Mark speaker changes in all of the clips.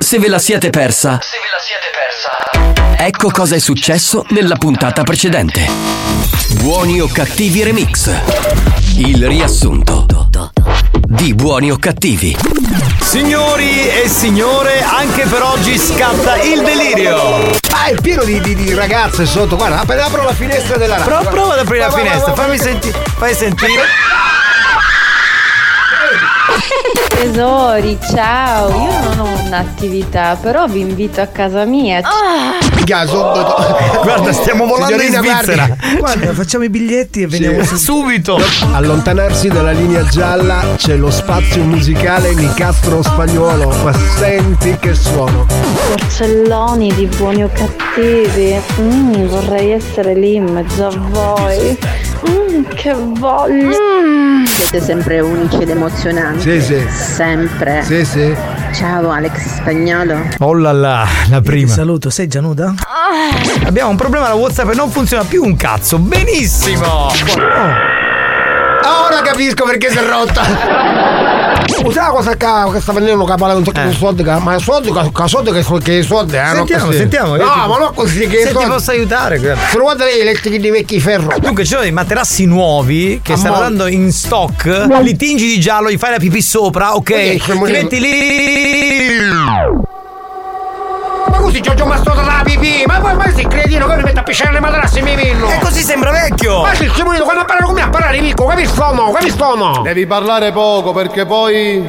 Speaker 1: Se ve la siete persa,
Speaker 2: Se ve la siete persa.
Speaker 1: ecco cosa è successo nella puntata precedente. Buoni o cattivi remix. Il riassunto di buoni o cattivi.
Speaker 3: Signori e signore, anche per oggi scatta il delirio.
Speaker 4: Ah, è pieno di, di- di ragazze sotto. Guarda, appena apro la finestra della radio.
Speaker 3: Pro-
Speaker 4: guarda.
Speaker 3: prova ad aprire la
Speaker 4: Guarda,
Speaker 3: finestra,
Speaker 4: guarda,
Speaker 3: fammi senti- fai sentire.
Speaker 5: Tesori, ciao, io non ho un'attività, però vi invito a casa mia.
Speaker 4: minchia, sono-
Speaker 3: Guarda, stiamo volando in
Speaker 4: Signorina,
Speaker 3: Svizzera.
Speaker 4: guardi,
Speaker 6: Guarda, facciamo i biglietti e veniamo.
Speaker 3: Sì. eh, Subito.
Speaker 4: Allontanarsi dalla linea gialla c'è lo spazio musicale Nicastro Spagnolo. Ma senti che suono.
Speaker 5: Porcelloni di buoni o cattivi. Mm, vorrei essere lì in mezzo a voi. Mm, che voglia.
Speaker 4: Mm.
Speaker 7: Siete sempre unici ed emozionanti.
Speaker 4: Sì, sì.
Speaker 7: Sempre.
Speaker 4: Sì, sì.
Speaker 7: Ciao Alex Spagnolo.
Speaker 3: Oh là là, la
Speaker 6: Ti
Speaker 3: prima.
Speaker 6: saluto, sei già nuda?
Speaker 3: Abbiamo un problema la WhatsApp e non funziona più un cazzo. Benissimo.
Speaker 4: Ora capisco perché si è rotta. Usa cosa ca- che sta venendo capo non so che
Speaker 3: Eh.
Speaker 4: soldi ca- ma i soldi ca- ca- soldi che soldi che soldi eh, non
Speaker 3: Sentiamo,
Speaker 4: così.
Speaker 3: sentiamo, io
Speaker 4: No,
Speaker 3: ti-
Speaker 4: ma non così che
Speaker 3: Se ti
Speaker 4: soldi.
Speaker 3: posso aiutare. guarda.
Speaker 4: Se lo guarda lei, elettrici di vecchi ferro.
Speaker 3: Dunque, ci sono dei materassi nuovi che
Speaker 4: A
Speaker 3: stanno
Speaker 4: mo-
Speaker 3: andando in stock. Li tingi di giallo, gli fai la pipì sopra, ok?
Speaker 4: Ok,
Speaker 3: Ti
Speaker 4: siamo lì.
Speaker 3: metti lì.
Speaker 4: Ma così Giorgio Mastro da pipì, ma poi ma si credino che mi metto a pisciare le madrasse in mio villo.
Speaker 3: E così sembra vecchio.
Speaker 4: Ma il simulino quando parla con me a parlare Vico, capisco no, capisco no.
Speaker 8: Devi parlare poco perché poi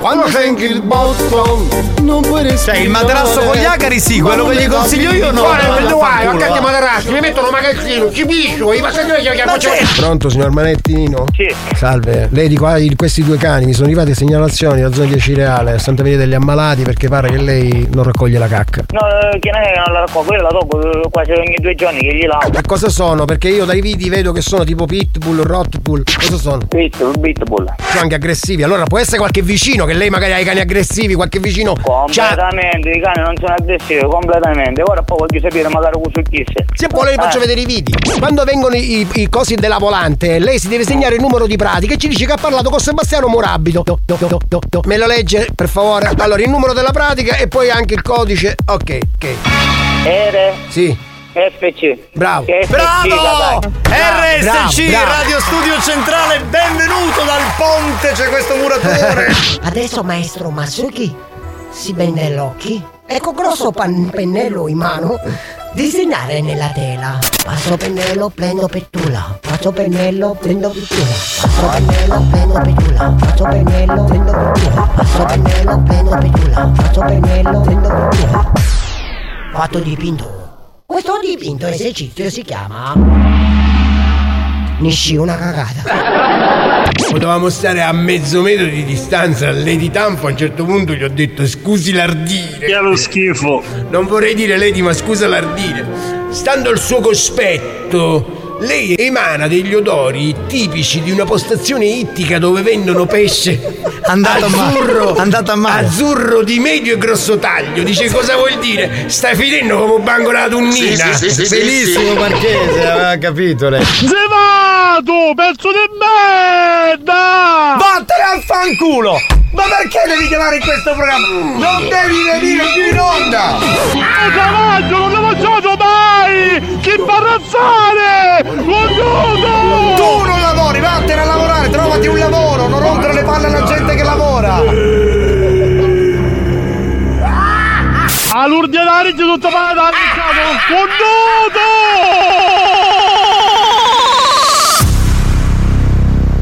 Speaker 8: quando senti il botto non puoi
Speaker 3: Cioè,
Speaker 8: respirare.
Speaker 3: il materasso con gli acari, sì, quello che gli consiglio io no.
Speaker 4: Guarda,
Speaker 3: Ma
Speaker 4: quando vai,
Speaker 3: vaffanculo,
Speaker 4: accanto ai
Speaker 3: va.
Speaker 4: madrassi, mi mettono un magazzino, ci piscio, i passaggieri che faccio.
Speaker 3: certo.
Speaker 4: Pronto signor Manettino?
Speaker 9: Sì.
Speaker 4: Salve, lei di qua di questi due cani mi sono arrivate segnalazioni da zona 10 reale, Santa Maria degli Ammalati perché pare che lei non raccoglie la cacca.
Speaker 9: No, eh, che non è che non la raccolgo, io la tolgo eh, quasi ogni due giorni che gli lavo.
Speaker 4: Ma cosa sono? Perché io dai vidi vedo che sono tipo pitbull, rotbull. Cosa sono?
Speaker 9: Pitbull, pitbull.
Speaker 4: Sono anche aggressivi. Allora può essere qualche vicino che lei magari ha i cani aggressivi, qualche vicino. c'ha-
Speaker 9: Completamente, i cani non sono aggressivi, completamente. Ora poi voglio sapere magari cosa chisse.
Speaker 4: Se vuole le faccio
Speaker 9: Eh.
Speaker 4: vedere i video. Quando vengono i, i cosi della volante, lei si deve segnare il numero di Pratica e ci dice che ha parlato con Sebastiano Morabito. Do, do, do, do, do. Me lo legge, per favore? Allora, il numero della pratica e poi anche il codice. Ok, ok.
Speaker 9: R,
Speaker 4: Sì.
Speaker 9: FC.
Speaker 4: Bravo.
Speaker 9: Che FC,
Speaker 3: Bravo!
Speaker 9: dai.
Speaker 3: RSC
Speaker 4: Bravo, bravo.
Speaker 3: Radio Studio Centrale, benvenuto dal ponte, c'è questo muratore.
Speaker 10: Adesso maestro Masuki si bende gli occhi e con grosso pan- pennello in mano disegnare nella tela. Passo pennello, prendo pettula. Passo pennello, prendo pettula. Passo pennello, prendo pettula. Passo pennello, prendo pettula. Passo pennello, prendo pettula. Passo pennello, prendo pettula. Fatto dipinto. Questo dipinto esercizio si chiama Nisci una cagata.
Speaker 4: Potevamo stare a mezzo metro di distanza. Lei di Tampo a un certo punto gli ho detto scusi l'ardire.
Speaker 11: Che lo schifo.
Speaker 4: Non vorrei dire Lady, ma scusa l'ardire. Stando al suo cospetto, lei emana degli odori tipici di una postazione ittica dove vendono pesce.
Speaker 3: Andato a male.
Speaker 4: azzurro,
Speaker 3: Andato a male.
Speaker 4: Azzurro di medio e grosso taglio. Dice cosa vuol dire? Stai finendo come un banco della tunnina.
Speaker 3: Bellissimo Marchese,
Speaker 4: eh,
Speaker 3: aveva capito lei.
Speaker 11: Se vado, pezzo di merda!
Speaker 3: Vattene al fanculo! Ma perché devi chiamare in questo programma? Non devi venire più in onda!
Speaker 11: Ma cavaggio, non lo facciamo mai! Che imbarazzare! Lo chiudo!
Speaker 3: Tu non lavori, vattene a lavorare, trovati un lavoro, non rompere le palle alla gente che lavora!
Speaker 11: All'ordinare di tutta parata, conduto!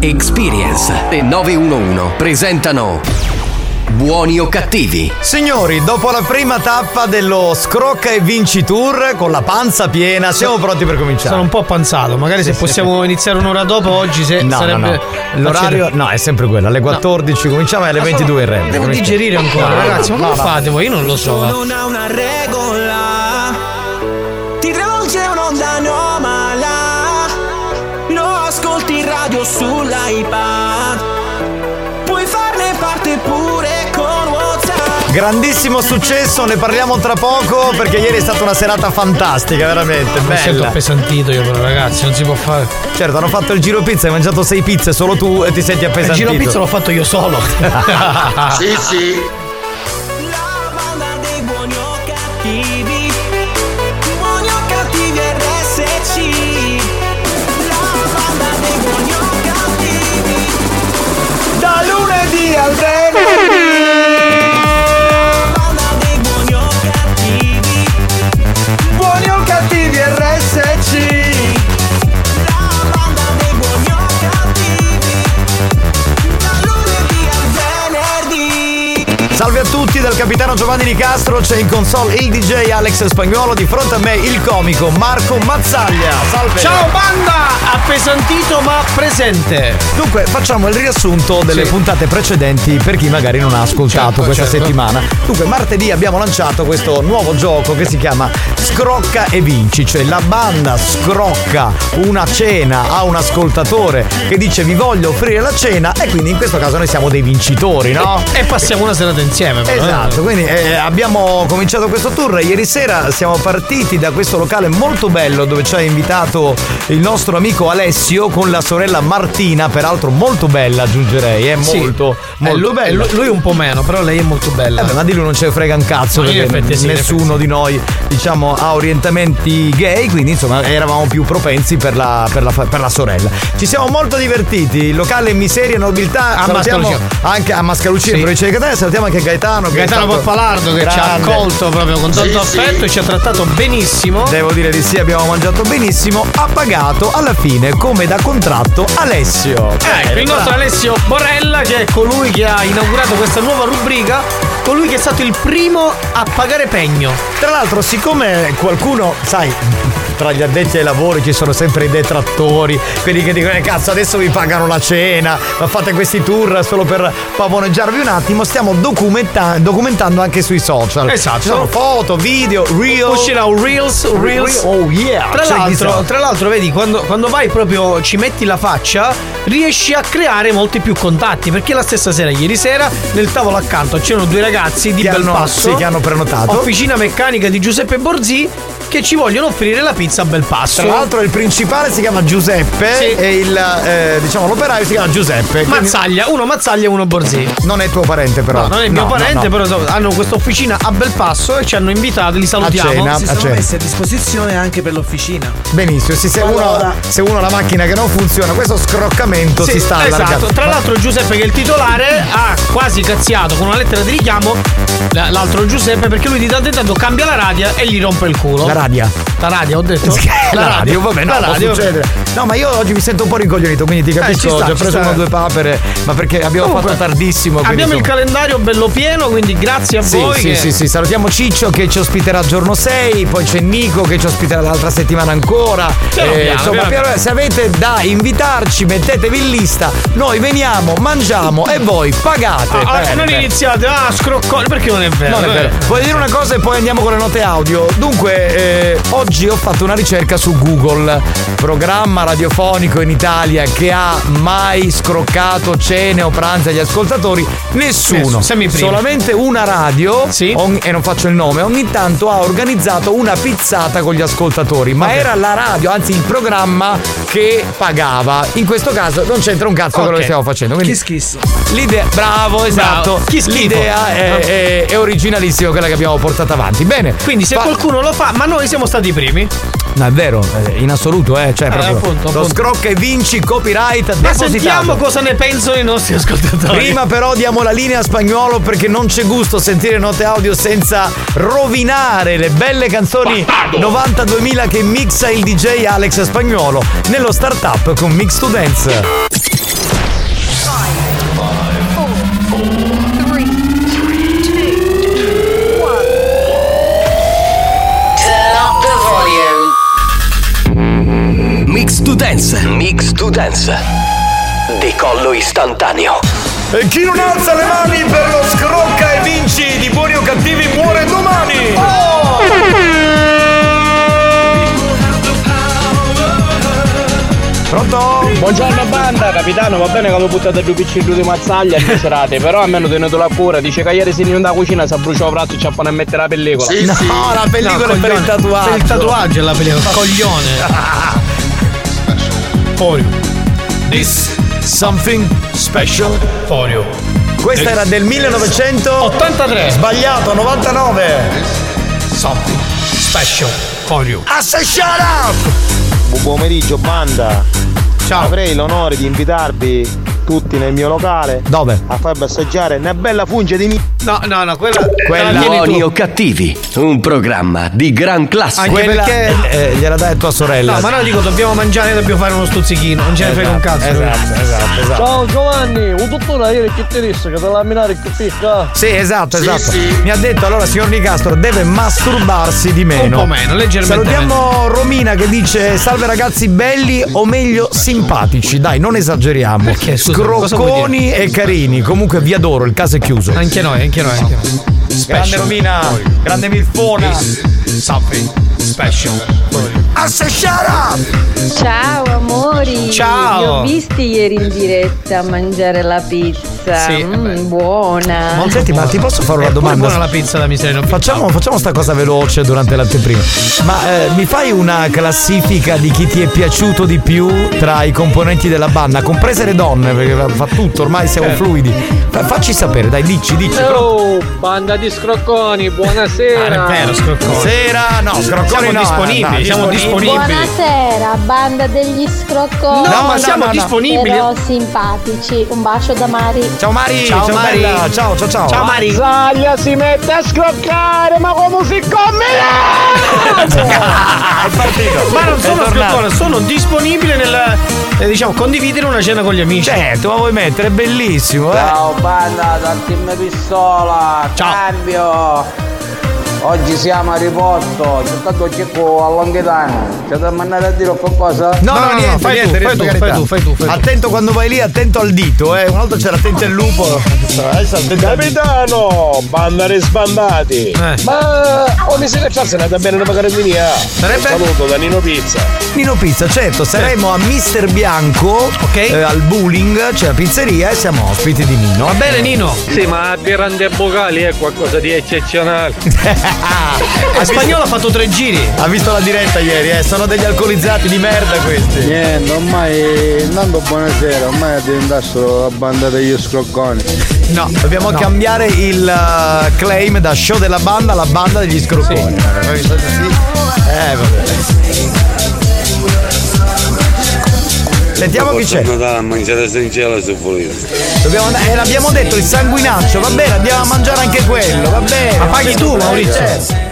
Speaker 1: Experience e 911 presentano Buoni o cattivi?
Speaker 3: Signori, dopo la prima tappa dello Scrocca e Vinci Tour, con la panza piena, siamo pronti per cominciare.
Speaker 9: Sono un po' panzato, magari se possiamo iniziare un'ora dopo oggi se
Speaker 3: No, no,
Speaker 9: sarebbe
Speaker 3: no. L'orario, no, è sempre quello. Alle 14 cominciamo e alle 22 il rem.
Speaker 9: Ah, Devo digerire ancora, ragazzi, ma come fate voi? Io non lo so. eh.
Speaker 11: non ha una regola ti travolge un'onda anomala lo ascolti in radio sull'iPad puoi farne parte pure con WhatsApp
Speaker 3: Grandissimo successo, ne parliamo tra poco perché ieri è stata una serata fantastica, veramente
Speaker 9: Mi sento
Speaker 3: bella.
Speaker 9: appesantito io però ragazzi, non si può fare.
Speaker 3: Certo, hanno fatto il giro pizza, hai mangiato sei pizze solo tu e ti senti
Speaker 9: Il
Speaker 3: appesantito.
Speaker 9: Eh, giro pizzo l'ho fatto io solo.
Speaker 3: Sì,
Speaker 11: sì dei buoni o cattivi buoni o cattivi RSC la banda dei buoni o cattivi da lunedì al
Speaker 12: Buoni o cattivi RSC
Speaker 3: Salve a tutti dal capitano Giovanni Di Castro, c'è in console il DJ Alex Spagnuolo, di fronte a me il comico Marco Mazzaglia. Salve!
Speaker 9: Ciao banda! Appesantito ma presente!
Speaker 3: Dunque, facciamo il riassunto delle
Speaker 9: Sì.
Speaker 3: puntate precedenti per chi magari non ha ascoltato
Speaker 9: Certo,
Speaker 3: questa
Speaker 9: certo.
Speaker 3: settimana. Dunque, martedì abbiamo lanciato questo nuovo gioco che si chiama Scrocca e Vinci, cioè la banda scrocca una cena a un ascoltatore che dice vi voglio offrire la cena e quindi in questo caso noi siamo dei vincitori, no?
Speaker 9: E passiamo una serata insieme, però. eh.
Speaker 3: Esatto, quindi eh, abbiamo cominciato questo tour. Ieri sera siamo partiti da questo locale molto bello dove ci ha invitato il nostro amico Alessio con la sorella Martina, peraltro molto bella, aggiungerei. È
Speaker 9: Sì.
Speaker 3: molto,
Speaker 9: Eh,
Speaker 3: molto
Speaker 9: lui-
Speaker 3: bella.
Speaker 9: lui- lui un po' meno, però lei è molto bella.
Speaker 3: Eh beh, ma di lui non ce ne frega un cazzo
Speaker 9: No, in
Speaker 3: perché
Speaker 9: effetti sì, in
Speaker 3: nessuno di noi diciamo ha orientamenti gay, quindi insomma eravamo più propensi per la, per la fa- per la sorella. Ci siamo molto divertiti, il locale Miseria e Nobiltà
Speaker 9: A
Speaker 3: salutiamo
Speaker 9: Mascalucia.
Speaker 3: anche a Mascalucia in
Speaker 9: Sì.
Speaker 3: provincia di Catania, salutiamo anche Gaetano. che è
Speaker 9: Gaetano
Speaker 3: stato
Speaker 9: Pappalardo che ci ha
Speaker 3: grande.
Speaker 9: accolto proprio con tanto
Speaker 3: Sì, sì.
Speaker 9: affetto e ci ha trattato benissimo.
Speaker 3: Devo dire di sì, abbiamo mangiato benissimo, ha pagato alla fine come da contratto Alessio.
Speaker 9: Ecco, il nostro Alessio Borella, che è colui che ha inaugurato questa nuova rubrica, colui che è stato il primo a pagare pegno.
Speaker 3: Tra l'altro, siccome qualcuno, sai, tra gli addetti ai lavori ci sono sempre i detrattori, quelli che dicono, "Eh, cazzo, adesso vi pagano la cena, ma fate questi tour solo per pavoneggiarvi un attimo, stiamo documenta- documentando anche sui social.
Speaker 9: Esatto.
Speaker 3: Ci sono foto, video, reel.
Speaker 9: Uscirà un Reels, Reels.
Speaker 3: Oh yeah.
Speaker 9: Tra
Speaker 3: Check this
Speaker 9: l'altro,
Speaker 3: out.
Speaker 9: tra l'altro, vedi, quando, quando vai proprio, ci metti la faccia, riesci a creare molti più contatti. Perché la stessa sera, ieri sera, nel tavolo accanto c'erano due ragazzi di
Speaker 3: Che hanno-
Speaker 9: Belpasso
Speaker 3: sì, che hanno prenotato.
Speaker 9: Officina meccanica di Giuseppe Borzì che ci vogliono offrire la pizza a Belpasso.
Speaker 3: Tra l'altro il principale si chiama Giuseppe
Speaker 9: Sì.
Speaker 3: e il eh, diciamo l'operaio si chiama Giuseppe. quindi-
Speaker 9: Mazzaglia, uno Mazzaglia e uno Borzì.
Speaker 3: Non è tuo parente però.
Speaker 9: No, non è mio
Speaker 3: No, no,
Speaker 9: parente,
Speaker 3: no.
Speaker 9: però so- hanno questa officina a Belpasso e ci hanno invitato, li salutiamo.
Speaker 3: cena, Si a sono cena. messi
Speaker 9: a disposizione anche per l'officina.
Speaker 3: Benissimo, sì, se, uno,
Speaker 9: Allora.
Speaker 3: se uno ha la macchina che non funziona, questo scroccamento si sta allargando.
Speaker 9: esatto. Tra l'altro Giuseppe che è il titolare ha quasi cazziato con una lettera di richiamo l- l'altro Giuseppe perché lui di tanto in tanto cambia la radia e gli rompe il culo.
Speaker 3: La radia.
Speaker 9: La radia, ho detto.
Speaker 3: la radio, vabbè, no,
Speaker 9: La
Speaker 3: può
Speaker 9: radio.
Speaker 3: succedere. No, ma io oggi mi sento un po' rincoglionito, quindi ti
Speaker 9: Eh, ci
Speaker 3: capisco,
Speaker 9: sta,
Speaker 3: ho già
Speaker 9: ci
Speaker 3: preso
Speaker 9: sta.
Speaker 3: una o due papere, ma perché abbiamo
Speaker 9: Comunque,
Speaker 3: fatto tardissimo. quindi
Speaker 9: Abbiamo il
Speaker 3: insomma.
Speaker 9: calendario bello pieno, quindi grazie a
Speaker 3: Sì,
Speaker 9: voi.
Speaker 3: sì,
Speaker 9: che-
Speaker 3: sì, sì, salutiamo Ciccio che ci ospiterà giorno 6, poi c'è Nico che ci ospiterà l'altra settimana ancora. Eh,
Speaker 9: Piano piano,
Speaker 3: insomma,
Speaker 9: piano piano.
Speaker 3: se avete da invitarci, mettetevi in lista, noi veniamo, mangiamo e voi pagate.
Speaker 9: Ah, ah,
Speaker 3: Bene,
Speaker 9: non
Speaker 3: bene.
Speaker 9: iniziate, ah, scroccone, perché non è vero?
Speaker 3: Non è vero. Voglio dire una cosa e poi andiamo con le note audio. Dunque, eh, oggi ho fatto una ricerca su Google, programma radiofonico in Italia che ha mai scroccato cene o pranzi agli ascoltatori. Nessuno.
Speaker 9: Nessuno, siamo i primi.
Speaker 3: Solamente una radio, ogni- e non faccio il nome, ogni tanto ha organizzato una pizzata con gli ascoltatori. Ma
Speaker 9: Ok.
Speaker 3: era la radio, anzi il programma che pagava. In questo caso non c'entra un cazzo quello
Speaker 9: Ok.
Speaker 3: che stiamo facendo. Quindi
Speaker 9: Chi schisso.
Speaker 3: L'idea, bravo, esatto.
Speaker 9: Chi schifo.
Speaker 3: L'idea è, è- è originalissima quella che abbiamo portato avanti. Bene.
Speaker 9: Quindi se
Speaker 3: Fa-
Speaker 9: qualcuno lo fa, ma noi siamo stati i primi.
Speaker 3: No, è vero, eh, in assoluto, eh. Cioè,
Speaker 9: Eh,
Speaker 3: proprio.
Speaker 9: appunto,
Speaker 3: lo
Speaker 9: appunto.
Speaker 3: scrocca e vinci, copyright,
Speaker 9: Ma
Speaker 3: depositato.
Speaker 9: sentiamo cosa ne pensano i nostri ascoltatori.
Speaker 3: Prima però diamo la linea a spagnolo perché non c'è gusto sentire note audio senza rovinare le belle canzoni 92.000 che mixa il DJ Alex Spagnolo nello startup con Mix to Dance.
Speaker 1: to dance. Decollo istantaneo.
Speaker 3: E chi non alza le mani per lo scrocca e vinci di buoni o cattivi muore domani! Oh! Pronto?
Speaker 13: Buongiorno banda, capitano, va bene che avevo buttato due piccini di mazzaglia e due cerate, però almeno tenuto la cura, dice che ieri sera in una cucina si bruciato il pranzo e ci ha fatto a mettere la pellicola.
Speaker 3: no, la pellicola è per il tatuaggio.
Speaker 9: Per il tatuaggio è la pellicola, coglione.
Speaker 3: for you. This something special for you. Questa era del 1983. Sbagliato, 99. Something special for you. Assai Ah, shut
Speaker 14: Buon pomeriggio banda. Ciao. Avrei l'onore di invitarvi tutti nel mio locale. Dove? A farvi assaggiare una bella funge di mi.
Speaker 9: No, no, no, quella.
Speaker 14: Quella-
Speaker 1: Buoni o cattivi, un programma di gran classe.
Speaker 9: Anche Quella- perché-
Speaker 3: gliela dai eh, a tua sorella.
Speaker 9: No, ma noi dico, dobbiamo mangiare, dobbiamo fare uno stuzzichino. Non ce ne frega un
Speaker 3: Esatto,
Speaker 9: cazzo.
Speaker 3: esatto, esatto, esatto.
Speaker 4: Ciao Giovanni, un dottore ieri che ti disse che te la minare che picca.
Speaker 3: Sì, esatto,
Speaker 4: Sì,
Speaker 3: esatto.
Speaker 4: sì.
Speaker 3: Mi ha detto allora signor Nicastro deve masturbarsi di meno.
Speaker 9: po' meno, leggermente
Speaker 3: Salutiamo Romina che dice salve ragazzi belli o meglio simpatici. Dai, non esageriamo.
Speaker 9: Perché, scusa, cosa vuol
Speaker 3: Scrocconi e carini. Comunque vi adoro, il caso è chiuso.
Speaker 9: Anche noi, anche noi. Anche noi.
Speaker 3: Grande Romina, grande Milfona. Something special.
Speaker 12: Ciao amori!
Speaker 3: Ciao.
Speaker 12: Li ho visti ieri in diretta a mangiare la pizza.
Speaker 3: Sì,
Speaker 12: Mm, buona!
Speaker 3: Ma senti, ma ti posso fare una domanda?
Speaker 9: buona la pizza da miseria.
Speaker 3: Facciamo, facciamo sta cosa veloce durante l'anteprima. Ma eh, mi fai una classifica di chi ti è piaciuto di più tra i componenti della banda, comprese le donne, perché fa tutto, ormai siamo
Speaker 4: Certo.
Speaker 3: fluidi. Fa- facci sapere, dai, dici, dici.
Speaker 4: Oh, banda di scrocconi, buonasera.
Speaker 3: Ah, è vero, scrocconi. Sera, no, scrocconi Siamo no, disponibili, no, no, siamo disponibili.
Speaker 15: Buonasera, banda degli scrocconi.
Speaker 3: No, ma No, siamo no, no. disponibili.
Speaker 15: Però simpatici. Un bacio da Mari.
Speaker 3: Ciao Mari, ciao, bella, ciao ciao ciao.
Speaker 4: Mazzaglia si mette a scroccare, ma come si combina?
Speaker 9: Ma non sono
Speaker 4: È tornato.
Speaker 9: scrittore, sono disponibile nel eh, diciamo condividere una cena con gli amici.
Speaker 3: Certo, ma vuoi mettere, è bellissimo, eh.
Speaker 11: Ciao banda dal team pistola, cambio! Oggi siamo a riporto, cercato cieco a Longhitano, c'è da mandare a dire qualcosa?
Speaker 3: No, no, niente, niente,
Speaker 11: fai
Speaker 3: niente,
Speaker 11: tu,
Speaker 3: carità.
Speaker 11: fai tu, fai tu, fai tu.
Speaker 3: Attento quando vai lì, attento al dito, eh. Una volta c'era attento al lupo. Adesso attento al dito.
Speaker 4: Capitano, banda risbandati.
Speaker 11: Eh.
Speaker 4: Ma ogni sera c'è se ne da bene da carabinieri.
Speaker 3: Sarebbe?
Speaker 4: Un saluto da Nino Pizza.
Speaker 3: Nino Pizza, certo, saremo a Mister Bianco, eh, al bowling, c'è la pizzeria e siamo ospiti di Nino. Va bene Nino?
Speaker 4: Sì, ma Grande Bogali è qualcosa di eccezionale.
Speaker 3: A spagnolo ha fatto tre giri. Ha visto la diretta ieri, eh. Sono degli alcolizzati di merda questi.
Speaker 14: Niente, Eh, ormai Nando buonasera, ormai è diventata solo la banda degli scrocconi.
Speaker 3: No, dobbiamo
Speaker 14: No.
Speaker 3: cambiare il eh, claim da show della banda alla banda degli scrocconi. Eh, vabbè. Sentiamo chi c'è.
Speaker 16: andare a mangiare sencella se volete.
Speaker 3: Dobbiamo andare- eh, l'abbiamo detto, il sanguinaccio, va bene, andiamo a mangiare anche quello, va bene.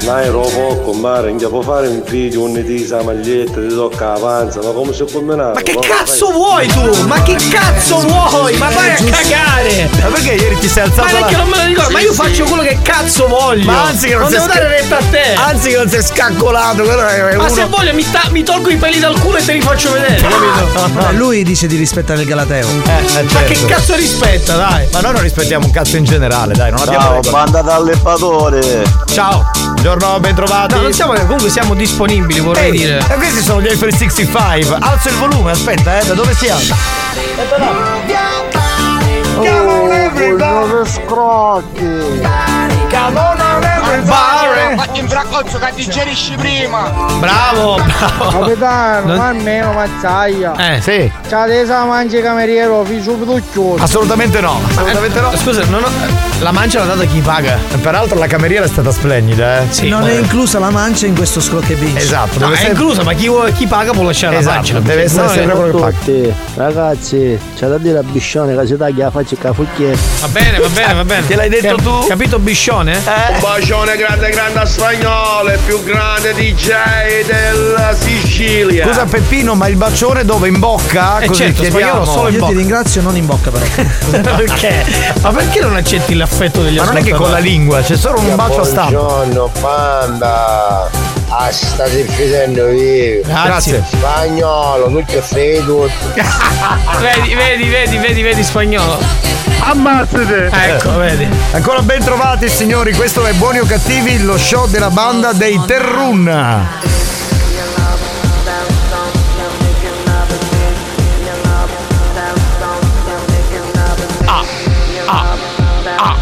Speaker 17: Dai, robo, compare, non può fare un figlio, un ti sa maglietta, ti tocca la panza, ma come si può menare? Ma
Speaker 3: Boh,
Speaker 9: Che cazzo vuoi tu? Ma che cazzo vuoi? Ma vai a cagare!
Speaker 3: Ma perché ieri ti sei alzato
Speaker 9: Ma perché
Speaker 3: la-
Speaker 9: non me lo ricordo? Ma io faccio quello che cazzo voglio!
Speaker 3: Ma anzi che non, si è Ah,
Speaker 9: devo
Speaker 3: sca-
Speaker 9: dare retta a te!
Speaker 3: Anzi che non sei scaccolato, quello è
Speaker 9: Ma
Speaker 3: uno-
Speaker 9: se voglio mi, ta- mi tolgo i peli dal culo e te li faccio vedere,
Speaker 3: Esatto.
Speaker 9: capito?
Speaker 18: No, lui dice di rispettare il Galateo.
Speaker 9: Ma che cazzo rispetta, dai?
Speaker 3: Eh, certo. Ma noi non rispettiamo un cazzo in generale, dai, non abbiamo
Speaker 9: Ciao,
Speaker 3: banda d'allepatore. Ciao. Buongiorno, bentrovati.
Speaker 9: No, non siamo, comunque siamo disponibili, vorrei
Speaker 3: Ehi,
Speaker 9: dire.
Speaker 3: E questi sono gli iPhone 65. Alzo il volume, aspetta, eh, da dove si alza?
Speaker 14: Oh,
Speaker 19: Come on everybody! Scrocchi! Come on everybody!
Speaker 11: Fatti in fracozzo che digerisci prima!
Speaker 9: Bravo, bravo!
Speaker 4: Capitano,
Speaker 11: Non-
Speaker 4: ma almeno mazzaglia.
Speaker 3: Eh, sì.
Speaker 4: C'ha tesa mangi cameriero, figlio piducchioso.
Speaker 3: Assolutamente no, assolutamente no.
Speaker 9: Scusa, non ho- la mancia l'ha data chi paga.
Speaker 3: Peraltro la cameriera è stata splendida, eh.
Speaker 18: non è inclusa la mancia in questo scrocche vince.
Speaker 3: Esatto,
Speaker 9: No, è inclusa, ma chi, vuole- chi paga può lasciare
Speaker 3: Esatto,
Speaker 9: la mancia.
Speaker 3: deve essere
Speaker 9: No,
Speaker 3: sempre
Speaker 9: no,
Speaker 3: quello che
Speaker 9: no.
Speaker 3: paga.
Speaker 14: Infatti, ragazzi, c'è da dire a Biscione che si taglia la faccia e cafucchietta.
Speaker 9: Va bene, va bene, va bene. Te l'hai detto tu? Capito Biscione?
Speaker 3: Eh.
Speaker 17: Un bacione grande grande a spagnolo, il più grande DJ della Sicilia.
Speaker 3: Scusa Peppino, ma il bacione dove? In bocca?
Speaker 9: Eh,
Speaker 3: Così
Speaker 9: certo,
Speaker 3: chiediamo.
Speaker 18: Io ti ringrazio, non in bocca, però.
Speaker 9: perché? Ma perché non accetti l'affetto degli
Speaker 18: Ma non è che
Speaker 9: ascoltatori?
Speaker 18: con la lingua, c'è solo un
Speaker 9: Sì,
Speaker 18: bacio a
Speaker 9: buongiorno.
Speaker 18: stampa.
Speaker 17: Buongiorno, banda.
Speaker 20: Ah, si sta diffidendo vivo.
Speaker 9: Grazie.
Speaker 20: Spagnolo, tutto è freddo.
Speaker 9: Vedi, vedi, vedi, vedi, vedi spagnolo.
Speaker 3: Ammazzate!
Speaker 9: Ecco, vedi.
Speaker 3: Ancora ben trovati signori, questo è Buoni o Cattivi, lo show della banda dei Terrun. Ah.
Speaker 9: Ah.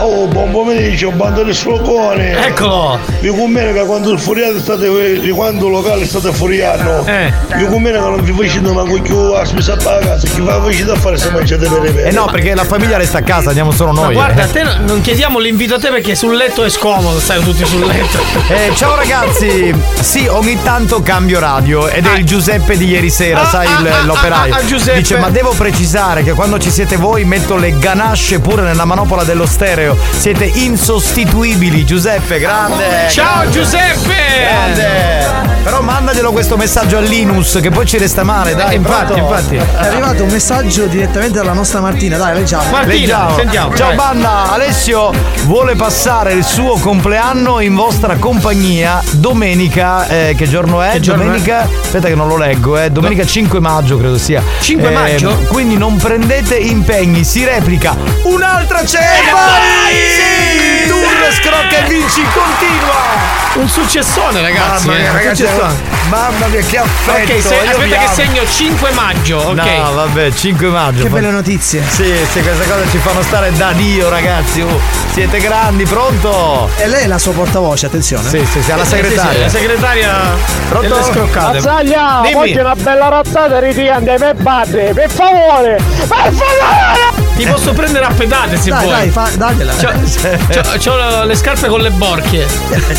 Speaker 17: Oh, buon pomeriggio, bando di sfocone!
Speaker 9: Eccolo!
Speaker 17: Vi conviene che quando il furiato state, di quando il locale state furiando,
Speaker 9: Eh.
Speaker 17: vi conviene che non vi facciate una ah, cucchiua, spisate la casa, chi va facciate a fare se mangiate per le pelle.
Speaker 3: Eh no, perché la famiglia resta a casa, andiamo solo
Speaker 9: Ma
Speaker 3: noi.
Speaker 9: guarda,
Speaker 3: eh.
Speaker 9: te no- non chiediamo l'invito a te perché sul letto è scomodo, stai tutti sul letto.
Speaker 3: Eh, ciao ragazzi! Sì, ogni tanto cambio radio ed è il Giuseppe di ieri sera, sai il- l'operaio.
Speaker 9: ah, ah, Giuseppe.
Speaker 3: Dice, ma devo precisare che quando ci siete voi metto le ganasce pure nella manopola dello stereo. Siete insostituibili, Giuseppe, grande!
Speaker 9: Ciao,
Speaker 3: grande.
Speaker 9: Giuseppe!
Speaker 3: Grande! Però mandatelo questo messaggio a Linus che poi ci resta male, dai.
Speaker 21: infatti,
Speaker 3: pronto?
Speaker 21: infatti. È arrivato un messaggio direttamente dalla nostra Martina, dai, leggiamo.
Speaker 3: Leggiamo.
Speaker 21: Leggiamo.
Speaker 3: Ciao
Speaker 21: Vai.
Speaker 3: banda, Alessio vuole passare il suo compleanno in vostra compagnia domenica. eh, che giorno è?
Speaker 9: Che giorno
Speaker 3: domenica. Aspetta che non lo leggo, eh. Domenica 5 maggio credo sia. Eh,
Speaker 9: 5 maggio?
Speaker 3: Quindi non prendete impegni, si replica. Un'altra c'è! Vai! Sì! Tour scrocca e vinci continua!
Speaker 9: Un successone, ragazzi.
Speaker 3: Mamma mia,
Speaker 9: eh, un
Speaker 3: ragazzi,
Speaker 9: successone.
Speaker 3: mamma mia, che affetto!
Speaker 9: Ok, se-
Speaker 3: io vi
Speaker 9: aspetta che
Speaker 3: amo.
Speaker 9: segno 5 maggio, ok.
Speaker 3: No, vabbè, 5 maggio.
Speaker 21: Che belle notizie.
Speaker 3: Sì, sì, queste cose ci fanno stare da Dio, ragazzi. Oh, siete grandi, pronto?
Speaker 21: E lei è la sua portavoce, attenzione.
Speaker 3: Sì, sì, sì, alla segretaria.
Speaker 9: segretaria
Speaker 3: delle scroccate.
Speaker 17: Mazzaglia,
Speaker 3: Dimmi.
Speaker 17: oggi è una bella razzata ritirante per battere, per favore! Per favore!
Speaker 9: Ti posso prendere a pedate se
Speaker 21: Eh. Dai,
Speaker 9: vuoi.
Speaker 21: dai, fa- datela.
Speaker 9: C'ho, c'ho- c'ho le scarpe con le borchie.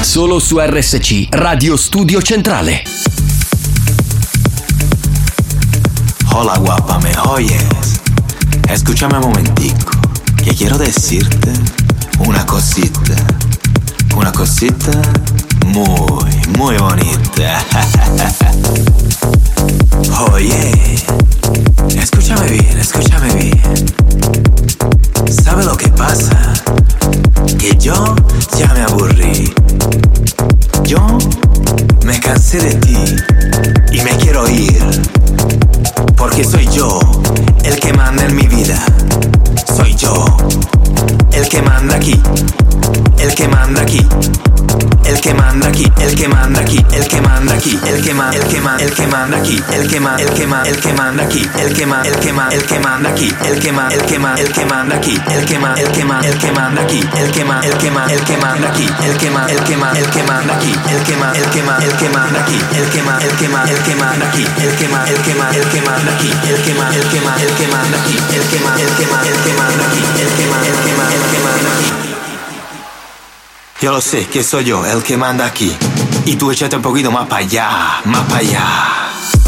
Speaker 1: Solo su RSC, Radio Studio Centrale.
Speaker 11: Hola guapa, me oyes. Escúchame un momentico, que quiero decirte una cosita. Una cosita muy, muy bonita. Oye, escúchame bien, escúchame bien. ¿Sabe lo que pasa? Que yo ya me aburrí. Yo me cansé de ti y me quiero ir. Porque soy yo el que manda en mi vida. Soy yo el que manda aquí. El que manda aquí. El que manda aquí, el que manda aquí, el que manda aquí, el que manda, el que manda, el que manda aquí, el que manda, el que manda, el que manda aquí, el que manda, el que manda, el que manda aquí, el que manda, el que manda, el que manda aquí, el que manda, el que manda, el que manda aquí, el que manda, el que manda, el que manda aquí, el que manda, el que manda, el que manda aquí, el que manda, el que manda, el que manda aquí, el que manda, el que manda, el que manda aquí, el que manda, el que manda, el que manda aquí, el que manda, el que manda, el que manda aquí, el que manda, el que manda, el que manda aquí, el que manda, el que manda, el que manda aquí. Yo lo sé, que soy yo el que manda aquí. Y tú échate un poquito más para allá, más para allá.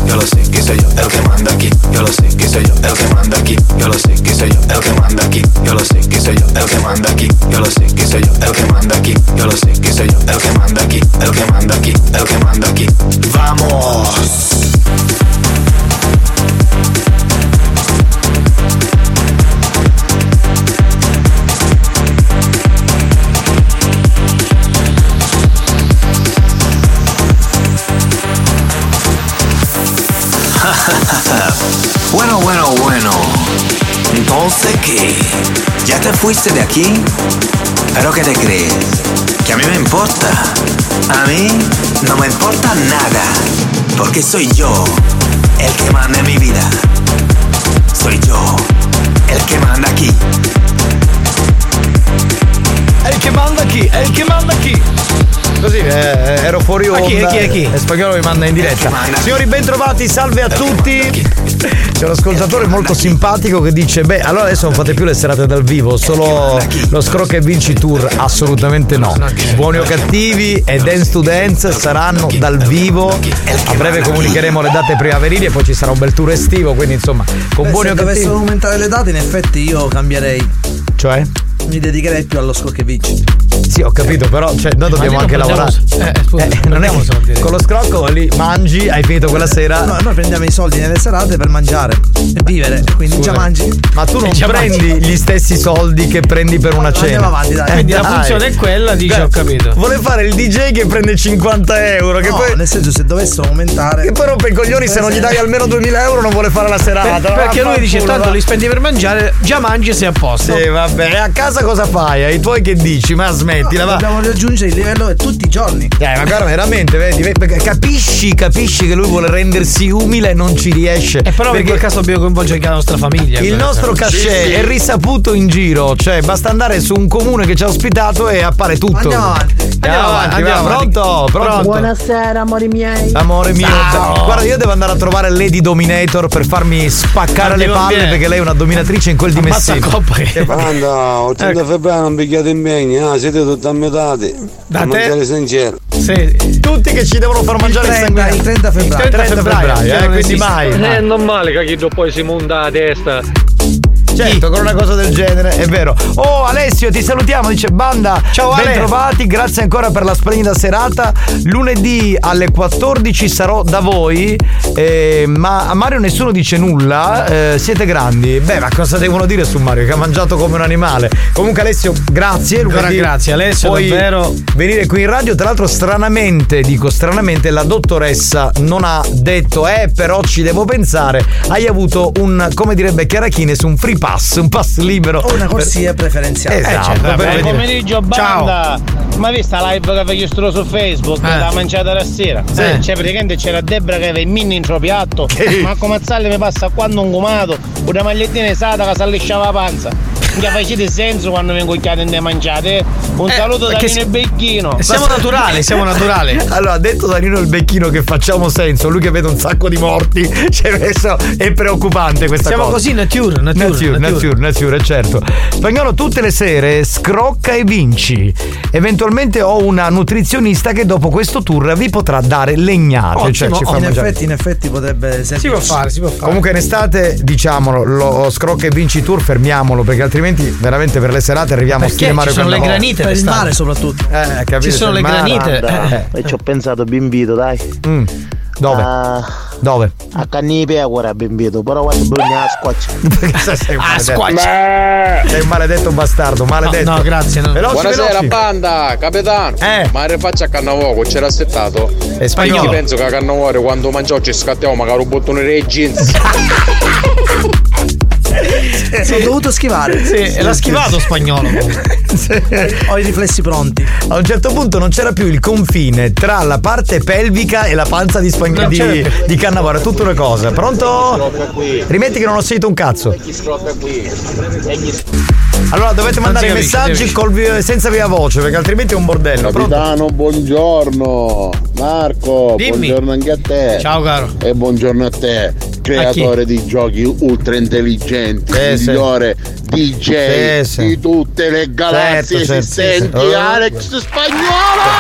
Speaker 11: Yo lo sé, que soy yo el que manda aquí. Yo lo sé, que soy yo el que manda aquí. Yo lo sé, que soy yo el que manda aquí. Yo lo sé, que soy yo el que manda aquí. Yo lo sé, que soy yo el que manda aquí. Yo lo sé, que soy yo el que manda aquí. El que manda aquí, el que manda aquí. ¡Vamos! bueno, bueno, bueno. Entonces, ¿qué? ¿Ya te fuiste de aquí? ¿Pero qué te crees? Que a mí me importa. A mí no me importa nada. Porque soy yo el que manda en mi vida. Soy yo el que manda aquí.
Speaker 22: El che manda chi? È il che manda chi?
Speaker 3: Così eh, ero fuori onda.
Speaker 22: A chi, a chi, a chi?
Speaker 3: E spagnolo mi manda in diretta. Signori bentrovati, salve a tutti. C'è un ascoltatore molto simpatico che dice: Beh, allora adesso non fate più le serate dal vivo, solo lo scrocca e vinci tour. Assolutamente no. Buoni o cattivi e dance to dance saranno dal vivo. A breve comunicheremo le date primaverili e poi ci sarà un bel tour estivo. Quindi, insomma, con
Speaker 9: Beh,
Speaker 3: buoni
Speaker 9: se
Speaker 3: o
Speaker 9: dovessero
Speaker 3: cattivi.
Speaker 9: aumentare le date, in effetti io cambierei.
Speaker 3: Cioè?
Speaker 9: Mi dedicherei più allo score che vinci.
Speaker 3: Sì, ho capito, però cioè, noi dobbiamo anche lavorare. Eh, non è che con lo scrocco lì mangi, hai finito quella sera.
Speaker 9: No, noi prendiamo i soldi nelle serate per mangiare e vivere, quindi già
Speaker 3: Scusa.
Speaker 9: mangi.
Speaker 3: Ma tu non
Speaker 9: Già mangi.
Speaker 3: prendi gli stessi soldi che prendi per una cena. Eh,
Speaker 9: andiamo avanti,
Speaker 22: Eh,
Speaker 9: dai. Quindi la funzione è quella, dici,
Speaker 3: Cioè,
Speaker 9: ho capito.
Speaker 3: Vuole fare il DJ che prende 50 euro. Che
Speaker 9: No,
Speaker 3: poi.
Speaker 9: nel senso se dovessero aumentare.
Speaker 3: Che poi rompe i coglioni se non gli dai almeno 2000 euro non vuole fare la serata.
Speaker 22: Per- perché lui dice,
Speaker 3: Vaffanculo,
Speaker 22: tanto
Speaker 3: va.
Speaker 22: li spendi per mangiare, già mangi e sei a posto.
Speaker 3: Sì, vabbè. E a casa cosa fai? Ai tuoi che dici? Ma smettila, va.
Speaker 9: Dobbiamo raggiungere il livello di tutti i giorni.
Speaker 3: Eh, ma guarda, veramente, vedi, vedi, capisci, capisci che lui vuole rendersi umile e non ci riesce. E
Speaker 22: Eh, Però in quel caso dobbiamo coinvolgere anche la nostra famiglia.
Speaker 3: Il nostro cachet è risaputo in giro, cioè basta andare su un comune che ci ha ospitato e appare tutto.
Speaker 23: Andiamo avanti.
Speaker 3: Andiamo avanti,
Speaker 23: Andiamo
Speaker 3: va.
Speaker 23: avanti.
Speaker 3: Oh, pronto, pronto.
Speaker 24: Buonasera, amori miei.
Speaker 3: Amore mio,
Speaker 24: Ciao.
Speaker 3: guarda, io devo andare a trovare Lady Dominator per farmi spaccare
Speaker 22: Non ti
Speaker 3: le palle
Speaker 22: conviene.
Speaker 3: perché lei è una dominatrice in quel di
Speaker 22: Ammazza
Speaker 3: Messina. Eh, Ecco.
Speaker 22: coppa
Speaker 3: Che palle.
Speaker 17: Anda, 80 febbraio non picchiate impegni, ah, siete tutti a metà.
Speaker 3: Da
Speaker 17: Da
Speaker 3: te?
Speaker 17: mangiare sincero.
Speaker 3: Sì, tutti che ci devono far mangiare il sangue. Il 30 febbraio. Il 30 febbraio, eh, quindi mai.
Speaker 25: Eh, è normale che chi poi si monta la testa.
Speaker 3: Certo, con una cosa del genere, è vero. Oh Alessio, ti salutiamo, dice Banda.
Speaker 22: Ciao, Ale.
Speaker 3: ben trovati, grazie ancora per la splendida serata. Lunedì alle 14 sarò da voi, eh, ma a Mario nessuno dice nulla, eh, siete grandi. Beh, ma cosa devono dire su Mario che ha mangiato come un animale? Comunque Alessio, grazie.
Speaker 22: Ancora
Speaker 3: lunedì
Speaker 22: grazie, Alessio,
Speaker 3: puoi
Speaker 22: davvero.
Speaker 3: Venire qui in radio, tra l'altro stranamente, dico stranamente, la dottoressa non ha detto eh però ci devo pensare, hai avuto un, come direbbe Chiarachines, un free pass, un pass libero.
Speaker 9: O una corsia preferenziale. Eh, certo,
Speaker 3: Esatto, per
Speaker 4: Buon
Speaker 3: venire.
Speaker 4: pomeriggio banda Ma vista la live che avevo visto su Facebook
Speaker 22: Eh.
Speaker 4: La mangiata la sera
Speaker 3: Sì.
Speaker 4: Eh, Cioè praticamente c'era Debra che aveva il mini in suo piatto Marco Mazzalli mi passa quando un gumato Una magliettina esata che si allisciava la panza mi facete senso quando vengo cucchiate e ne mangiate Un
Speaker 3: Eh,
Speaker 4: saluto da
Speaker 3: perché
Speaker 4: Nino
Speaker 3: si-
Speaker 4: e Becchino
Speaker 3: Basta- allora, ha detto Danilo il becchino che facciamo senso, lui che vede un sacco di morti, cioè adesso è preoccupante questa
Speaker 22: Siamo
Speaker 3: cosa.
Speaker 22: così, nature, nature,
Speaker 3: nature,
Speaker 22: nature.
Speaker 3: nature, nature, certo. Spagnolo tutte le sere scrocca e vinci. Eventualmente ho una nutrizionista che dopo questo tour vi potrà dare legnate, cioè ci fa
Speaker 9: in
Speaker 3: mangiare.
Speaker 9: effetti, in effetti potrebbe Si
Speaker 22: può fare, si può fare.
Speaker 3: Comunque in estate, diciamolo, lo scrocca e vinci tour, fermiamo perché altrimenti veramente per le serate arriviamo a
Speaker 9: Perché
Speaker 3: schiamare
Speaker 9: ci sono
Speaker 3: quella
Speaker 9: le
Speaker 3: volta.
Speaker 9: granite Per il d'estate. mare soprattutto.
Speaker 3: Eh, capito,
Speaker 9: Ci sono
Speaker 3: c'è il
Speaker 9: le
Speaker 3: mare.
Speaker 9: granite.
Speaker 3: Eh.
Speaker 18: E Esatto. ci ho pensato, vi invito, dai. Ah,
Speaker 3: Dove? Dove?
Speaker 18: A Cannipe ora vi invito, però guarda, bisogna a squaccia.
Speaker 3: sei un
Speaker 18: Ah,
Speaker 3: maledetto.
Speaker 18: squaccia.
Speaker 3: Sei un maledetto bastardo, maledetto.
Speaker 18: No, no, grazie, no.
Speaker 3: Veloci,
Speaker 26: Buonasera
Speaker 3: veloci.
Speaker 26: banda, capitano. Ma rifaccia a Cannavoco, c'era assettato. E
Speaker 3: spagnolo.
Speaker 26: Io penso che a Cannavoco quando mangiò ci scattiamo magari un bottone dei jeans.
Speaker 27: Sono dovuto schivare.
Speaker 9: Sì, e l'ha schivato spagnolo.
Speaker 27: Ho i riflessi pronti.
Speaker 3: A un certo punto non c'era più il confine tra la parte pelvica e la panza di, spagn-
Speaker 27: Non c'era
Speaker 3: di,
Speaker 27: più.
Speaker 3: di Cannavaro, è tutta una cosa. Pronto? Rimetti che non ho sentito un cazzo. Allora dovete mandare
Speaker 18: Non si capisce,
Speaker 3: messaggi
Speaker 18: si
Speaker 3: col vi- senza viva voce perché altrimenti è un bordello. Pronto?
Speaker 18: Capitano, buongiorno. Marco,
Speaker 3: Dimmi.
Speaker 18: buongiorno anche a te.
Speaker 3: Eh. Ciao, caro.
Speaker 18: E buongiorno a te, creatore di giochi ultra intelligenti,
Speaker 3: sì.
Speaker 18: migliore DJ
Speaker 3: Sì, sì.
Speaker 18: di tutte le galassie
Speaker 3: Certo, certo, sì,
Speaker 18: esistenti.
Speaker 3: sì. Oh.
Speaker 18: Alex Spagnolo!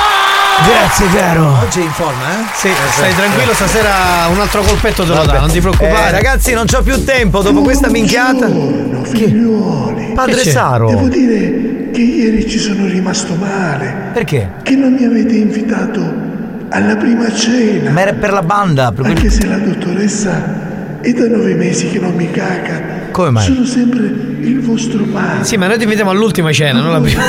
Speaker 9: Grazie, caro.
Speaker 27: Oggi è in forma, eh?
Speaker 9: Sì, stai tranquillo, stasera un altro colpetto te lo dà,
Speaker 3: Vabbè.
Speaker 9: non ti preoccupare.
Speaker 3: Eh, ragazzi, non c'ho più tempo dopo questa minchiata.
Speaker 28: Figliuoli.
Speaker 3: Padre Saro.
Speaker 28: Devo dire che ieri ci sono rimasto male.
Speaker 3: Perché?
Speaker 28: Che non mi avete invitato alla prima cena.
Speaker 3: Ma era per la banda. per-
Speaker 28: Anche se la dottoressa è da nove mesi che non mi caga.
Speaker 9: Come mai?
Speaker 28: Sono sempre il vostro padre.
Speaker 9: Sì, ma noi ti invitiamo all'ultima cena, non la prima.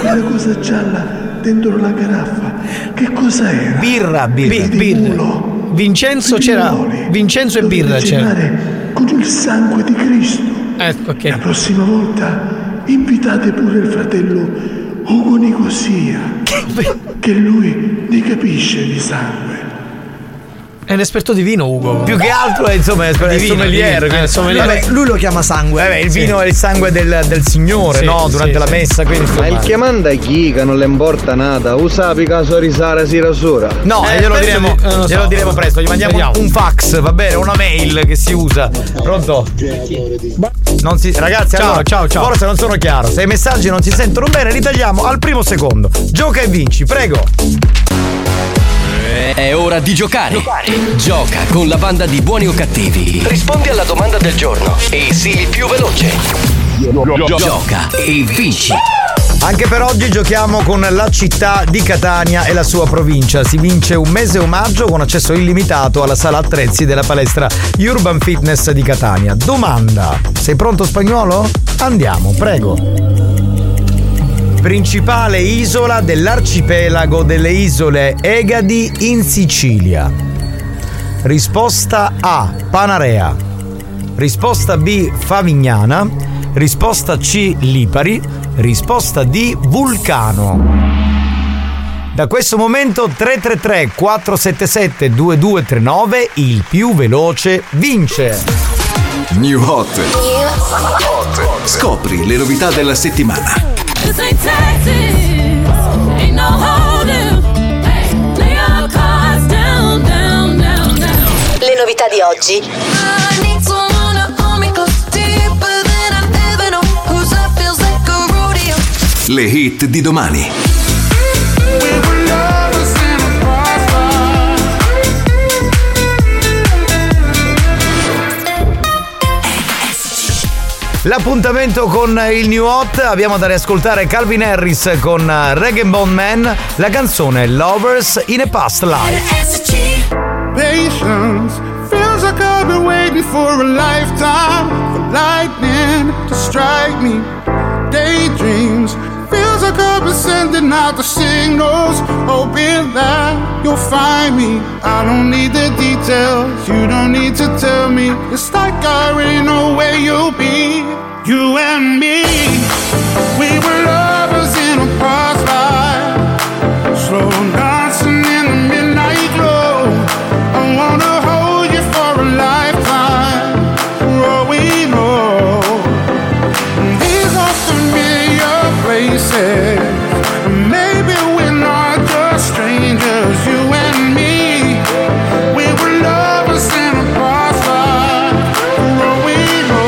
Speaker 28: Quella cosa gialla dentro la caraffa. Che cosa era?
Speaker 3: Birra, birra.
Speaker 9: Bi- birra. Vincenzo c'era. Vincenzo e birra c'era.
Speaker 28: Cenare con il sangue di Cristo.
Speaker 9: Ecco, ok.
Speaker 28: La prossima volta invitate pure il fratello Ugo Nicosia. che lui ne capisce di sangue.
Speaker 9: È un esperto di vino, Ugo.
Speaker 3: Più che altro è insomma è il
Speaker 9: Divino, divino.
Speaker 3: sommelier.
Speaker 9: Eh,
Speaker 3: quindi-
Speaker 9: sommelier.
Speaker 3: Vabbè,
Speaker 27: Lui lo chiama sangue.
Speaker 3: vabbè, il vino
Speaker 27: Sì.
Speaker 3: è il sangue del, del signore,
Speaker 27: Sì,
Speaker 3: no? Durante
Speaker 27: sì,
Speaker 3: la
Speaker 27: sì.
Speaker 3: messa, quindi
Speaker 17: Ma
Speaker 3: insomma-
Speaker 17: il che manda chi che non le importa nada, usa Picasso risara si rasura.
Speaker 3: No,
Speaker 17: Eh,
Speaker 3: glielo,
Speaker 17: penso
Speaker 3: diremo,
Speaker 17: di- eh, non so.
Speaker 3: glielo diremo presto, gli mandiamo
Speaker 17: Vediamo.
Speaker 3: un fax, va bene, una mail che si usa. Pronto? Non si- ragazzi,
Speaker 9: Ciao,
Speaker 3: allora,
Speaker 9: ciao, ciao.
Speaker 3: Forse non sono chiaro. Se i messaggi non si sentono bene, li tagliamo al primo secondo. Gioca e vinci, prego.
Speaker 1: È ora di giocare. Gioca con la banda di buoni o cattivi. Rispondi alla domanda del giorno e sii il più veloce. Gioca e vinci.
Speaker 3: Anche per oggi giochiamo con la città di Catania e la sua provincia. Si vince un mese omaggio con accesso illimitato alla sala attrezzi della palestra Urban Fitness di Catania. Domanda: sei pronto spagnolo? Andiamo, prego. Principale isola dell'arcipelago delle isole Egadi in Sicilia. Risposta A. Panarea. Risposta B. Favignana. Risposta C. Lipari. Risposta D. Vulcano. Da questo momento 333 477 2239 il più veloce vince.
Speaker 26: New Hot. Scopri le novità della settimana.
Speaker 12: This ain't Texas, ain't no holding. Hey, lay your cards down, down, down, down.
Speaker 10: Le novità di oggi.
Speaker 12: I need someone to hold me close, deeper than I've ever known. 'Cause love feels like a rodeo.
Speaker 26: Le hit di domani.
Speaker 3: L'appuntamento con il New Hot abbiamo da riascoltare Calvin Harris con Reggae Bone Man, la canzone Lovers in a Past Life.
Speaker 29: Patience feels like I've been waiting for a lifetime for lightning to strike me. Daydreams feels like I've been sending out the signals, hoping that you'll find me. I don't need the details, you don't need to tell me. It's like I already know where you'll be. You and me, we were lovers in a past life. Slow dancing in the midnight glow. I wanna hold you for a lifetime. For all we know, these are familiar places. Maybe we're not just strangers. You and me, we were lovers in a past life. For all we know.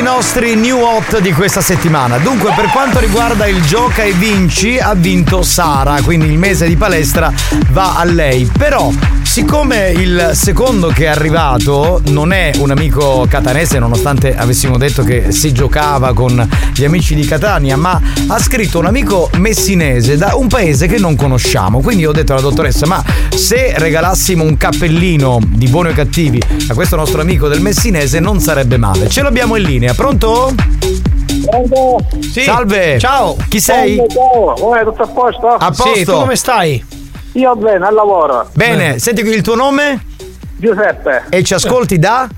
Speaker 3: nostri new hot di questa settimana. Dunque, per quanto riguarda il gioca e vinci, ha vinto Sara, quindi il mese di palestra va a lei. Però, siccome il secondo che è arrivato non è un amico catanese, nonostante avessimo detto che eh, si giocava con gli amici di Catania, ma ha scritto un amico messinese da un paese che non conosciamo. Quindi ho detto alla dottoressa, ma se regalassimo un cappellino di buoni o cattivi a questo nostro amico del messinese non sarebbe male. Ce l'abbiamo in linea, pronto?
Speaker 30: Pronto?
Speaker 3: Salve!
Speaker 30: Ciao.
Speaker 3: Chi sei?
Speaker 30: Pronto, ciao. Come, tutto a posto?
Speaker 3: A posto. Sì, tu come stai?
Speaker 30: Io bene, al lavoro.
Speaker 3: Bene, senti qui il tuo nome?
Speaker 30: Giuseppe.
Speaker 3: E ci ascolti da?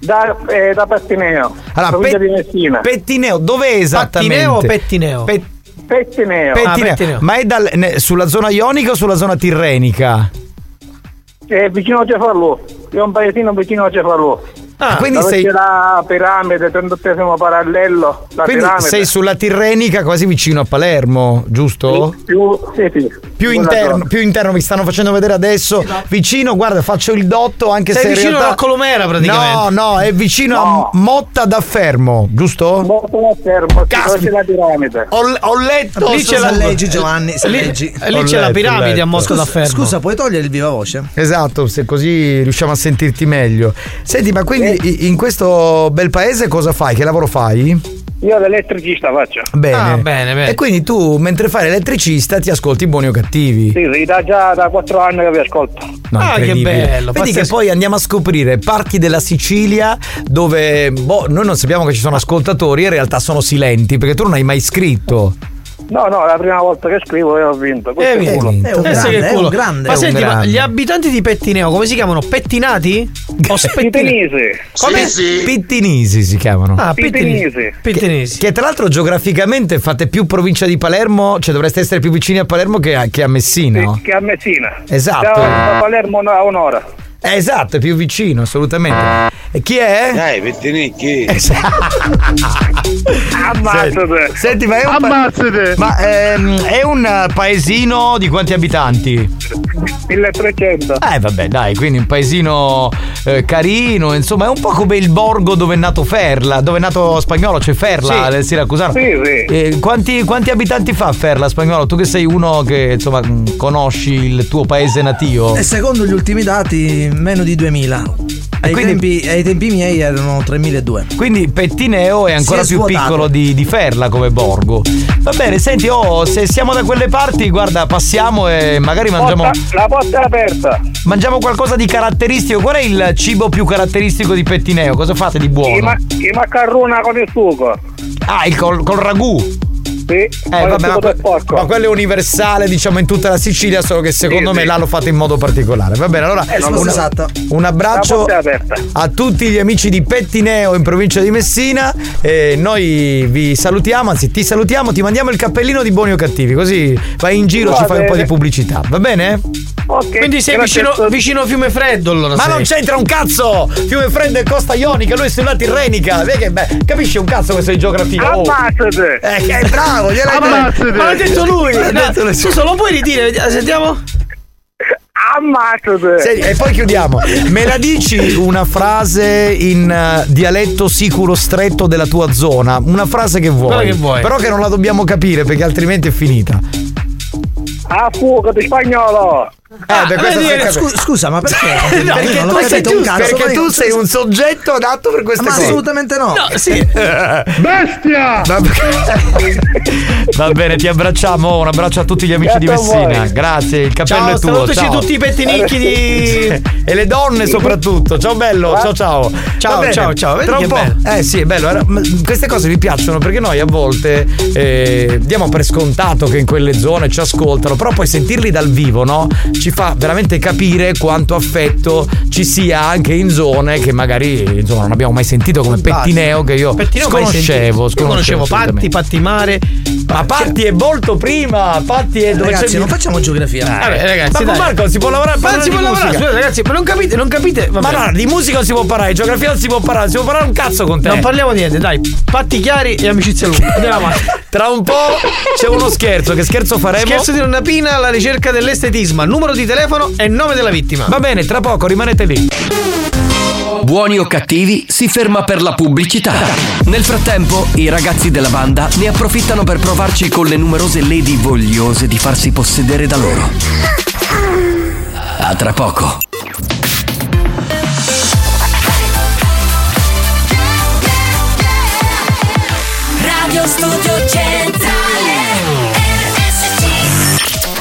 Speaker 30: Da, eh, da Pettineo.
Speaker 3: Allora,
Speaker 30: provincia
Speaker 3: Pet-
Speaker 30: di Messina.
Speaker 3: Pettineo, dove è esattamente?
Speaker 30: Pattineo o
Speaker 3: Pettineo?
Speaker 30: Ah, Pettineo.
Speaker 3: Ah, Pettineo. Ma è dal- ne- sulla zona ionica o sulla zona tirrenica?
Speaker 30: È vicino a Cefalù. È un paesino vicino a Cefalù.
Speaker 3: Ah, quindi
Speaker 30: Dove
Speaker 3: sei-
Speaker 30: c'è la piramide, 38 parallelo. La
Speaker 3: Quindi
Speaker 30: piramide.
Speaker 3: sei sulla tirrenica quasi vicino a Palermo, giusto?
Speaker 30: più, sì, sì.
Speaker 3: Più
Speaker 30: Quella
Speaker 3: interno,
Speaker 30: zona.
Speaker 3: più interno, mi stanno facendo vedere adesso. Vicino, guarda, faccio il dotto anche
Speaker 31: Sei
Speaker 3: se. in
Speaker 31: vicino
Speaker 3: realtà...
Speaker 31: alla Colomera, praticamente.
Speaker 3: No, no, è vicino
Speaker 31: No.
Speaker 3: a Motta da Fermo, giusto?
Speaker 30: Motta da Fermo, c'è la piramide.
Speaker 3: Ho, ho letto.
Speaker 6: Lì c'è la leggi Giovanni, se
Speaker 3: Lì-
Speaker 6: leggi.
Speaker 3: lì Ho c'è la letto, piramide letto. a Mosca
Speaker 6: Scusa-
Speaker 3: da Fermo.
Speaker 6: Scusa, puoi togliere il viva voce?
Speaker 3: Esatto, se così riusciamo a sentirti meglio. Senti, ma quindi i- in questo bel paese cosa fai? Che lavoro fai?
Speaker 30: Io l'elettricista faccio.
Speaker 3: Bene.
Speaker 30: Ah,
Speaker 3: E quindi tu, mentre fai l'elettricista, ti ascolti buoni o cattivi.
Speaker 30: Sì, sì, da già da 4 anni che vi ascolto. Ah,
Speaker 3: No,
Speaker 11: Ah,
Speaker 3: incredibile. Vedi che poi andiamo a scoprire parti della Sicilia dove boh, noi non sappiamo che ci sono ascoltatori, in realtà sono silenti perché tu non hai mai scritto.
Speaker 30: No, no, è la prima volta che scrivo e ho vinto.
Speaker 3: Eh,
Speaker 30: Questo è culo.
Speaker 9: Eh,
Speaker 31: Adesso che culo. Ma
Speaker 30: È un
Speaker 31: senti, ma
Speaker 30: grande.
Speaker 31: gli abitanti di Pettineo come si chiamano? Pettinati? O
Speaker 30: Pettinesi.
Speaker 31: Come?
Speaker 30: Sì, sì.
Speaker 3: Pittinisi si chiamano.
Speaker 31: Ah, Pittinisi. Pittinisi.
Speaker 3: Pittinisi. Che, che tra l'altro geograficamente fate più provincia di Palermo, cioè dovreste essere più vicini a Palermo che a, che a Messina. no?
Speaker 30: Che a Messina.
Speaker 3: Esatto.
Speaker 30: Da, da Palermo a un'ora.
Speaker 3: Eh, esatto, è più vicino, assolutamente. E chi è? Esatto. Dai, Pettinicchi.
Speaker 30: Ah,
Speaker 3: Ammazzate. Ah. Senti, ma è un pa-
Speaker 30: Ammazzate.
Speaker 3: ma ehm, è un eh, paesino di quanti abitanti?
Speaker 30: 1300.
Speaker 3: Eh vabbè, dai, quindi un paesino eh, carino, insomma, è un po' come il borgo dove è nato Ferla, dove è nato Spagnolo, c'è Ferla
Speaker 30: Sì.
Speaker 3: del Siracusano.
Speaker 30: Sì, sì.
Speaker 3: Eh, quanti, quanti abitanti fa Ferla Spagnolo? Tu che sei uno che, insomma, mh, conosci il tuo paese natio.
Speaker 6: E secondo gli ultimi dati, meno di 2000. Ai,
Speaker 3: quindi-
Speaker 6: tempi, ai tempi miei erano 3200.
Speaker 3: Quindi Pettineo è ancora
Speaker 6: Si è
Speaker 3: più
Speaker 6: svuotato.
Speaker 3: piccolo di, di Ferla come borgo. Va bene, senti, oh, se siamo da quelle parti, guarda, passiamo e magari mangiamo.
Speaker 30: Porta- la porta è aperta.
Speaker 3: Mangiamo qualcosa di caratteristico. Qual è il cibo più caratteristico di Pettineo? Cosa fate di buono?
Speaker 30: I, ma- i macarrona con il sugo.
Speaker 3: Ah, il col, col ragù.
Speaker 30: Sì.
Speaker 3: Eh, vabbè, ma, que- ma quello è universale, diciamo, in tutta la Sicilia, solo che secondo
Speaker 30: Sì,
Speaker 3: me
Speaker 30: sì.
Speaker 3: là lo fate in modo particolare. Va bene, allora
Speaker 30: Eh, non lo
Speaker 3: un,
Speaker 30: so. Esatto.
Speaker 3: un abbraccio
Speaker 30: La porta è aperta.
Speaker 3: a tutti gli amici di Pettineo in provincia di Messina. E noi vi salutiamo, anzi ti salutiamo, ti mandiamo il cappellino di buoni o cattivi, così vai in giro,
Speaker 31: Va
Speaker 3: ci fai un po'
Speaker 31: bene.
Speaker 3: di pubblicità, va bene?
Speaker 31: Quindi sei vicino, vicino a Fiume Freddo allora.
Speaker 3: Ma non c'entra un cazzo! Fiume Freddo e Costa Ionica, lui è sulla Tirrenica. Vedi che beh, capisci un cazzo questo di geografia? Oh.
Speaker 30: Ammazzate.
Speaker 3: Eh, che è bravo, gliel'hai detto.
Speaker 31: Ammazzate. Ma l'ha detto lui.
Speaker 3: L'ha
Speaker 31: No,
Speaker 3: detto lui.
Speaker 31: Scusa, lo puoi ridire? Vedi- Sentiamo.
Speaker 30: Ammazzate.
Speaker 3: Senti, e poi chiudiamo. Me la dici una frase in eh, dialetto sicuro stretto della tua zona? Una frase che vuoi.
Speaker 30: Quella che vuoi.
Speaker 3: Però che non la dobbiamo capire perché altrimenti è finita.
Speaker 30: A fuoco di Ah, spagnolo.
Speaker 11: Ah,
Speaker 3: Eh, beh, questo si è capito.
Speaker 6: scusa, ma perché?
Speaker 3: No,
Speaker 6: Io
Speaker 3: Cioè, perché
Speaker 6: non
Speaker 3: tu
Speaker 6: l'ho
Speaker 3: sei
Speaker 6: capito un
Speaker 3: giusto,
Speaker 6: cazzo,
Speaker 3: perché
Speaker 6: ma io-
Speaker 3: tu sei un soggetto adatto per queste
Speaker 6: Ma
Speaker 3: cose.
Speaker 6: assolutamente no.
Speaker 3: No, sì. Bestia! Va, Va bene, ti abbracciamo. Un abbraccio a tutti gli amici di
Speaker 31: Grazie a voi.
Speaker 3: Messina. Grazie, il cappello
Speaker 31: Ciao,
Speaker 3: è tuo.
Speaker 31: salutaci tutti i pettinicchi di-
Speaker 3: e le donne soprattutto. Ciao bello, ciao ciao.
Speaker 31: Ciao,
Speaker 3: Va bene,
Speaker 31: ciao, ciao. Vedi
Speaker 3: Tra
Speaker 31: che
Speaker 3: un po'.
Speaker 31: bello.
Speaker 3: Eh sì, è bello. Era- ma Queste cose mi piacciono perché noi a volte eh, diamo per scontato che in quelle zone ci ascoltano, però poi sentirli dal vivo, no? Ci fa veramente capire quanto affetto ci sia anche in zone che magari insomma non abbiamo mai sentito come Pettineo che io
Speaker 31: Pettineo mai sentito.
Speaker 3: sconoscevo,
Speaker 31: Io conoscevo Patti,
Speaker 3: Patti Mare. Ma Patti è molto prima, Patti è dove
Speaker 6: Ragazzi,
Speaker 3: c'è
Speaker 6: non facciamo geografia.
Speaker 3: Vabbè, ragazzi, ma con Marco si può lavorare
Speaker 31: Ma si può lavorare, scusate,
Speaker 3: ragazzi, ma non capite, non capite. Ma no, di musica non si può parlare, di geografia non si può parlare, si può parlare un cazzo con te.
Speaker 31: Non parliamo di niente, dai. Patti chiari e amicizia lunga. Andiamo avanti.
Speaker 3: Tra un po' c'è uno scherzo, che scherzo faremo?
Speaker 31: Scherzo di nonna Pina alla ricerca dell'estetismo. Numero di telefono e nome della vittima.
Speaker 3: Va bene, tra poco rimanete lì.
Speaker 1: Buoni o cattivi si ferma per la pubblicità. Nel frattempo, i ragazzi della banda ne approfittano per provarci con le numerose lady vogliose di farsi possedere da loro. A tra poco.
Speaker 32: Radio Studio Centrale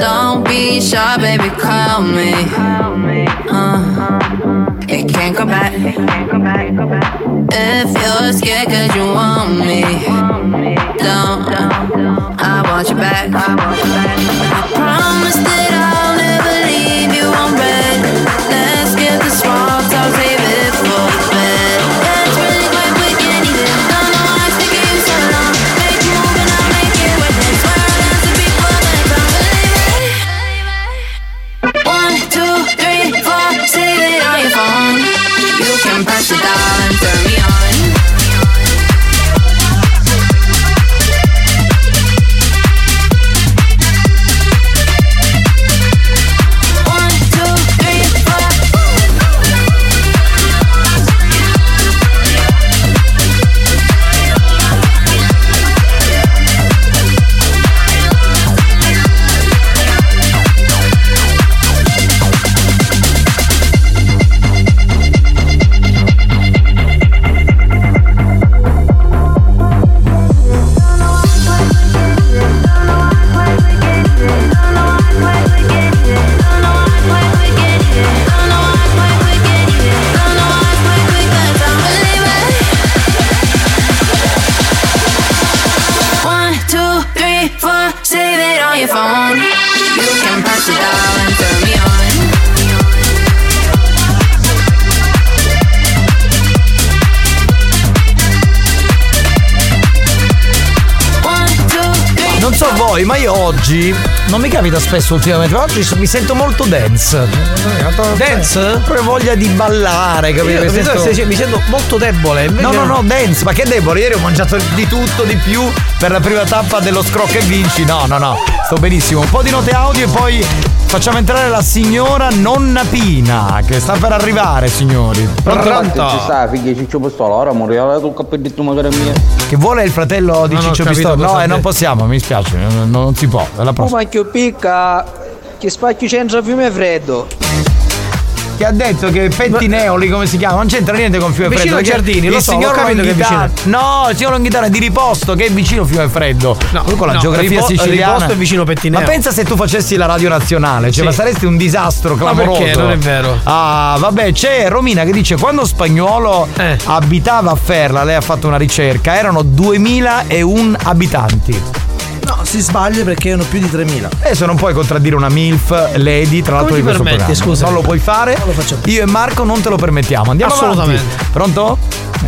Speaker 12: Don't be shy, baby, call me. Uh, it can't go back. If you're scared, cause you want me. Don't, I want you back. I promise that I'll never leave you on red. Let's get the small talk, save it for bed. Let's really quick, we can't even. Don't know why it's taking so long. Make moving, I'll make it work. Swear there's the people that don't believe it. One, two, three, four, save it on your phone. You can press it down and turn me on. One, two, three, four. One, two, three, four. Save it on your phone. You can press it down and turn me on. One, two, three.
Speaker 3: Non so voi, ma io oggi. Non mi capita spesso ultimamente, ma oggi so- mi sento molto dance. Dance? Proprio voglia di ballare, capito?
Speaker 9: Io mi sento- sì, sì, mi sento
Speaker 3: molto debole. No, no, no, dance, ma che debole? Ieri ho mangiato di tutto, di più per la prima tappa dello scroc e vinci. No, no, no, sto benissimo. Un po' di note audio e poi facciamo entrare la signora Nonna Pina, che sta per arrivare, signori. Pronto?
Speaker 11: Ci sta, figli Ciccio Pistola, ora morirà tu capito magari mia.
Speaker 3: Che vuole il fratello di
Speaker 11: Non ho
Speaker 3: Ciccio
Speaker 11: capito
Speaker 3: Pistola?
Speaker 11: cosa
Speaker 3: No,
Speaker 11: ha
Speaker 3: eh, non
Speaker 11: detto.
Speaker 3: possiamo, mi spiace, non, non si può. Alla prossima.
Speaker 33: Macchio picca, che spacchio c'entra fiume freddo.
Speaker 3: Che ha detto che Pettineo lì come si chiama? Non c'entra niente con Fiume
Speaker 9: Vicino
Speaker 3: Freddo.
Speaker 9: ai
Speaker 3: perché
Speaker 9: giardini, lo
Speaker 3: il
Speaker 9: so, ho
Speaker 3: signor
Speaker 9: capito che è
Speaker 3: Longhitano- No, il signor Longhitano è di riposto, che è vicino Fiume Freddo. No, con la
Speaker 9: no,
Speaker 3: geografia
Speaker 9: Ripo-
Speaker 3: siciliana.
Speaker 9: Riposto è vicino Pettineo.
Speaker 3: Ma pensa se tu facessi la radio nazionale, cioè
Speaker 9: Sì.
Speaker 3: ma saresti un disastro
Speaker 9: Ma
Speaker 3: clamoroso.
Speaker 9: perché? Non è vero.
Speaker 3: Ah, vabbè, c'è Romina che dice quando Spagnuolo
Speaker 9: Eh.
Speaker 3: abitava a Ferla, lei ha fatto una ricerca, erano 2001 abitanti.
Speaker 28: No, si sbaglia perché erano più di 3000.
Speaker 3: Adesso non puoi contraddire una MILF Lady, tra l'altro
Speaker 28: Come ti
Speaker 3: di questo
Speaker 28: permetti,
Speaker 3: programma.
Speaker 28: scusa?
Speaker 3: Non lo puoi fare. Io e Marco non te lo permettiamo. Andiamo
Speaker 9: Assolutamente.
Speaker 3: avanti. Pronto?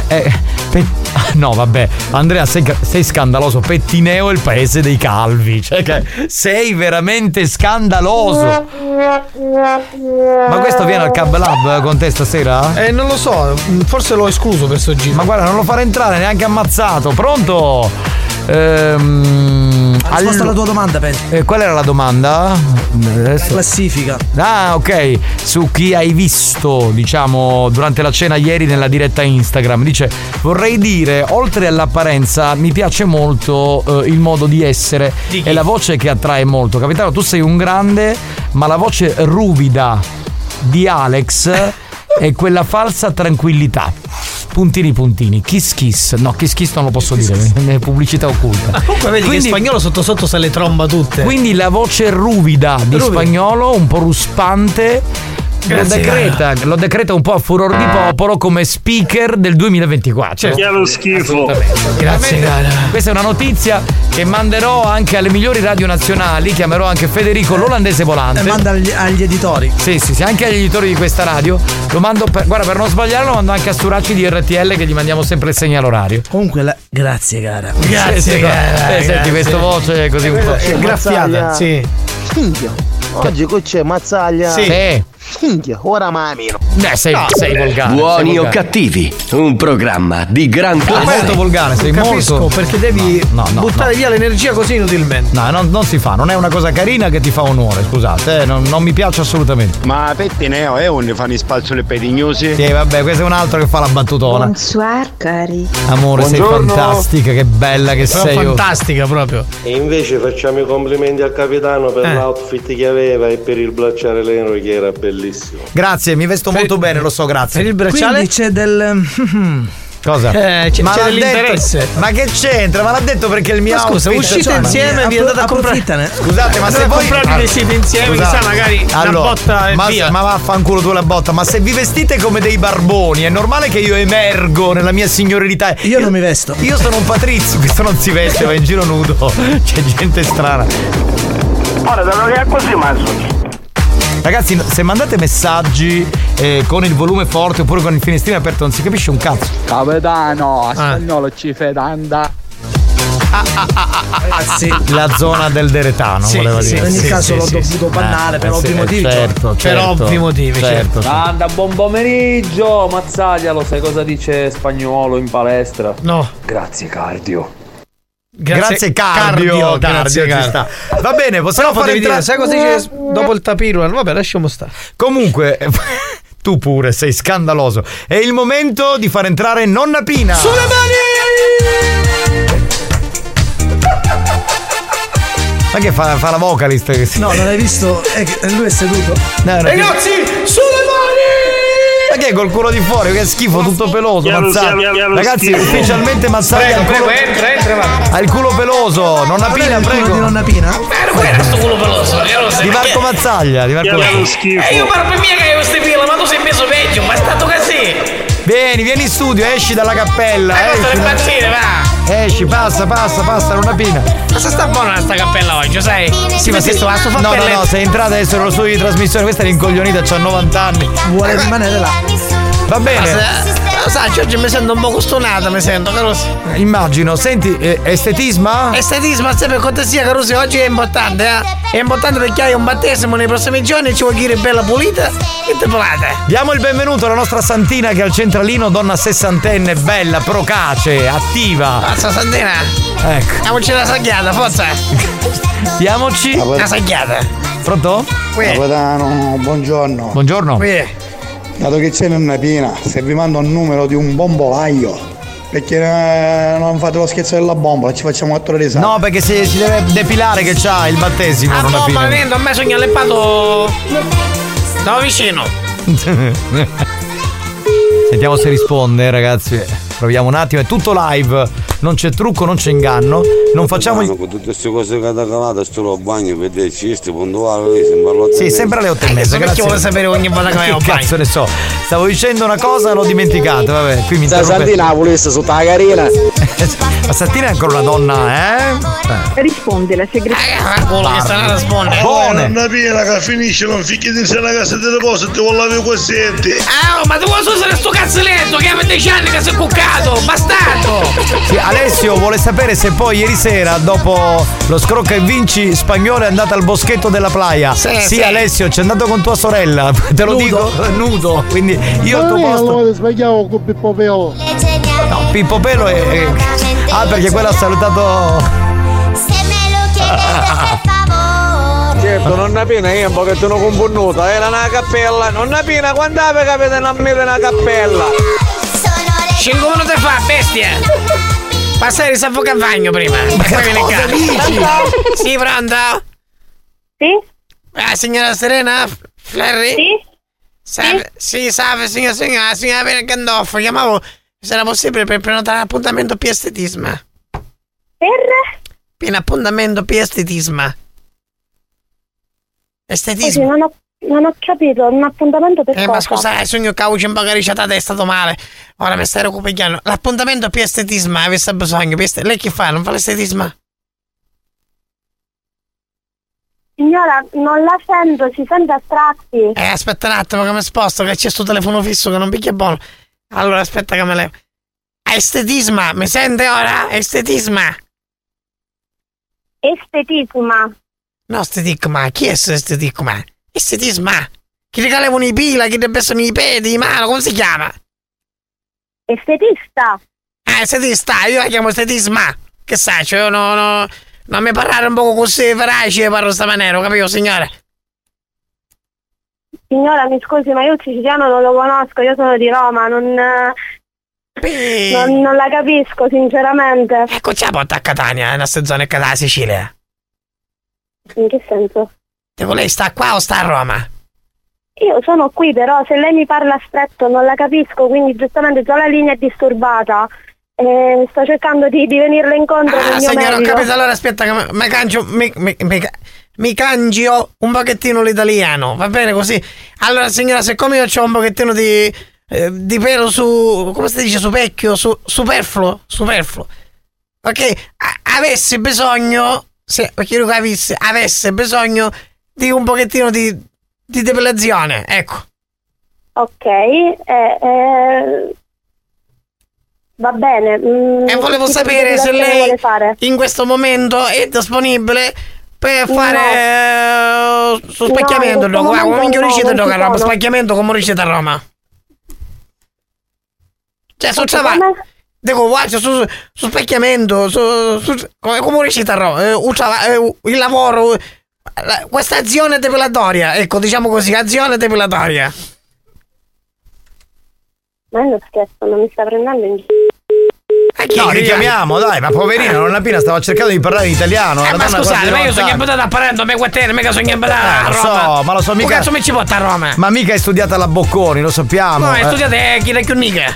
Speaker 3: Eh, pe- No, vabbè, Andrea, sei, sei scandaloso. Pettineo è il paese dei calvi. Cioè, che- sei veramente scandaloso. Ma questo viene al Cab Lab con te stasera?
Speaker 9: Eh, non lo so, forse l'ho escluso per sto giro.
Speaker 3: Ma guarda, non lo farà entrare neanche ammazzato. Pronto? Ehm,
Speaker 28: Ha
Speaker 3: allo-
Speaker 28: risposto alla tua domanda, penso.
Speaker 3: eh, qual era la domanda? classifica. Ah, ok. Su chi hai visto, diciamo, durante la cena ieri nella diretta Instagram. Dice, vorrei dire, oltre all'apparenza, mi piace molto eh, il modo di essere e la voce che attrae molto. Capitano, tu sei un grande, ma la voce ruvida di Alex è quella falsa tranquillità. Puntini puntini, kiss kiss. No, kiss kiss non lo posso dire, è pubblicità occulta.
Speaker 9: Comunque vedi
Speaker 3: Quindi-
Speaker 9: che in spagnolo sotto sotto se le tromba tutte.
Speaker 3: quindi la voce ruvida di
Speaker 9: Ruvida.
Speaker 3: spagnolo, un po' ruspante.
Speaker 18: Lo
Speaker 34: Grazie.
Speaker 18: decreta, lo decreta un po' a furor
Speaker 6: Ah.
Speaker 18: di popolo come speaker del 2024.
Speaker 34: Che è lo schifo.
Speaker 18: Grazie, cara. Questa è una notizia che manderò anche alle migliori radio nazionali. Chiamerò anche Federico l'olandese volante.
Speaker 6: E Eh, manda agli, agli editori.
Speaker 18: Sì, sì, sì, anche agli editori di questa radio. Lo mando per, guarda, per non sbagliare, lo mando anche a Suracci di RTL che gli mandiamo sempre il segnale orario.
Speaker 6: Comunque, la- grazie cara.
Speaker 18: Sì, sì, guarda. Eh, senti, questa voce è così un po'.
Speaker 35: Mazzaglia. Minchia. Oggi qui c'è mazzaglia.
Speaker 18: Sì. Sì.
Speaker 35: Minchia, ora mamino.
Speaker 1: Eh,
Speaker 18: Beh, sei, sei volgare.
Speaker 1: Buoni
Speaker 18: sei
Speaker 1: o
Speaker 18: volgare.
Speaker 1: cattivi, un programma di gran
Speaker 18: Tu
Speaker 1: classe.
Speaker 18: molto volgare, sei
Speaker 31: Non
Speaker 18: molto.
Speaker 31: capisco perché devi
Speaker 18: No, no, no,
Speaker 31: buttare
Speaker 18: no.
Speaker 31: via l'energia così inutilmente.
Speaker 18: No, non, non si fa, non è una cosa carina che ti fa onore, scusate, eh, non, non mi piace assolutamente.
Speaker 28: Ma Pettineo è eh, onde fanno i spazzole pedignosi?
Speaker 18: Sì, vabbè, questo è un altro che fa la battutona.
Speaker 15: Bonsoir cari.
Speaker 18: Amore, sei
Speaker 28: Buongiorno.
Speaker 18: fantastica, che bella che
Speaker 28: Però
Speaker 18: sei. oh.
Speaker 31: fantastica proprio.
Speaker 28: E invece facciamo i complimenti al capitano per
Speaker 18: Eh.
Speaker 28: l'outfit che aveva e per il bracciale leno che era bellissimo.
Speaker 3: Grazie, mi vesto molto bene, lo so, grazie. Per il
Speaker 6: Quindi c'è del.
Speaker 18: Cosa?
Speaker 3: Eh, c'è- c'è
Speaker 6: l'ha
Speaker 3: dell'interesse.
Speaker 6: detto-
Speaker 3: Ma che c'entra? Ma l'ha detto perché il mio
Speaker 6: Ma scusa,
Speaker 3: outfit-
Speaker 6: uscite
Speaker 3: Cioè,
Speaker 6: insieme e vi
Speaker 3: appro-
Speaker 6: andate a comprare-
Speaker 3: approfittane. Scusate, ma se
Speaker 6: Andate a
Speaker 3: voi
Speaker 6: comprarvi i vestiti insieme,
Speaker 3: Scusate.
Speaker 6: chissà, magari una
Speaker 3: Allora,
Speaker 6: botta e
Speaker 3: ma,
Speaker 6: via.
Speaker 3: ma vaffanculo tu la botta, ma se vi vestite come dei barboni, è normale che io emergo nella mia signorilità. Io, non mi vesto. Io sono un patrizio, questo non si veste, va in giro nudo. C'è gente strana.
Speaker 30: Ora, da non è così, Mazzo.
Speaker 3: Ragazzi, no- se mandate messaggi eh, con il volume forte oppure con il finestrino aperto non si capisce un cazzo.
Speaker 6: Ah.
Speaker 3: Capitano,
Speaker 26: Ah,
Speaker 3: a spagnolo ci fai tanta.
Speaker 6: ah,
Speaker 3: La zona del deretano,
Speaker 6: Sì,
Speaker 3: voleva
Speaker 6: sì,
Speaker 3: dire.
Speaker 6: in ogni caso l'ho dovuto bannare per
Speaker 3: eh,
Speaker 6: ovvi
Speaker 3: sì,
Speaker 6: motivi, cioè,
Speaker 3: Certo,
Speaker 6: Giorgio.
Speaker 3: certo, Certo.
Speaker 26: Anda, buon pomeriggio, Mazzaglia, lo sai cosa dice spagnolo in palestra?
Speaker 31: No.
Speaker 26: Grazie, cardio.
Speaker 3: Grazie,
Speaker 31: Grazie,
Speaker 3: cardio,
Speaker 31: cardio,
Speaker 3: cardio,
Speaker 31: grazie,
Speaker 3: ci
Speaker 31: cardio.
Speaker 3: sta. Va bene, possiamo
Speaker 31: Però
Speaker 3: fare
Speaker 31: potevi dire,
Speaker 3: entrare-
Speaker 31: sai cosa dice dopo il tapiro? Vabbè, lasciamo stare.
Speaker 3: Comunque, tu pure sei scandaloso. È il momento di far entrare nonna Pina.
Speaker 11: Sulle
Speaker 3: Ma che fa, fa la vocalist? che si-
Speaker 6: No, non hai visto? È che lui è seduto.
Speaker 3: No,
Speaker 11: Eh,
Speaker 3: no,
Speaker 6: Ragazzi,
Speaker 3: sulle mani! Ma che è col culo di fuori? Che schifo, tutto peloso,
Speaker 11: Chiaro,
Speaker 3: Mazzaglia.
Speaker 11: chiaro, chiaro,
Speaker 3: Ragazzi,
Speaker 11: schifo.
Speaker 3: ufficialmente Mazzaglia
Speaker 11: Prego,
Speaker 3: ha il
Speaker 11: prego,
Speaker 3: culo-
Speaker 11: entra, entra, va.
Speaker 3: Ha il culo peloso, nonna
Speaker 11: Ma
Speaker 3: Pina,
Speaker 11: il culo
Speaker 3: prego.
Speaker 11: di
Speaker 3: nonna Pina?
Speaker 11: Guarda sto culo peloso, io lo so.
Speaker 3: Di Marco Mazzaglia, di Marco Mazzaglia. Eh,
Speaker 11: E io parlo mia che io stai pila, ma tu sei messo vecchio, ma è stato così.
Speaker 3: Vieni, vieni in studio, esci dalla cappella.
Speaker 11: Eh, questo
Speaker 3: esci,
Speaker 11: è impazzire, va.
Speaker 3: Esci, passa, passa, passa, nonna Pina.
Speaker 11: Ma se sta buona sta cappella oggi, sai? Sì, ma se sto a sto fa
Speaker 3: No, no,
Speaker 11: pelle-
Speaker 3: no, sei entrata adesso nello studio di trasmissione, questa è l'incoglionita, c'ha 90 anni.
Speaker 6: Vuole rimanere là.
Speaker 3: Va
Speaker 31: Ma
Speaker 3: bene.
Speaker 31: se- Lo sai, oggi mi sento un po' costonata, mi sento, Carosi.
Speaker 3: Immagino, senti, eh, estetisma?
Speaker 31: Estetismo, se per cortesia, Carosi, oggi è importante, eh. È importante perché hai un battesimo nei prossimi giorni, ci vuoi dire bella pulita e templata.
Speaker 3: Diamo il benvenuto alla nostra Santina che è al centralino, donna sessantenne, bella, procace, attiva.
Speaker 31: Mazza Santina,
Speaker 3: Ecco,
Speaker 31: diamoci la sagliata, forza.
Speaker 3: diamoci
Speaker 31: Una sagliata.
Speaker 3: Pronto?
Speaker 36: Capitano, buongiorno.
Speaker 3: Buongiorno.
Speaker 36: Dato che c'è nonna Pina, se vi mando un numero di un bombolaio, perché eh, non fate lo scherzo della bombola, ci facciamo quattro
Speaker 37: Esatto.
Speaker 36: risate.
Speaker 3: No, perché si, si deve depilare che c'ha il battesimo,
Speaker 31: Ah
Speaker 3: non
Speaker 31: no, ma
Speaker 3: appena.
Speaker 31: vendo, a me sono allepato. Da vicino.
Speaker 3: Sentiamo se risponde, ragazzi. Proviamo un attimo, è tutto live. Non c'è trucco, non c'è inganno. Non facciamo.
Speaker 37: Con tutte queste cose che ha calato, sto a bagno per dirci, questo puntuale, lei sembra l'otto.
Speaker 3: Sì, sempre alle otto e
Speaker 17: Eh,
Speaker 3: mezza.
Speaker 37: perché
Speaker 3: grazie.
Speaker 37: vuole sapere ogni volta che vai
Speaker 3: Che
Speaker 37: al bagno?
Speaker 3: cazzo ne so. Stavo dicendo una cosa, l'ho dimenticata. Vabbè, qui mi
Speaker 37: Sa
Speaker 3: interrompe.
Speaker 37: Santina volesse sotto la carina.
Speaker 3: Ma Santina è ancora una donna, eh? Eh.
Speaker 15: Risponde la segretaria.
Speaker 31: che sta là risponde.
Speaker 3: Buone.
Speaker 38: Nonna Pina che finisce, non fichi di sé la casa di riposo, ti vuole avere qua senti.
Speaker 11: Ah, oh, ma tu vuoi usare sto cazzoletto che aveva 10 anni che sei cuccato, bastardo!
Speaker 3: Sì, Alessio vuole sapere se poi ieri sera, dopo lo scrocca e vinci, spagnolo è andato al boschetto della playa.
Speaker 11: Sì,
Speaker 3: sì,
Speaker 11: sì.
Speaker 3: Alessio, c'è andato con tua sorella, te lo dico, nudo. Quindi io al tuo posto.
Speaker 39: sbagliavo con Pippo Pelo.
Speaker 38: Eh,
Speaker 3: No, Pippo Pelo è. è- Ah, perché quello ha salutato. Ah,
Speaker 7: Certo, nonna Pina io un pochettino compunnuta, era eh, una cappella. Nonna Pina, quando è capite non mi una cappella?
Speaker 31: 5 minuti fa, bestia. Passare il saffoco a bagno prima. Ma
Speaker 11: cosa dici?
Speaker 31: Sì, pronto?
Speaker 15: Sì?
Speaker 31: Ah, signora Serena? Flerri? Sì? Salve, sì, salve, signora, signora, signora Pena Gandolfo. Chiamavo, se era possibile, per prenotare un appuntamento più estetisma. Per? Per un appuntamento più estetisma. Estetismo.
Speaker 15: non ho
Speaker 32: Non ho capito, un appuntamento per
Speaker 31: Eh, ma
Speaker 32: cosa?
Speaker 31: scusa, il sogno che ho imbagariciato è stato male. Ora mi stai recuperando. L'appuntamento per estetisma, avesse eh, bisogno. per est- Lei che fa? Non fa l'estetisma?
Speaker 32: Signora, non la sento, si sente a tratti.
Speaker 31: Eh, aspetta un attimo che mi sposto, che c'è sto telefono fisso che non picchia buono. Allora, aspetta che me levo. Estetisma, mi sente ora? Estetisma.
Speaker 32: Estetisma.
Speaker 31: No, estetisma, chi è sto estetisma? Estetisma. Chi regalevano i pila, chi debbessano i piedi, i mano, come si chiama?
Speaker 32: Estetista.
Speaker 31: Eh, estetista, io la chiamo estetisma. Che sai, cioè, no, no, non mi parlare un poco così, verace, parlo sta maniera, capito, signore?
Speaker 32: Signora, mi scusi, ma io il siciliano non lo conosco, io sono di Roma, non, eh, non, non la capisco sinceramente.
Speaker 31: Ecco, ce la porta a Catania, nella stagione che da Sicilia. Ecco.
Speaker 32: In che senso?
Speaker 31: Devo lei sta qua o sta a Roma?
Speaker 32: Io sono qui però, se lei mi parla stretto non la capisco, quindi giustamente già la linea è disturbata. Eh, sto cercando di, di venirle incontro nel
Speaker 31: Ah,
Speaker 32: mio
Speaker 31: signora, ho
Speaker 32: meglio.
Speaker 31: capito, allora aspetta che mi- mi cangio, mi, mi, mi ca- mi cangio un pochettino l'italiano, va bene così? Allora, signora, siccome io ho un pochettino di, eh, di pelo su, come si dice, su vecchio, su, superfluo, superfluo, ok? A- avessi bisogno, se perché io capissi, avesse bisogno di un pochettino di, di depilazione, ecco.
Speaker 32: Ok, eh, eh, va bene. mm,
Speaker 31: E Eh, volevo sapere se lei in questo momento è disponibile per fare eh, su
Speaker 32: No,
Speaker 31: spacchiamento.
Speaker 32: in questo
Speaker 31: No, guarda, come
Speaker 32: momento
Speaker 31: minchio
Speaker 32: no,
Speaker 31: riuscite a
Speaker 32: non ci
Speaker 31: giocare a Roma?
Speaker 32: sono.
Speaker 31: Spacchiamento come riuscite a Roma? Cioè, su travaglio. Dico, guarda, su, su- su spacchiamento, su, su- come, come riuscite a Roma? Eh, un trava- eh, un- il lavoro, eh, la- questa azione depilatoria, ecco, diciamo così, azione depilatoria.
Speaker 32: Ma è uno scherzo, non mi sta prendendo in giro.
Speaker 3: No, richiamiamo, dai, ma poverina, nonna Pina stava cercando di parlare in italiano.
Speaker 31: Eh,
Speaker 3: la
Speaker 31: ma
Speaker 3: donna
Speaker 31: scusate,
Speaker 3: quasi
Speaker 31: ma io sono
Speaker 3: 90.
Speaker 31: chiamato a parlando, me guattene, mica sono chiamato a
Speaker 3: Eh, lo
Speaker 31: Roma.
Speaker 3: so, ma lo so,
Speaker 31: Come
Speaker 3: mica-
Speaker 31: cazzo mi ci porta a Roma?
Speaker 3: Ma mica hai studiata alla Bocconi, lo sappiamo.
Speaker 31: No,
Speaker 3: eh.
Speaker 31: eh, studiate chi la chiunica.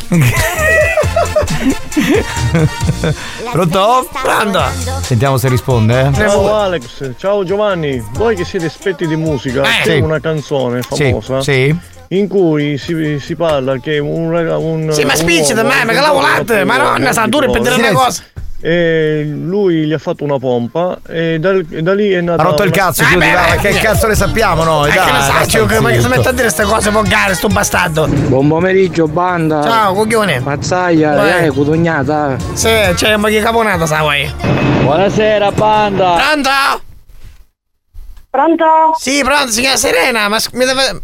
Speaker 3: Pronto?
Speaker 31: Pronto?
Speaker 3: Sentiamo se risponde, eh.
Speaker 39: Ciao Alex, ciao Giovanni, voi che siete esperti di musica,
Speaker 3: Eh.
Speaker 39: c'è
Speaker 3: Sì.
Speaker 39: una canzone
Speaker 3: Sì,
Speaker 39: famosa
Speaker 3: sì.
Speaker 39: in cui si, si parla che un ragazzo... Un,
Speaker 31: Sì, ma
Speaker 39: un
Speaker 31: spingi da
Speaker 39: uomo-
Speaker 31: me, ma che la volate?
Speaker 39: un
Speaker 31: Madonna,
Speaker 39: uomo
Speaker 31: sa,
Speaker 39: di
Speaker 31: dure per dire una
Speaker 39: colore.
Speaker 31: cosa.
Speaker 39: E Eh, lui gli ha fatto una pompa e dal- da lì è nata...
Speaker 3: Ha rotto il
Speaker 39: una-
Speaker 3: cazzo, chiudi, va, ma che cazzo ne sappiamo noi?
Speaker 31: Eh,
Speaker 3: Dai,
Speaker 31: che ne
Speaker 3: dai,
Speaker 31: sai,
Speaker 3: stai
Speaker 31: io che ma che si
Speaker 3: zitto.
Speaker 31: mette a dire queste cose volgare, sto bastardo.
Speaker 40: Buon pomeriggio, banda.
Speaker 31: Ciao, coglione. Vai.
Speaker 40: Mazzaglia, eh, cutugnata.
Speaker 31: Sì, c'è ma che caponata, sa vuoi?
Speaker 40: Buonasera, banda.
Speaker 31: Pronto?
Speaker 32: Pronto?
Speaker 31: Sì, pronto, signora Serena, ma sc- mi deve...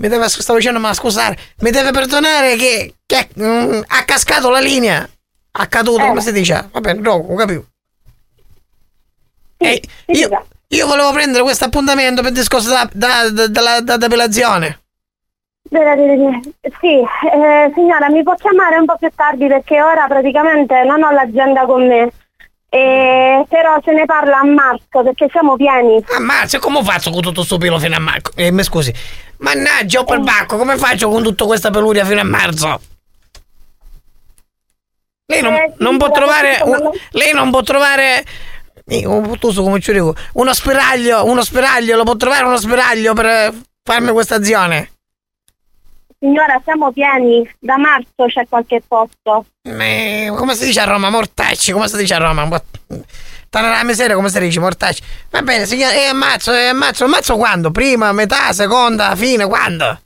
Speaker 31: Mi deve, stavo dicendo, ma scusare, mi deve perdonare che, che mm, ha cascato la linea. Ha caduto, come si dice? Va bene, no, ho capito. Eh, io, io volevo prendere questo appuntamento per il discorso da, da, da, della- da- depilazione.
Speaker 32: Bene, bene, bene. Sì, eh, signora, mi può chiamare un po' più tardi perché ora praticamente non ho l'agenda con me. Eh, però se ne parla a marzo perché siamo pieni.
Speaker 31: A marzo, Ah, come faccio con tutto sto pelo fino a marzo? Eh, mi scusi. Mannaggia, ho
Speaker 32: Oh.
Speaker 31: per bacco, come faccio con tutta questa peluria fino a marzo? Lei non,
Speaker 32: Eh, sì,
Speaker 31: non può
Speaker 32: però
Speaker 31: trovare.
Speaker 32: questo
Speaker 31: un- lei non può trovare. eh, Un puttuso, come ci dico. Uno spiraglio, uno spiraglio, lo può trovare uno spiraglio per eh, farmi questa azione.
Speaker 32: Signora, siamo pieni. Da marzo c'è qualche posto.
Speaker 31: Eh, come si dice a Roma? Mortacci, come si dice a Roma? Mort- Tana la miseria, come si dice? Mortacci. Va bene, signore, e ammazzo, e ammazzo, ammazzo quando? Prima, metà, seconda, fine, quando?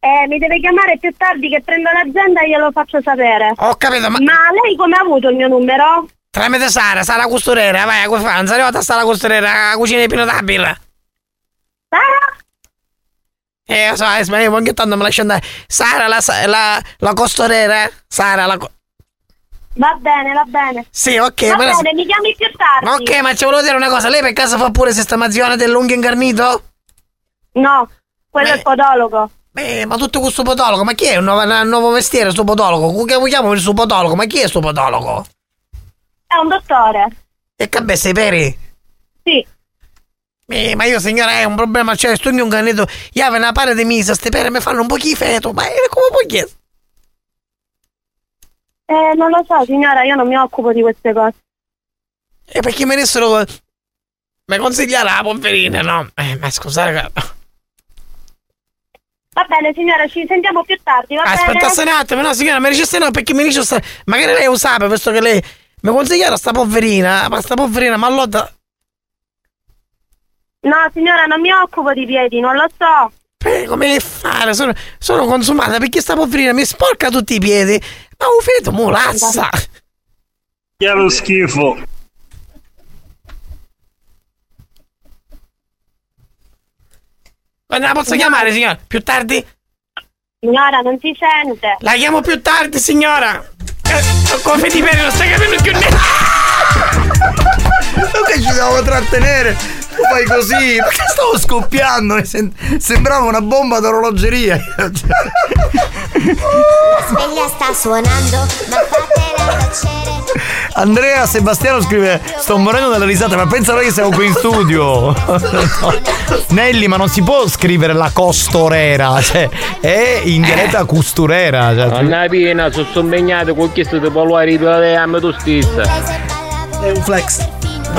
Speaker 32: Eh, mi deve chiamare più tardi che prendo l'agenda e glielo faccio sapere.
Speaker 31: Ho capito, ma...
Speaker 32: lei come ha avuto il mio numero?
Speaker 31: Tramite Sara, Sara costurera, vai, come fa? Non sei arrivata a Sara costurera, a cucina di Pino Dabila.
Speaker 32: Sara?
Speaker 31: Eh, lo so, eh, ma io ogni tanto me lascio andare. Sara, la, la, la costurera, Sara, la... co-
Speaker 32: Va bene, va bene.
Speaker 31: Sì, ok,
Speaker 32: Va
Speaker 31: ma la-
Speaker 32: bene, mi chiami più tardi.
Speaker 31: Ma ok, ma ci volevo dire una cosa, lei per caso fa pure sistemazione dell'unghio ingarnito?
Speaker 32: No, quello è il podologo.
Speaker 31: Beh, ma tutto questo podologo, ma chi è un nuovo, un nuovo mestiere sto podologo? Cu- Che vogliamo il suo podologo? Ma chi è sto podologo?
Speaker 32: È un dottore.
Speaker 31: E che beh, sei peri?
Speaker 32: Sì.
Speaker 31: Eh, ma io signora è un problema, cioè sto un canetto, io avevo una pare di misa, ste pere mi fanno un po' feto, ma eh, come puoi chiedere?
Speaker 32: Eh, non lo so, signora, io non mi occupo di queste cose.
Speaker 31: E perché me ne Eh, sono... Mi consigliare la polverina, no? Eh, ma scusate, cara.
Speaker 32: Va bene signora, ci sentiamo più tardi, va bene?
Speaker 31: Ah, Aspetta un attimo, no signora, mi dice se no perché mi dice se- Magari lei lo sapeva, visto che lei mi consigliava sta poverina, ma sta poverina, ma allora...
Speaker 32: No signora, non mi occupo di piedi, non lo so.
Speaker 31: Come fare? Sono, sono consumata perché sta poverina mi sporca tutti i piedi. Ma ho finito mulazza.
Speaker 34: Che lo schifo.
Speaker 31: Ma non la posso chiamare, signora? Più tardi?
Speaker 32: Signora, non si sente.
Speaker 31: La chiamo più tardi, signora. Eh, come ti pare, non stai capendo più niente.
Speaker 11: che ci siamo trattenere? Tu fai così? Perché stavo scoppiando? Mi sen- Sembrava una bomba d'orologeria.
Speaker 10: La sveglia sta suonando, ma fatela tacere.
Speaker 3: Andrea Sebastiano scrive: Sto morendo dalla risata, ma pensano che siamo qui in studio. No. Nelly, ma non si può scrivere la costorera, cioè, è in diretta costurera. Cioè,
Speaker 41: Anna piena, sono impegnato con chiesto di parlare di tua te tu stessa.
Speaker 11: È un flex.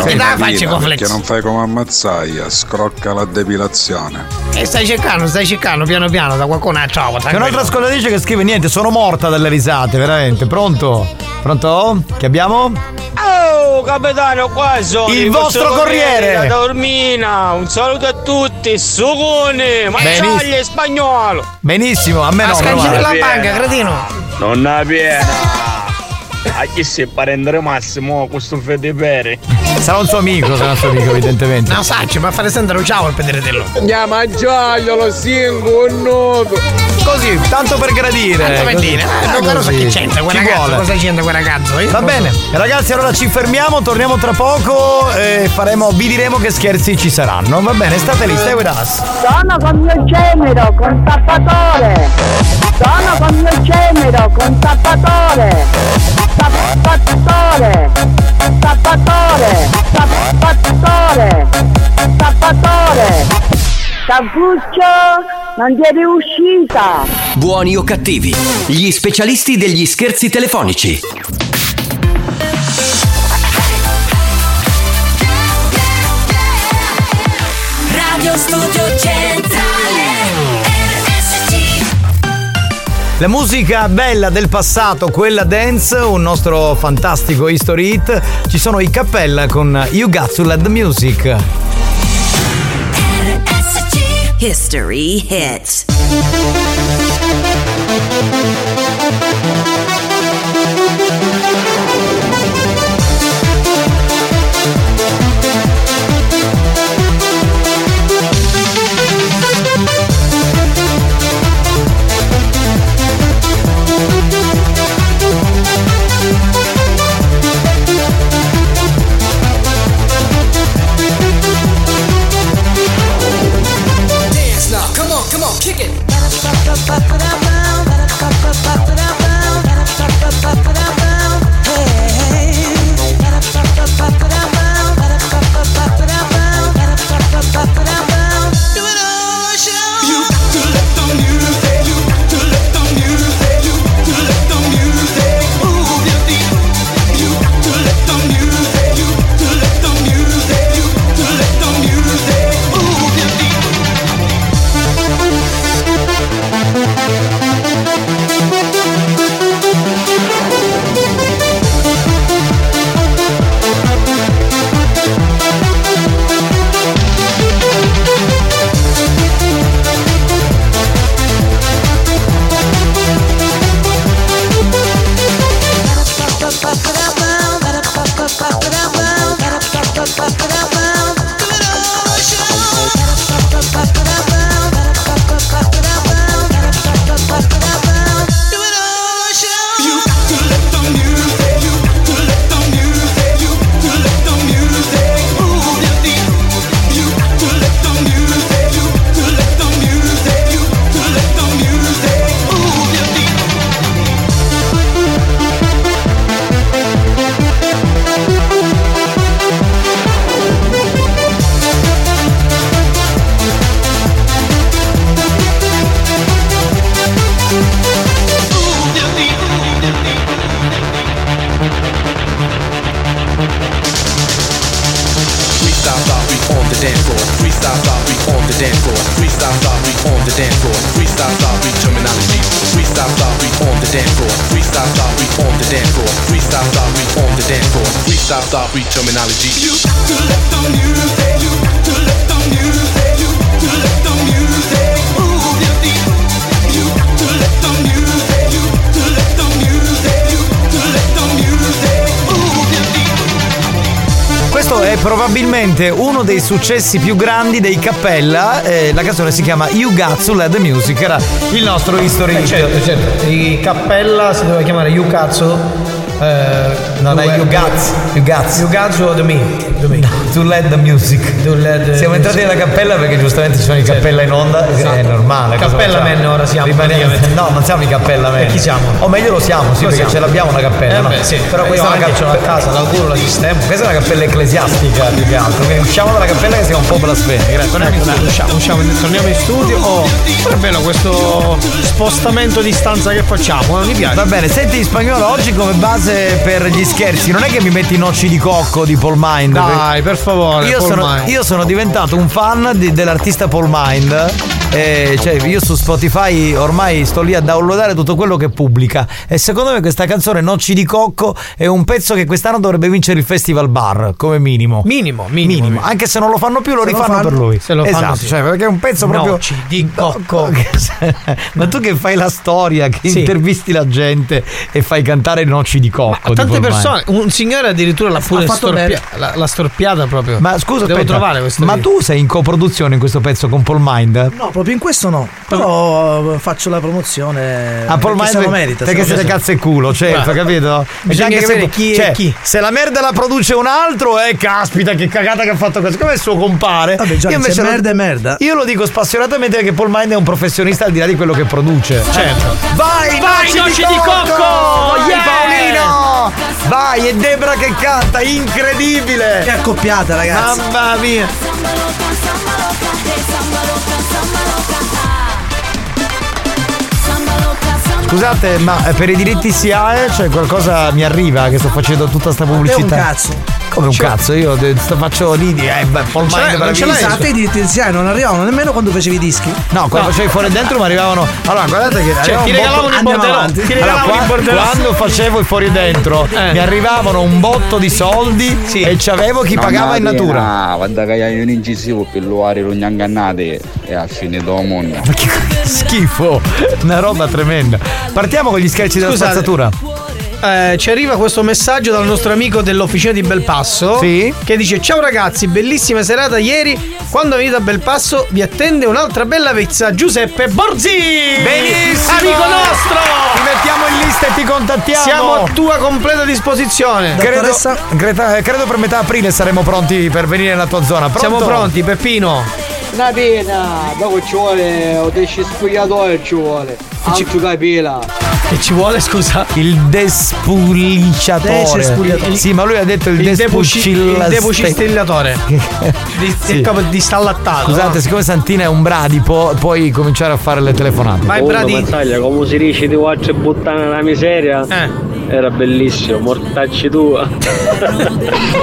Speaker 31: Sì, dai, facci con flex.
Speaker 26: Perché non fai come ammazzaia, scrocca la depilazione.
Speaker 31: E Eh, stai cercando, stai cercando piano piano da qualcuno a ciao.
Speaker 3: C'è un'altra ascoltatrice che scrive: Niente, sono morta dalle risate, veramente. Pronto? Pronto? Che abbiamo?
Speaker 9: Oh, capitano, qua sono
Speaker 3: Il vostro corriere.
Speaker 9: da Dormina. Un saluto a tutti, Sugone,
Speaker 3: Benissimo.
Speaker 9: Mazzaglia e Spagnolo.
Speaker 3: Benissimo, a me no. però guarda.
Speaker 9: Nonna piena. A chi si è parente massimo questo Fede Pere?
Speaker 3: Sarà un suo amico, sarà un suo amico, evidentemente.
Speaker 31: No, sacci, ma fare sempre un ciao al pederetello.
Speaker 42: Andiamo a Giaglio, lo singo, un nudo.
Speaker 3: Così, tanto per gradire.
Speaker 31: Tanto per
Speaker 3: Così.
Speaker 31: dire, eh,
Speaker 3: Ah,
Speaker 31: non lo so
Speaker 3: così.
Speaker 31: chi c'entra quel
Speaker 3: Chi
Speaker 31: ragazzo,
Speaker 3: vuole?
Speaker 31: cosa c'entra quel ragazzo. Io
Speaker 3: Va
Speaker 31: non
Speaker 3: bene,
Speaker 31: lo so.
Speaker 3: ragazzi, allora ci fermiamo, torniamo tra poco e faremo, vi diremo che scherzi ci saranno. Va bene, state lì, stai with us.
Speaker 15: Sono con mio genero, con tappatore. Sono con mio genero, con tappatore. Tappatore. Tappatore. Tappatore. Tappatore. Cappuccio, non ti è riuscita.
Speaker 1: Buoni o cattivi, gli specialisti degli scherzi telefonici.
Speaker 15: Radio Studio Centrale.
Speaker 3: La musica bella del passato, quella dance, un nostro fantastico history hit. Ci sono i cappella con You Got to Let the Music.
Speaker 12: History hit.
Speaker 15: Dance now, come on, come on, kick it. Thank you
Speaker 43: the dance floor. Freestyle stop, we on the dance floor. Freestyle stop, we on the dance floor. Freestyle stop, we terminology. You got to let the music, you got to let the music, you got to let the music move your feet. You got to let the music, you got to let the music, you got to let the music move your feet.
Speaker 3: Questo è probabilmente uno dei successi più grandi dei Cappella. eh, la canzone si chiama You Got to Let the Music, era il nostro history.
Speaker 9: Eh, certo, certo. I Cappella si doveva chiamare Yukazzo. Eh,
Speaker 3: No, no,
Speaker 9: due-
Speaker 3: You Got- You Got-
Speaker 9: Yukazzo the me. The me.
Speaker 3: To let the music. Siamo entrati nella cappella perché giustamente ci sono i cappella in onda,
Speaker 9: Esatto.
Speaker 3: è normale. cosa
Speaker 9: Cappella
Speaker 3: facciamo?
Speaker 9: men ora siamo,
Speaker 3: Rimaniamo-
Speaker 9: praticamente.
Speaker 3: No, non siamo i cappella men.
Speaker 9: E chi siamo?
Speaker 3: O meglio lo siamo, sì,
Speaker 9: Lo
Speaker 3: perché
Speaker 9: siamo.
Speaker 3: ce l'abbiamo una cappella.
Speaker 9: Eh
Speaker 3: no?
Speaker 9: beh, sì.
Speaker 3: Però
Speaker 9: Io
Speaker 3: questa è una
Speaker 9: anche
Speaker 3: cappella
Speaker 9: ce l'ho a casa, la curo, la sistemo.
Speaker 3: Questa è una cappella ecclesiastica più che altro. Quindi usciamo dalla cappella che siamo un po' blasfemi. Grazie.
Speaker 9: Torniamo in studio, Ecco, usciamo, usciamo, torniamo in studio. Oh, però è bello questo spostamento di stanza che facciamo, eh, mi piace.
Speaker 3: Va bene, senti in spagnolo oggi come base per gli scherzi, non è che mi metti i nocci di cocco di Paul Mind.
Speaker 9: Dai, per favore,
Speaker 3: Io,
Speaker 9: Paul
Speaker 3: sono,
Speaker 9: Mind.
Speaker 3: io sono diventato un fan di- dell'artista Paul Mind. eh, cioè, io su Spotify ormai sto lì a downloadare tutto quello che pubblica. E secondo me questa canzone Nocci di Cocco è un pezzo che quest'anno dovrebbe vincere il Festival Bar, come minimo.
Speaker 9: Minimo, minimo.
Speaker 3: Anche se non lo fanno più, lo
Speaker 9: Se lo
Speaker 3: rifanno
Speaker 9: fanno-
Speaker 3: per lui.
Speaker 9: se lo fanno,
Speaker 3: esatto,
Speaker 9: sì.
Speaker 3: cioè, perché è un pezzo proprio.
Speaker 9: Nocci di cocco.
Speaker 3: Ma tu che fai la storia, che
Speaker 9: Sì.
Speaker 3: intervisti la gente e fai cantare Nocci di Cocco. di
Speaker 9: Tante
Speaker 3: Paul Mind.
Speaker 9: persone, un signore addirittura l'ha pure
Speaker 3: fatto
Speaker 9: storpia-
Speaker 3: bene.
Speaker 9: la, l'ha storpiata proprio.
Speaker 3: Ma scusa,
Speaker 9: devo
Speaker 3: aspetta,
Speaker 9: trovare questo.
Speaker 3: Ma
Speaker 9: video.
Speaker 3: tu sei in coproduzione in questo pezzo con Paul Mind?
Speaker 35: No, proprio in questo no. Però eh, faccio la promozione.
Speaker 3: A Ah,
Speaker 35: perché
Speaker 3: Paul Mind
Speaker 35: se lo merita.
Speaker 3: perché
Speaker 35: se lo
Speaker 3: siete
Speaker 35: merita.
Speaker 3: cazzo e culo, certo,
Speaker 35: Guarda,
Speaker 3: capito?
Speaker 35: bisogna
Speaker 3: Perché anche
Speaker 35: capire
Speaker 3: se-
Speaker 35: chi è
Speaker 3: cioè,
Speaker 35: chi.
Speaker 3: Se la merda la produce un altro, eh, caspita, che cagata che ha fatto questo. Come il suo compare? Vabbè,
Speaker 35: Gianni, se merda è merda.
Speaker 3: Io lo dico spassionatamente perché Paul Mind è un professionista al di là di quello che produce.
Speaker 9: Certo.
Speaker 3: Vai,
Speaker 11: Vai,
Speaker 3: Noci
Speaker 11: Noci
Speaker 3: di
Speaker 11: di
Speaker 3: Cocco!
Speaker 11: Cocco!
Speaker 3: Vai,
Speaker 11: Yeah!
Speaker 3: Paolino! Vai, è Debra che canta, incredibile!
Speaker 35: Che accoppiata, ragazzi.
Speaker 3: Mamma mia! Scusate, ma eh, per i diritti SIAE cioè qualcosa mi arriva che sto facendo tutta sta pubblicità.
Speaker 35: un cazzo.
Speaker 3: Come un
Speaker 35: Cioè-
Speaker 3: cazzo? Io de- sto faccio lì di eh, beh, Paul Mind
Speaker 35: A te i Ah, diritti iniziali non arrivavano nemmeno quando facevi i dischi.
Speaker 3: No, quando facevi fuori e dentro mi arrivavano. Allora, guardate che.
Speaker 35: Cioè,
Speaker 3: arrivava
Speaker 35: ti
Speaker 3: un
Speaker 35: regalavano
Speaker 3: botto-
Speaker 35: un
Speaker 3: Andiamo
Speaker 35: bordelò.
Speaker 3: avanti.
Speaker 35: Ti
Speaker 3: Allora,
Speaker 35: regalavano
Speaker 3: qua-
Speaker 35: un bordelò.
Speaker 3: Quando facevo i fuori e dentro, mi arrivavano un botto di soldi e c'avevo chi pagava in natura.
Speaker 18: Ah, guarda che hai un incisivo per luare non ingannate e a fine do mondo.
Speaker 3: Schifo, una roba tremenda. Partiamo con gli scherzi della
Speaker 9: Scusate.
Speaker 3: spazzatura.
Speaker 9: Eh, ci arriva questo messaggio dal nostro amico dell'officina di Belpasso che dice ciao ragazzi bellissima serata ieri quando venite a Belpasso vi attende un'altra bella pizza Giuseppe Borzi
Speaker 11: Benissimo!
Speaker 9: amico nostro
Speaker 3: ti mettiamo in lista e ti contattiamo
Speaker 9: siamo a tua completa disposizione
Speaker 3: Credo, Greta- eh, credo per metà aprile saremo pronti per venire nella tua zona. Pronto?
Speaker 9: siamo pronti Peppino
Speaker 28: Una pena, dopo ci vuole, ho desci spugliatoio ci vuole. Altro capila.
Speaker 9: che ci vuole scusa
Speaker 3: il despulciatore
Speaker 9: Despulciatore.
Speaker 3: sì ma lui ha detto il,
Speaker 9: il depuci- il
Speaker 3: despulcillatore
Speaker 9: depucistillatore di,
Speaker 3: Sì.
Speaker 9: di, di stallattato
Speaker 3: scusate
Speaker 9: no?
Speaker 3: siccome Santina è un bradipo puoi cominciare a fare le telefonate
Speaker 44: Mazzaglia, come si dice di faccio buttare nella miseria?
Speaker 9: Eh.
Speaker 44: Era bellissimo, mortacci tua.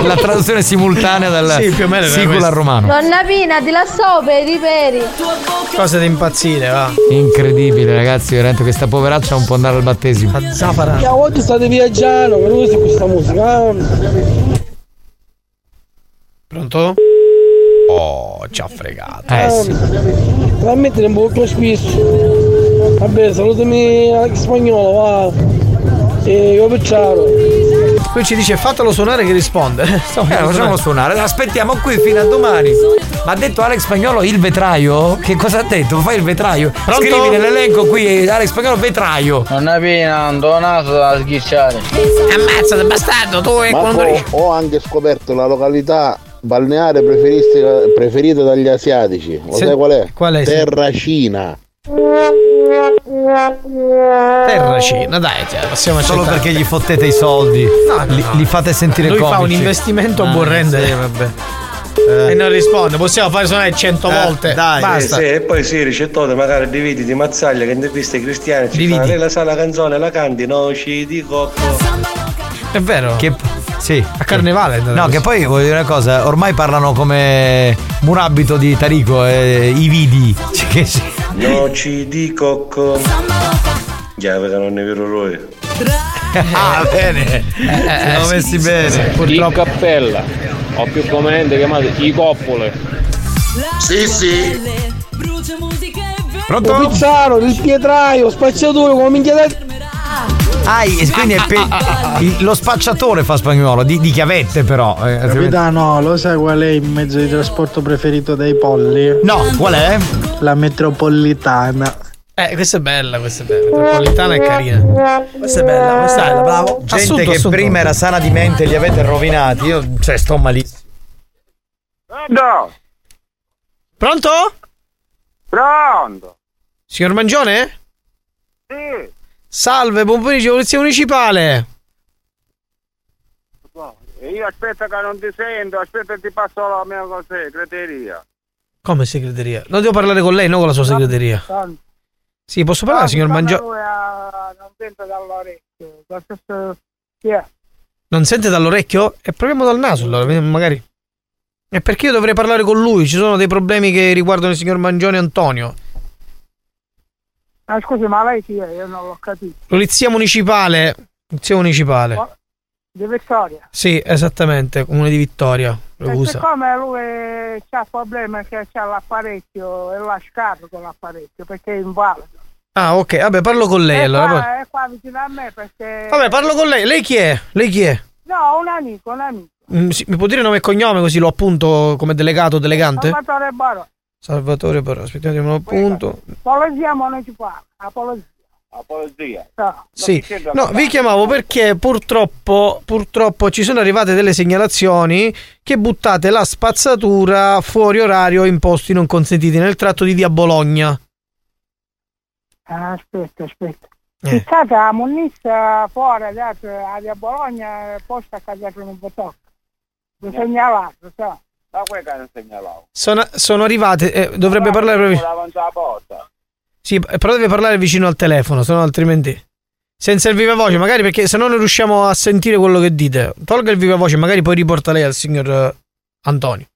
Speaker 3: la traduzione simultanea dal
Speaker 9: Sì, più o meno era
Speaker 3: sicula
Speaker 9: questo.
Speaker 3: al romano
Speaker 17: Nonna Pina, di là so per i peri.
Speaker 9: cose da impazzire va
Speaker 3: incredibile ragazzi veramente questa poveraccia non può andare al battesimo
Speaker 28: Che oggi state viaggiando, per questo questa musica.
Speaker 9: pronto? oh ci ha fregato
Speaker 28: Eh sì. Veramente molto spesso. Vabbè, salutami anche spagnolo, va. E io picciaro.
Speaker 9: Qui ci dice fatelo suonare che risponde.
Speaker 3: Eh, facciamolo suonare, aspettiamo qui fino a domani. Ma ha detto Alex Spagnolo il vetraio? Che cosa ha detto? Fai il vetraio.
Speaker 18: Pronto?
Speaker 3: Scrivi nell'elenco qui eh, Alex Spagnolo vetraio.
Speaker 18: Non è piena, non do naso da sghicciare.
Speaker 31: Ammazzate bastardo, tu e quando
Speaker 29: ho, ho anche scoperto la località balneare preferista- preferita dagli asiatici. Lo
Speaker 9: Se-
Speaker 18: sai qual è?
Speaker 9: qual è?
Speaker 29: Terracina.
Speaker 9: Terracina,
Speaker 3: Eh,
Speaker 9: dai, cioè, possiamo
Speaker 3: Solo
Speaker 9: accettare.
Speaker 3: perché gli fottete i soldi. Li, li fate sentire
Speaker 9: Lui fa
Speaker 3: comici.
Speaker 9: un investimento a buon
Speaker 3: Ah,
Speaker 9: rendere.
Speaker 3: sì, vabbè.
Speaker 9: E non risponde, possiamo fare suonare 100 volte. basta.
Speaker 17: e poi si ricettate magari dividi di Mazzaglia che interviste cristiane. Ci fa, lei la sa la canzone, la canti, no, ci dico.
Speaker 9: È vero.
Speaker 3: Che, sì. A
Speaker 9: carnevale.
Speaker 3: No, che poi voglio dire una cosa, ormai parlano come Murabito di eh, Tarico e i vidi. Cioè, che-
Speaker 17: No, ci dico. Già, perché non ne vedo lui.
Speaker 3: Ah, bene.
Speaker 17: siamo messi bene.
Speaker 7: In cappella ho più commente chiamate i coppole.
Speaker 38: Sì, sì.
Speaker 31: Pronto? Il pizzaro, il pietraio, spacciatore, come minchia del...
Speaker 3: Ah, e quindi è pe- il- lo spacciatore fa spagnolo, di, di chiavette però. eh, altrimenti-
Speaker 30: Capitano, lo sai qual è il mezzo di trasporto preferito dei polli?
Speaker 3: No, qual è?
Speaker 30: La metropolitana.
Speaker 9: Eh, questa è bella, questa è bella. Napolitana è carina.
Speaker 30: Questa è bella, questa è bella, bravo.
Speaker 3: Gente che prima era sana di mente e li avete rovinati, io cioè sto malissimo.
Speaker 15: Pronto?
Speaker 9: Pronto?
Speaker 15: Pronto?
Speaker 9: Signor Mangione?
Speaker 15: Sì.
Speaker 9: Salve, buon pomeriggio, Polizia Municipale.
Speaker 15: E Io aspetto che non ti sento, aspetta che ti passo la mia cosa, segreteria.
Speaker 9: Come segreteria? No, devo parlare con lei, non con la sua segreteria.
Speaker 15: Tanto,
Speaker 9: Sì, posso parlare, signor Mangione?
Speaker 15: ora ah, non sento dall'orecchio. da questo- Chi è?
Speaker 9: Non sente dall'orecchio? E proviamo dal naso, allora, vediamo magari. E perché io dovrei parlare con lui? Ci sono dei problemi che riguardano il signor Mangione Antonio.
Speaker 15: Ah, scusi, ma lei chi è? Io non l'ho capito. Oh,
Speaker 9: Polizia Municipale. Polizia Municipale.
Speaker 15: Di Vittoria.
Speaker 9: Sì, esattamente, comune di Vittoria.
Speaker 15: E
Speaker 9: Ragusa.
Speaker 15: siccome lui c'ha il problema che c'ha l'apparecchio e la scarico l'apparecchio perché è invalido.
Speaker 9: Ah, ok, vabbè, parlo con lei
Speaker 15: è
Speaker 9: allora. poi-
Speaker 15: Eh, Qua, è qua vicino a me perché...
Speaker 9: Vabbè, parlo con lei. Lei chi è? Lei chi è?
Speaker 15: No, un amico, un amico.
Speaker 9: Mm, sì, mi può dire nome e cognome così lo appunto come delegato o delegante?
Speaker 15: Salvatore Baro.
Speaker 9: Salvatore, però aspettate un appunto.
Speaker 15: Polizia municipale. Apologia.
Speaker 40: Apologia.
Speaker 15: No.
Speaker 9: Sì. No, vi chiamavo perché purtroppo, purtroppo ci sono arrivate delle segnalazioni che buttate la spazzatura fuori orario in posti non consentiti nel tratto di via Bologna.
Speaker 15: Ah, aspetta, aspetta.
Speaker 9: Eh.
Speaker 15: C'è stata la munizia fuori adesso a via Bologna eh, posta a casa con un botocco. Lo segnalato, so.
Speaker 40: Ma quel che non segnalavo.
Speaker 9: Sono, sono arrivate, eh, dovrebbe parlare proprio.
Speaker 40: davanti alla porta.
Speaker 9: Sì, però deve parlare vicino al telefono, se no altrimenti. Senza il viva voce, magari perché se no non riusciamo a sentire quello che dite. Tolga il viva voce, magari poi riporta lei al signor eh, Antonio.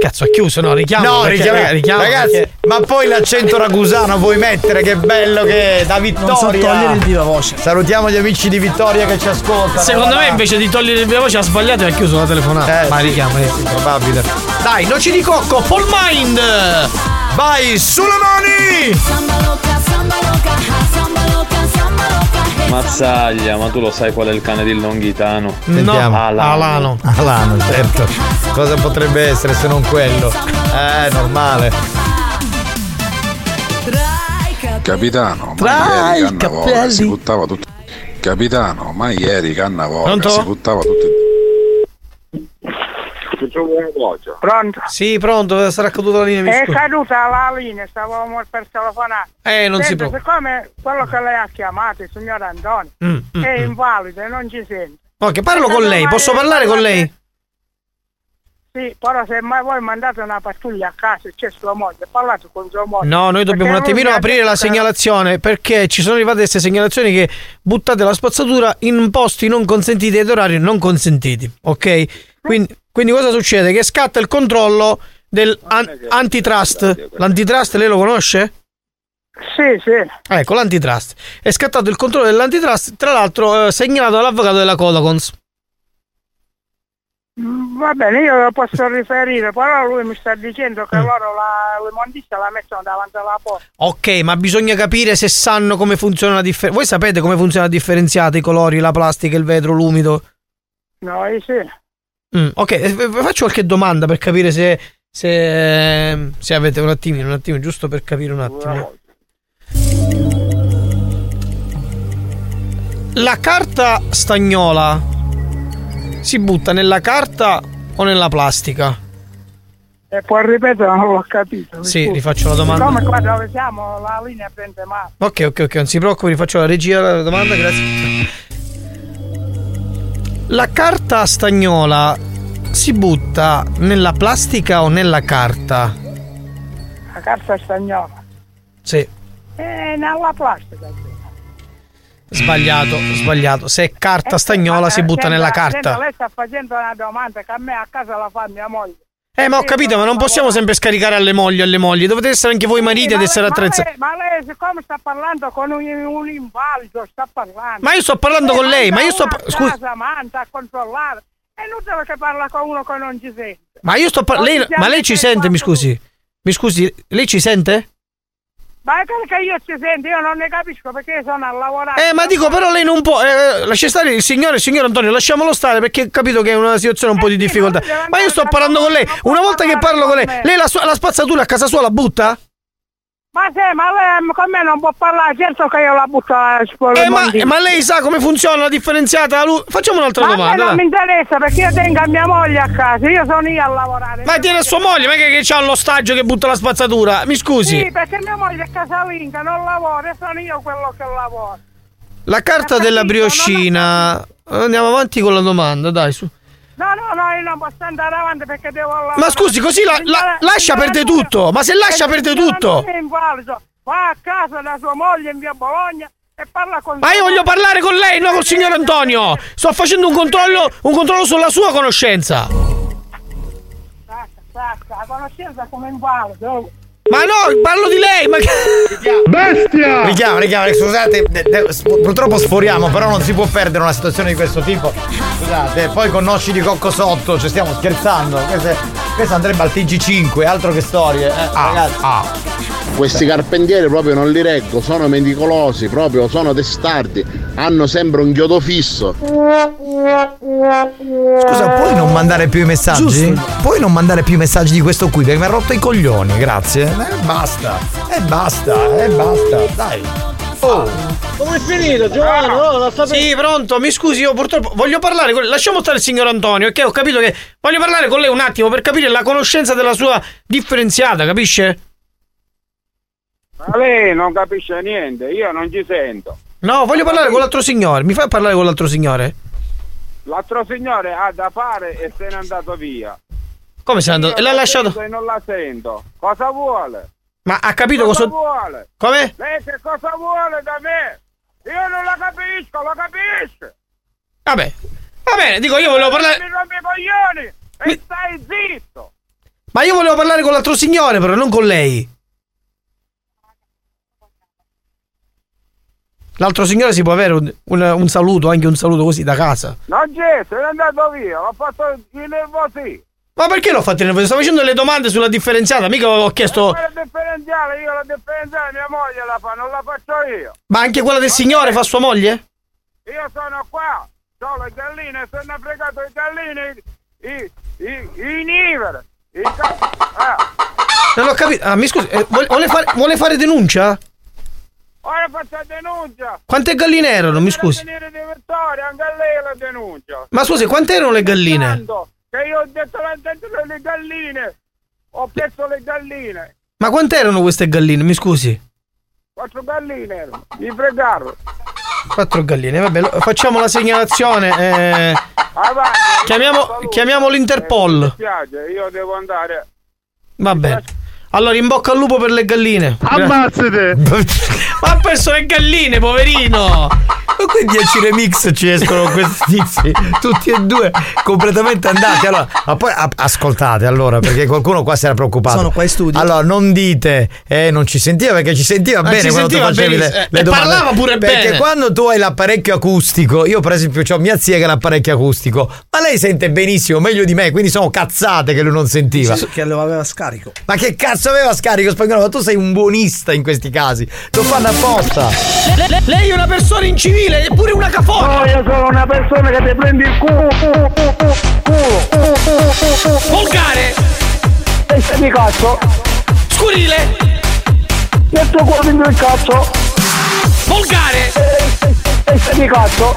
Speaker 9: Cazzo, è chiuso, no? Richiamo.
Speaker 3: no,
Speaker 9: perché-
Speaker 3: richiama-
Speaker 9: eh, richiamo
Speaker 3: ragazzi,
Speaker 9: perché-
Speaker 3: ma poi l'accento ragusano vuoi mettere? Che bello che è, da Vittoria.
Speaker 9: togliere il
Speaker 3: viva voce. Salutiamo gli amici di Vittoria che ci ascoltano.
Speaker 9: Secondo me invece di togliere il viva voce ha sbagliato e ha chiuso la telefonata.
Speaker 3: Eh,
Speaker 9: ma
Speaker 3: sì,
Speaker 9: richiama, eh.
Speaker 3: probabile.
Speaker 9: Dai, noci di cocco, Paul Mind!
Speaker 3: Vai sulle mani!
Speaker 7: Mazzaglia, ma tu lo sai qual è il cane del Longhitano?
Speaker 3: Sentiamo. Ah,
Speaker 7: Alano.
Speaker 3: Alano, certo. Cosa potrebbe essere se non quello? Eh, normale.
Speaker 10: Capitano,
Speaker 11: Tra
Speaker 10: ma
Speaker 11: i
Speaker 10: ieri Cannavola
Speaker 11: capelli.
Speaker 10: si buttava tutto. Capitano, ma ieri Cannavola
Speaker 11: Pronto?
Speaker 10: si buttava tutto.
Speaker 15: Pronto?
Speaker 9: Sì, pronto, sarà caduta la linea. mi
Speaker 15: È
Speaker 9: scusi.
Speaker 15: caduta Eh, la linea, stavamo per telefonare.
Speaker 9: Eh, non si
Speaker 15: Senta,
Speaker 9: può.
Speaker 15: Siccome quello che lei ha chiamato, il signor Antonio,
Speaker 9: Mm, mm,
Speaker 15: è
Speaker 9: mm.
Speaker 15: invalido e non ci sente.
Speaker 9: Ok, parlo con lei, posso parlare con lei?
Speaker 15: Sì, però se mai voi mandate una pattuglia a casa e c'è sua moglie, parlate con sua moglie.
Speaker 9: No, noi dobbiamo un
Speaker 15: Perché lui
Speaker 9: attimino
Speaker 15: mi ha
Speaker 9: aprire
Speaker 15: detto
Speaker 9: la
Speaker 15: che-
Speaker 9: segnalazione perché ci sono arrivate queste segnalazioni che buttate la spazzatura in posti non consentiti ed orari non consentiti, ok? Quindi, quindi cosa succede? Che scatta il controllo dell'antitrust. L'antitrust lei lo conosce?
Speaker 15: Sì, sì.
Speaker 9: Ecco, l'antitrust. È scattato il controllo dell'antitrust, tra l'altro eh, segnalato dall'avvocato della Codacons.
Speaker 15: Mm, Va bene, io lo posso riferire, però lui mi sta dicendo
Speaker 9: Mm.
Speaker 15: che loro la, l'immondizia la mettono davanti alla porta.
Speaker 9: Ok, ma bisogna capire se sanno come funziona la differenza. Voi sapete come funziona la differenziata, i colori, la plastica, il vetro, l'umido?
Speaker 15: No, io sì.
Speaker 9: Mm, ok, eh, f- faccio qualche domanda per capire se, se, se avete un attimino, un attimo, giusto per capire un attimo. La carta stagnola si butta nella carta o nella plastica?
Speaker 15: E poi ripetere, non l'ho capito. mi
Speaker 9: Sì,
Speaker 15: scusi.
Speaker 9: rifaccio la domanda.
Speaker 15: Siccome qua dove siamo la linea prende male.
Speaker 9: Ok, ok, ok, non si preoccupi, faccio la regia la domanda, grazie. La carta stagnola si butta nella plastica o nella carta?
Speaker 15: La carta è stagnola.
Speaker 9: Sì.
Speaker 15: E Eh, nella plastica. sì.
Speaker 9: Sbagliato, sbagliato. Se è carta stagnola si butta
Speaker 15: Eh, Senta,
Speaker 9: nella
Speaker 15: senta,
Speaker 9: carta.
Speaker 15: lei sta facendo una domanda che a me a casa la fa mia moglie.
Speaker 9: Eh, ma ho capito, ma non possiamo sempre scaricare alle mogli, alle mogli. Dovete essere anche voi mariti ad essere attrezzati.
Speaker 15: Ma lei, siccome sta parlando con un, un invalido, sta parlando.
Speaker 9: Ma io sto parlando con lei, ma io sto- scusi.
Speaker 15: Scusa. Casa, manda a controllare. È inutile che parla con uno che non ci sente.
Speaker 9: Ma io sto par-
Speaker 15: Oggi
Speaker 9: lei-
Speaker 15: siamo
Speaker 9: Ma lei ci
Speaker 15: in
Speaker 9: sente,
Speaker 15: quattro-
Speaker 9: mi scusi? Mi scusi, lei ci sente?
Speaker 15: Ma è perché io ci sento, io non ne capisco perché sono a lavorare.
Speaker 9: Eh, ma dico, però lei non può. eh, lascia stare il signore, il signor Antonio, lasciamolo stare perché ho capito che è una situazione un po' di
Speaker 15: Eh
Speaker 9: difficoltà. Ma io sto parlando con lei. Una volta che parlo con lei, lei la, sua- la spazzatura a casa sua la butta?
Speaker 15: Ma se, ma lei mm, con me non può parlare, certo che io la butto a scuola.
Speaker 9: Eh, ma, ma lei sa come funziona la differenziata? Lu- Facciamo un'altra
Speaker 15: Ma a me
Speaker 9: domanda.
Speaker 15: non
Speaker 9: va.
Speaker 15: mi interessa perché io tengo mia moglie a casa, io sono io a lavorare.
Speaker 9: Ma tiene sua moglie, ma che, che c'ha l'ostaggio che butta la spazzatura? Mi scusi,
Speaker 15: Sì, perché mia moglie è casalinga, non lavora, e sono io quello che lavora.
Speaker 9: la carta della brioscina. Andiamo avanti con la domanda, dai. Su.
Speaker 15: No, no, no, io non posso andare avanti perché devo lavorare.
Speaker 9: Ma scusi, così la- la-
Speaker 15: Signora-
Speaker 9: lascia
Speaker 15: signora
Speaker 9: perdere
Speaker 15: Antonio,
Speaker 9: tutto, ma se lascia
Speaker 15: perché
Speaker 9: perdere
Speaker 15: Eh, signora
Speaker 9: tutto?
Speaker 15: Antonio È invalido, va a casa da sua moglie in via Bologna e parla con
Speaker 9: Ma io voglio parlare con lei, non col signor Antonio. Sto facendo un controllo, un controllo sulla sua conoscenza.
Speaker 15: Sacca, sacca, la conoscenza come invalido.
Speaker 9: Ma no, parlo di lei, ma che.
Speaker 15: Bestia!
Speaker 3: Richiamo, richiamo, scusate, de- de- s- purtroppo sforiamo, però non si può perdere una situazione di questo tipo. Scusate, poi con Nosci di Cocco sotto, ci stiamo scherzando. Queste- Questo andrebbe al TG5, altro che storie. eh, ragazzi.
Speaker 29: Questi carpentieri proprio non li reggo, sono mendicolosi, proprio sono testardi, hanno sempre un chiodo fisso.
Speaker 3: Scusa, puoi non mandare più i messaggi?
Speaker 35: Giusto.
Speaker 3: Puoi non mandare più i messaggi di questo qui? Perché mi ha rotto i coglioni, grazie. Eh, basta, eh, basta, eh, basta, dai.
Speaker 9: Come è finito,
Speaker 11: Oh.
Speaker 9: Giovanni? sì, pronto, mi scusi, io purtroppo voglio parlare con Lasciamo stare il signor Antonio, ok? Ho capito che. Voglio parlare con lei un attimo per capire la conoscenza della sua differenziata, capisce?
Speaker 40: Ma lei non capisce niente, io non ci sento.
Speaker 9: No, voglio parlare con l'altro signore. Mi fai parlare con l'altro signore?
Speaker 40: L'altro signore ha da fare e se n'è andato via.
Speaker 9: Come sei andato?
Speaker 40: Io
Speaker 9: E l'ha
Speaker 40: la
Speaker 9: lasciato.
Speaker 40: sento E non la sento. Cosa vuole?
Speaker 9: Ma ha capito cosa.
Speaker 40: vuole?
Speaker 9: Come?
Speaker 40: Lei che cosa vuole da me? Io non la capisco, lo capisce?
Speaker 9: Vabbè. Va bene, dico, io volevo parlare.
Speaker 40: Mi rompi i coglioni e stai zitto.
Speaker 9: Ma io volevo parlare con l'altro signore, però, non con lei. L'altro signore si può avere un, un- un saluto, anche un saluto così da casa.
Speaker 40: Non c'è, se n'è andato via, l'ho fatto il nervosì.
Speaker 9: Ma perché l'ho fatto nervoso? Sto facendo le domande sulla differenziata, mica ho chiesto.
Speaker 40: Ma la differenziale, io la differenziale mia moglie la fa, non la faccio io.
Speaker 9: Ma anche quella del signore fa sua moglie?
Speaker 40: Io sono qua, sono le galline, sono fregato i gallini, i, i, i nivere. I ca-
Speaker 9: Non ho capito. Ah, mi scusi, eh, vuole, vuole fare, vuole fare denuncia?
Speaker 40: Ora faccio denuncia.
Speaker 9: Quante galline erano? Mi scusi.
Speaker 40: Venire di Vittoria, anche lei la denuncia.
Speaker 9: Ma scusi, quante erano le galline?
Speaker 40: Tanto Che io ho detto la gente delle galline. Ho preso le galline.
Speaker 9: Ma quante erano queste galline? Mi scusi.
Speaker 40: Quattro galline erano. Mi fregarono.
Speaker 9: Quattro galline, vabbè, lo- facciamo la segnalazione. eh.
Speaker 40: Avanti.
Speaker 9: Chiamiamo, chiamiamo
Speaker 40: Mi
Speaker 9: l'Interpol.
Speaker 40: piace, io devo andare.
Speaker 9: Va bene. Allora, in bocca al lupo per le galline.
Speaker 40: Ammazzate!
Speaker 9: Ma ha perso le galline, poverino!
Speaker 3: Ma qui 10 remix ci escono questi tizi, tutti e due completamente andati. Allora, ma poi a- ascoltate allora, perché qualcuno qua si era preoccupato.
Speaker 35: Sono
Speaker 3: qua in studio. Allora, non dite, eh, non ci sentiva perché ci sentiva
Speaker 9: Ma
Speaker 3: bene
Speaker 9: ci
Speaker 3: quando
Speaker 9: sentiva
Speaker 3: tu facevi le,
Speaker 9: benissimo, eh,
Speaker 3: le
Speaker 9: e
Speaker 3: domande.
Speaker 9: parlava pure
Speaker 3: perché
Speaker 9: bene.
Speaker 3: quando tu hai l'apparecchio acustico, io per esempio ho mia zia che ha l'apparecchio acustico, ma lei sente benissimo, meglio di me, quindi sono cazzate che lui non sentiva.
Speaker 35: Che lo aveva scarico.
Speaker 3: Ma che cazzo aveva scarico spagnolo? Ma tu sei un buonista in questi casi. Lo fanno apposta.
Speaker 9: lei è una persona incivile, è pure una cafona!
Speaker 11: No, io sono una persona che ti prendi il culo.
Speaker 9: Volgare!
Speaker 11: Di cazzo.
Speaker 9: Scurile!
Speaker 11: Nel tuo culo dentro il cazzo. Eh,
Speaker 9: Volgare!
Speaker 11: Di cazzo.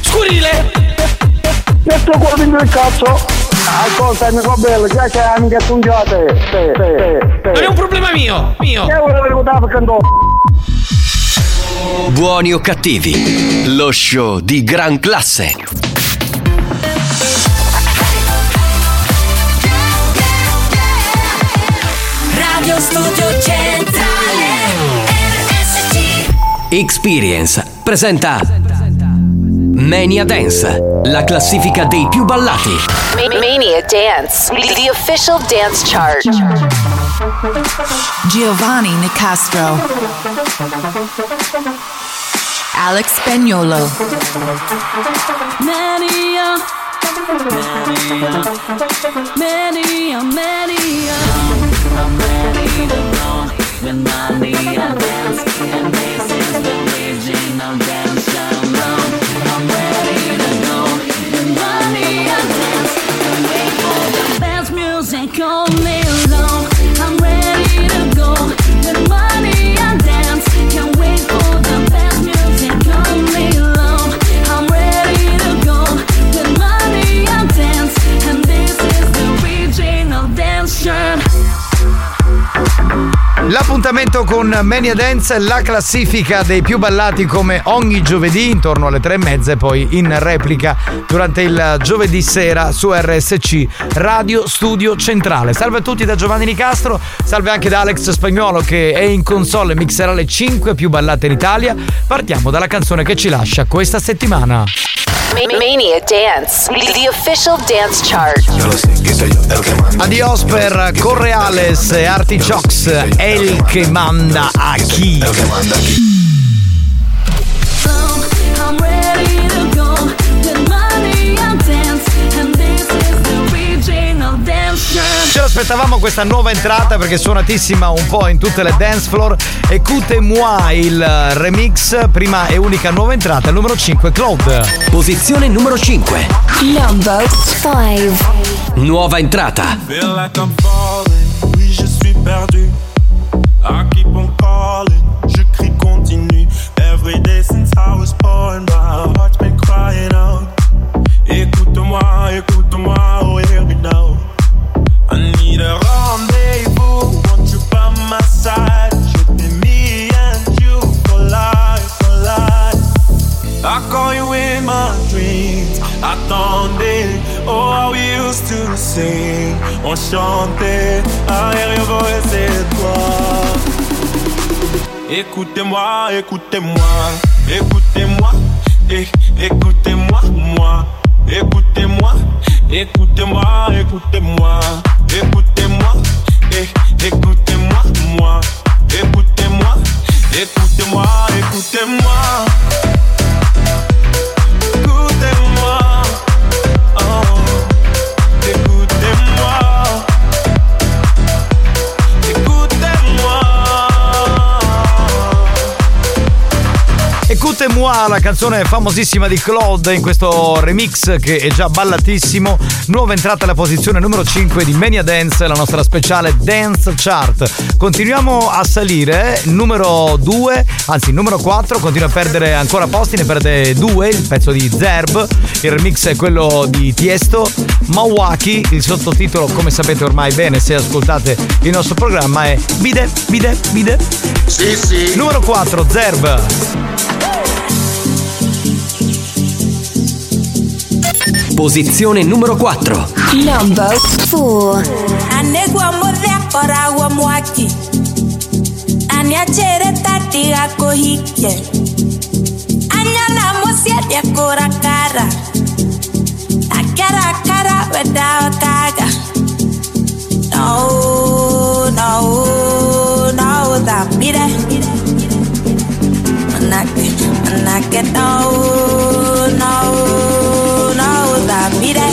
Speaker 9: Scurile!
Speaker 11: Nel tuo culo dentro il cazzo. Ascolta, mio bello, già che hai mica tungiate. Sì, sì,
Speaker 9: Non è un problema mio! Mio!
Speaker 11: Io volevo ricordare perché andò.
Speaker 1: Buoni o cattivi, lo show di gran classe.
Speaker 12: Radio Studio Centrale. RSC.
Speaker 1: Experience presenta Mania Dance, la classifica dei più ballati.
Speaker 45: Mania Dance, the official dance chart.
Speaker 12: Giovanni Nicastro.
Speaker 45: Alex Spagnolo.
Speaker 12: Mania. Mania. Mania. Dance music all day long. I'm ready to go. With money I dance. Can't wait for the best music all day long. I'm ready to go. With money I dance. And this is the original dance shirt.
Speaker 3: L'appuntamento con Mania Dance, la classifica dei più ballati come ogni giovedì intorno alle tre e mezza e poi in replica durante il giovedì sera su RSC Radio Studio Centrale. Salve a tutti da Giovanni Nicastro, salve anche da Alex Spagnolo che è in console e mixerà le 5 più ballate in Italia. Partiamo dalla canzone che ci lascia questa settimana.
Speaker 45: Mania Dance, the official dance chart.
Speaker 3: Adios per Correales e Artichokes, è il che manda a chi?
Speaker 12: I'm ready to go. With money I dance. And this is the original dance shirt.
Speaker 3: Ce l'aspettavamo questa nuova entrata perché è suonatissima un po' in tutte le dance floor. Écoute moi il eh, remix, prima e unica nuova entrata, il numero 5, Cloud.
Speaker 1: Posizione numero 5.
Speaker 45: Number 5.
Speaker 1: Nuova entrata.
Speaker 11: Feel like I'm falling, oui je suis perdu. I keep on calling, je crie continue. Every day since I was born, my heart's been crying out. Écoute-moi, écoute-moi, oh hear me now. I need a rendezvous, want you by my side. Should be me and you for life, for life. I call you in my dreams. Attendez, oh, how we used to sing. On chantait, arrière vos et toi. Écoutez-moi, écoutez-moi, écoutez-moi, eh, écoutez-moi, moi, écoutez-moi, écoutez-moi, écoutez-moi, écoutez-moi, eh, écoutez-moi, moi, écoutez-moi, écoutez-moi, écoutez-moi. Écoutez-moi, oh, écoutez-moi, écoutez-moi.
Speaker 3: Écoute moi la canzone famosissima di Claude in questo remix che è già ballatissimo. Nuova entrata alla posizione numero 5 di Mania Dance, la nostra speciale Dance Chart. Continuiamo a salire, numero 2, anzi numero 4, continua a perdere ancora posti, ne perde 2, il pezzo di Zerb, il remix è quello di Tiesto, Mawaki, il sottotitolo come sapete ormai bene se ascoltate il nostro programma è Bide, Bide, Bide. Sì, sì. Numero 4, Zerb.
Speaker 1: Posizione numero 4.
Speaker 45: Number 4.
Speaker 32: anegwa muthiakoragwo mwaki anianjĩre tatiga kũhikie anyona mũciĩ ndĩkũrakara akĩrakara wendaotaga no no no ũthambire manake manake no no no ũthambire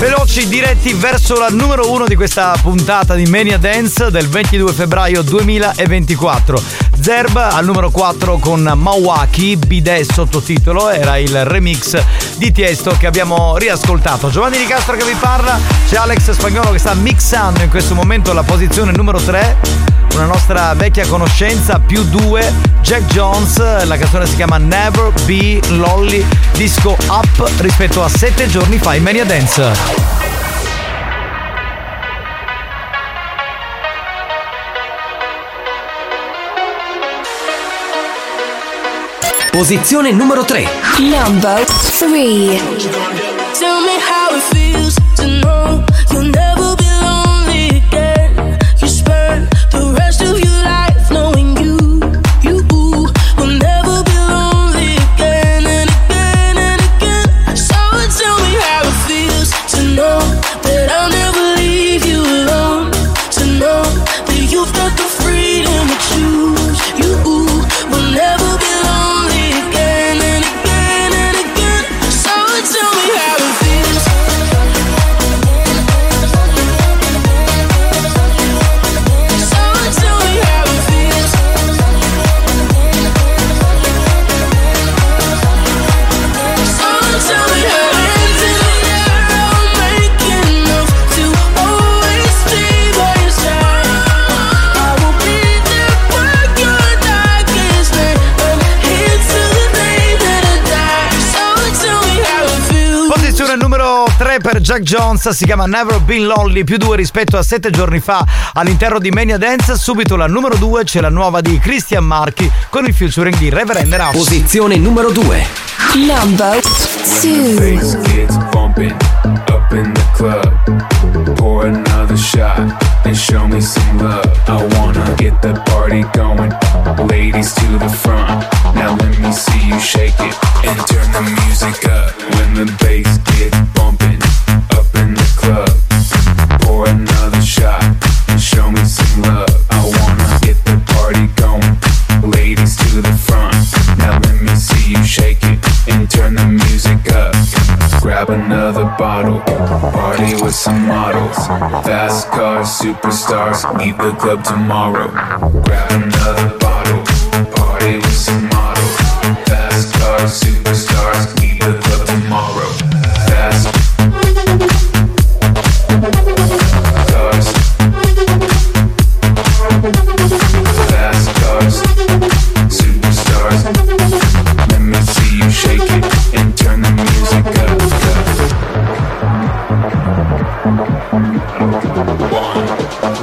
Speaker 3: Eccoci diretti verso la numero uno di questa puntata di Mania Dance del 22 febbraio 2024. Zerba al numero 4 con Mawaki, Bidè sottotitolo, era il remix di Tiesto che abbiamo riascoltato. Giovanni Di Castro che vi parla, c'è Alex Spagnolo che sta mixando in questo momento la posizione numero 3 una nostra vecchia conoscenza più due Jack Jones la canzone si chiama Never Be Lolly disco up rispetto a sette giorni fa in Mania Dance Posizione numero 3
Speaker 12: Number three. Tell me how it feels to know you'll never be lonely again. You spend the rest of your life knowing you, you will never be lonely again and again and again. So tell me how it feels to know that I'll never leave you alone. To know that you've got the freedom to choose, you will never be lonely again and again and again. So tell me how it feels. So tell me how it feels. So tell me how it feels. Making enough to always be by your side. I will be there for your darkest night. I'm here till the day that I die. So tell me how it feels.
Speaker 3: Posizione numero 3 per Jack Jones si chiama Never Been Lolly più 2 rispetto a 7 giorni fa all'interno di Mania Dance. Subito la numero 2 c'è la nuova di Christian Marchi con il featuring di Reverend House.
Speaker 1: Posizione numero 2
Speaker 12: Number two.
Speaker 43: Kids bumping up in the club. Pour another shot and show me some love. I wanna get the party going. Ladies to the front. Now let me see you shake it and turn the music up. When the bass gets bumping up in the club. Pour another shot and show me some love. I wanna get the party going. Ladies to the front. Now let me see you shake it and turn the music up. Grab another bottle. Party with some models. Fast cars, superstars. Leave the club tomorrow. Grab another bottle. Party with some models. Fast cars, superstars. Leave the club tomorrow. Fast cars. Fast cars, superstars. Let me see you shake it and turn the music up. One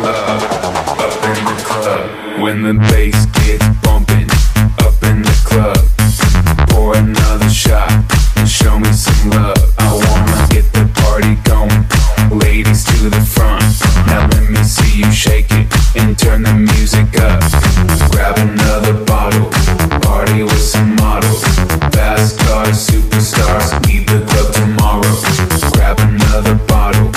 Speaker 43: love up in the club. When the bass gets bumping up in the club, pour another shot and show me some love. I wanna get the party going, ladies to the front. Now let me see you shake it and turn the music up. Grab another bottle, party with some models, fast cars, superstars. Leave the club tomorrow. Grab another bottle,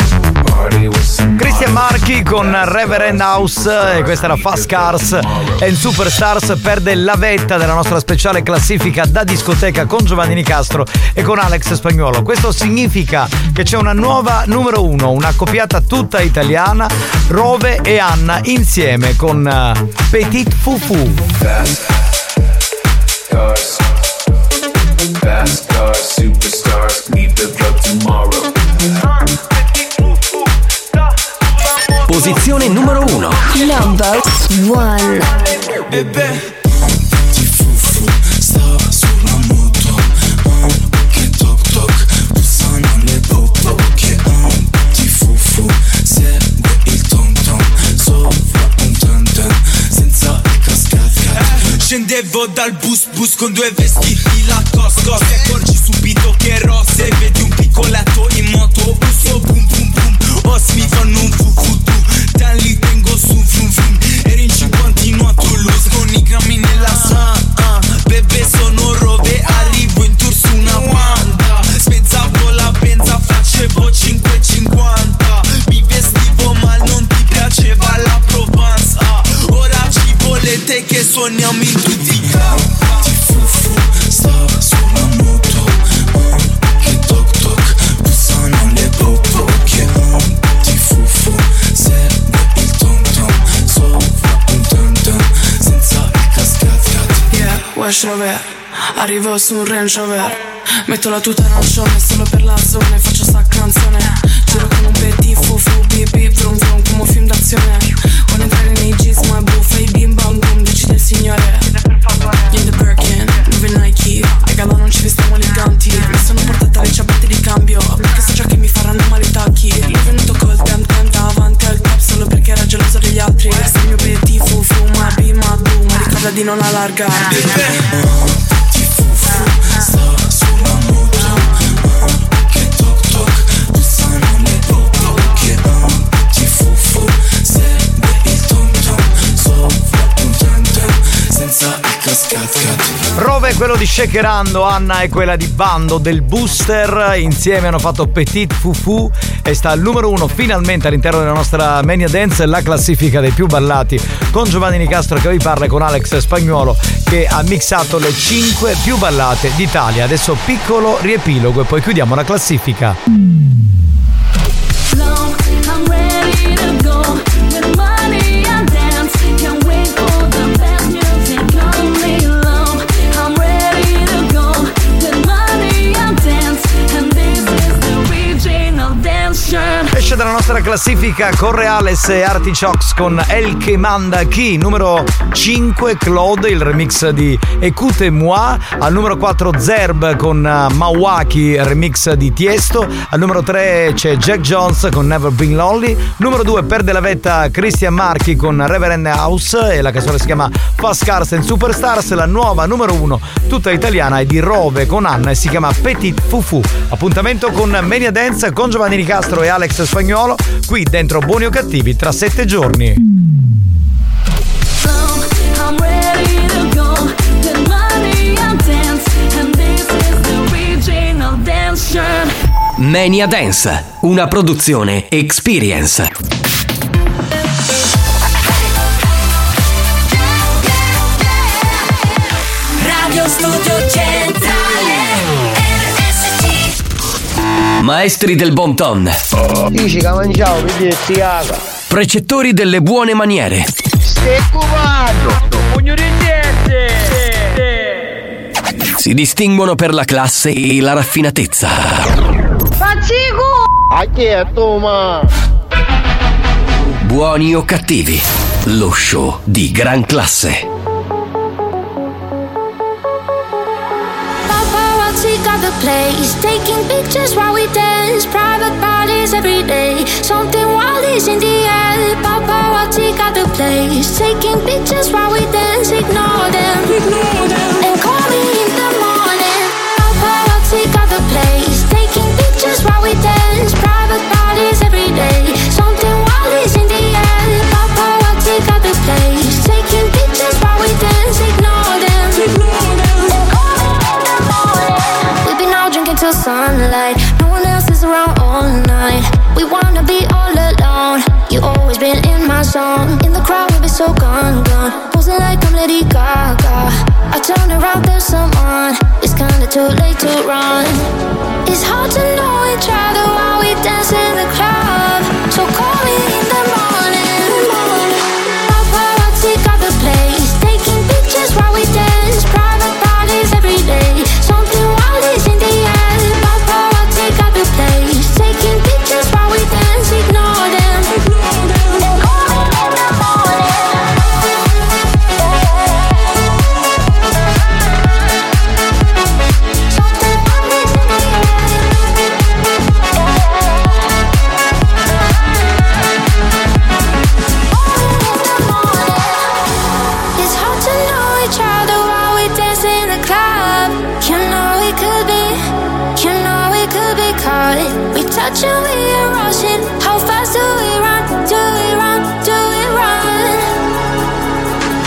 Speaker 43: party with some.
Speaker 3: Christian Marchi con Reverend House e questa era Fast Cars and Superstars perde la vetta della nostra speciale classifica da discoteca con Giovanni Nicastro e con Alex Spagnuolo. Questo significa che c'è una nuova numero uno, una copiata tutta italiana, Rove e Anna insieme con eh, Petit Fufu.
Speaker 43: cars. Fast cars, superstars, leave the club tomorrow.
Speaker 1: Posizione numero 1
Speaker 12: Number one.
Speaker 11: Bebè, ti fufu, stava sulla moto, ma un che toc toc, bussano le bocche, ha un ti fufu, segue il tom tom, sopra un tan tan, senza il cascata. Scendevo dal bus bus con due vestiti la cosco, ti accorgi subito che è rosse, vedi un piccoletto in moto, uso boom boom boom, os mi fanno un fufu tu, te li tengo su frum frum, eri in 50 a Toulouse con i grammi nella sa ah. Bebe sono rove, arrivo in tour su una guanta Spezzavo la penza, facevo 5,50 Mi vestivo ma non ti piaceva la Provenza Ora ci volete che suoniamo in tutti i campi Ti fufu, stava sulla moto Ma che toc toc, bussano le bocche
Speaker 44: Range Rover Arrivo su un Range Rover Metto la tuta arancione solo per la zona e faccio sta canzone Giro con un petit fufu bip bip vroom vroom come un film d'azione Vuole entrare nei jeans ma è buffa i bim bam boom decide il signore In the Birkin, dove Nike Ai galla non ci vestiamo eleganti Mi sono portata le ciabatte di cambio Perché so già che mi faranno male i tacchi L'ho venuto col tem tem davanti al top Solo perché era geloso degli altri Sei il mio petit fufu ma bim ma boom Ricorda di non allargare
Speaker 3: Rove è quello di Shakerando, Anna è quella di Bando del Booster. Insieme hanno fatto Petit Fufu e sta al numero uno finalmente all'interno della nostra Mania Dance, la classifica dei più ballati con Giovanni Nicastro che vi parla e con Alex Spagnuolo che ha mixato le 5 più ballate d'Italia. Adesso piccolo riepilogo e poi chiudiamo la classifica.
Speaker 12: long. I'm ready to go. With money I dance. Can't wait for the best music. Come along. I'm ready to go. With money I dance. And this is the original dance show.
Speaker 3: Esce dalla nostra classifica Correales e Artichokes con El che manda chi? Numero 5 Claude, il remix di Écoute moi. Al numero 4 Zerb con eh, Mawaki, remix di Tiesto. Al numero 3 c'è Jack Jones con Never Been Lonely. Numero 2 perde la vetta Christian Marchi con Reverend House e la canzone si chiama Fast Cars and Superstars. La nuova numero 1, tutta italiana, è di Rove con Anna e si chiama Petit Fufu. Appuntamento con Mania Dance con Giovanni Nicastro e Alex Spagnuolo qui dentro Buoni o Cattivi tra 7 giorni.
Speaker 12: I'm ready to go. With money I dance. And this is the original dance show.
Speaker 1: Mania Dance, una produzione Experience.
Speaker 6: Radio Studio Centrale RSC
Speaker 1: Maestri del bon ton.
Speaker 7: Dici che mangiavo, vedi si caga.
Speaker 1: Precettori delle buone maniere.
Speaker 7: Stai cubando! Pugno di niente!
Speaker 1: Si distinguono per la classe e la raffinatezza.
Speaker 7: Pazzico! A chi è tu, ma?
Speaker 1: Buoni o cattivi. Lo show di gran classe.
Speaker 34: Paparazzi got the place, taking pictures while we dance. Private parties every day, something wild is in the air. Paparazzi got the place, taking pictures while we dance. Ignore them, ignore them, and call me in the morning. Paparazzi got the place, taking pictures while we dance. Private parties every day, something wild is in the air. Paparazzi got the place, taking pictures while we dance. Ignore them, ignore them, and call me in the morning. We've been out drinking till sunlight. No one else is around all night. We wanna be all alone. You always been in my zone. In the crowd, we've been so gone, gone. Posing like I'm Lady Gaga. I turn around, there's someone. It's kinda too late to run. It's hard to know each other while we dance in the club. So call me in the morning. Paparazzi got the place, taking pictures while we dance. Private parties every day. Something wild is in the air. Paparazzi got the place, taking pictures while we dance. Ignore them. Ignore them. And call me in the morning. It's hard to know each other while we dance in the club. You know we could be, you know we could be caught. We touch and we are rushing. How fast do we run? Do we run? Do we run?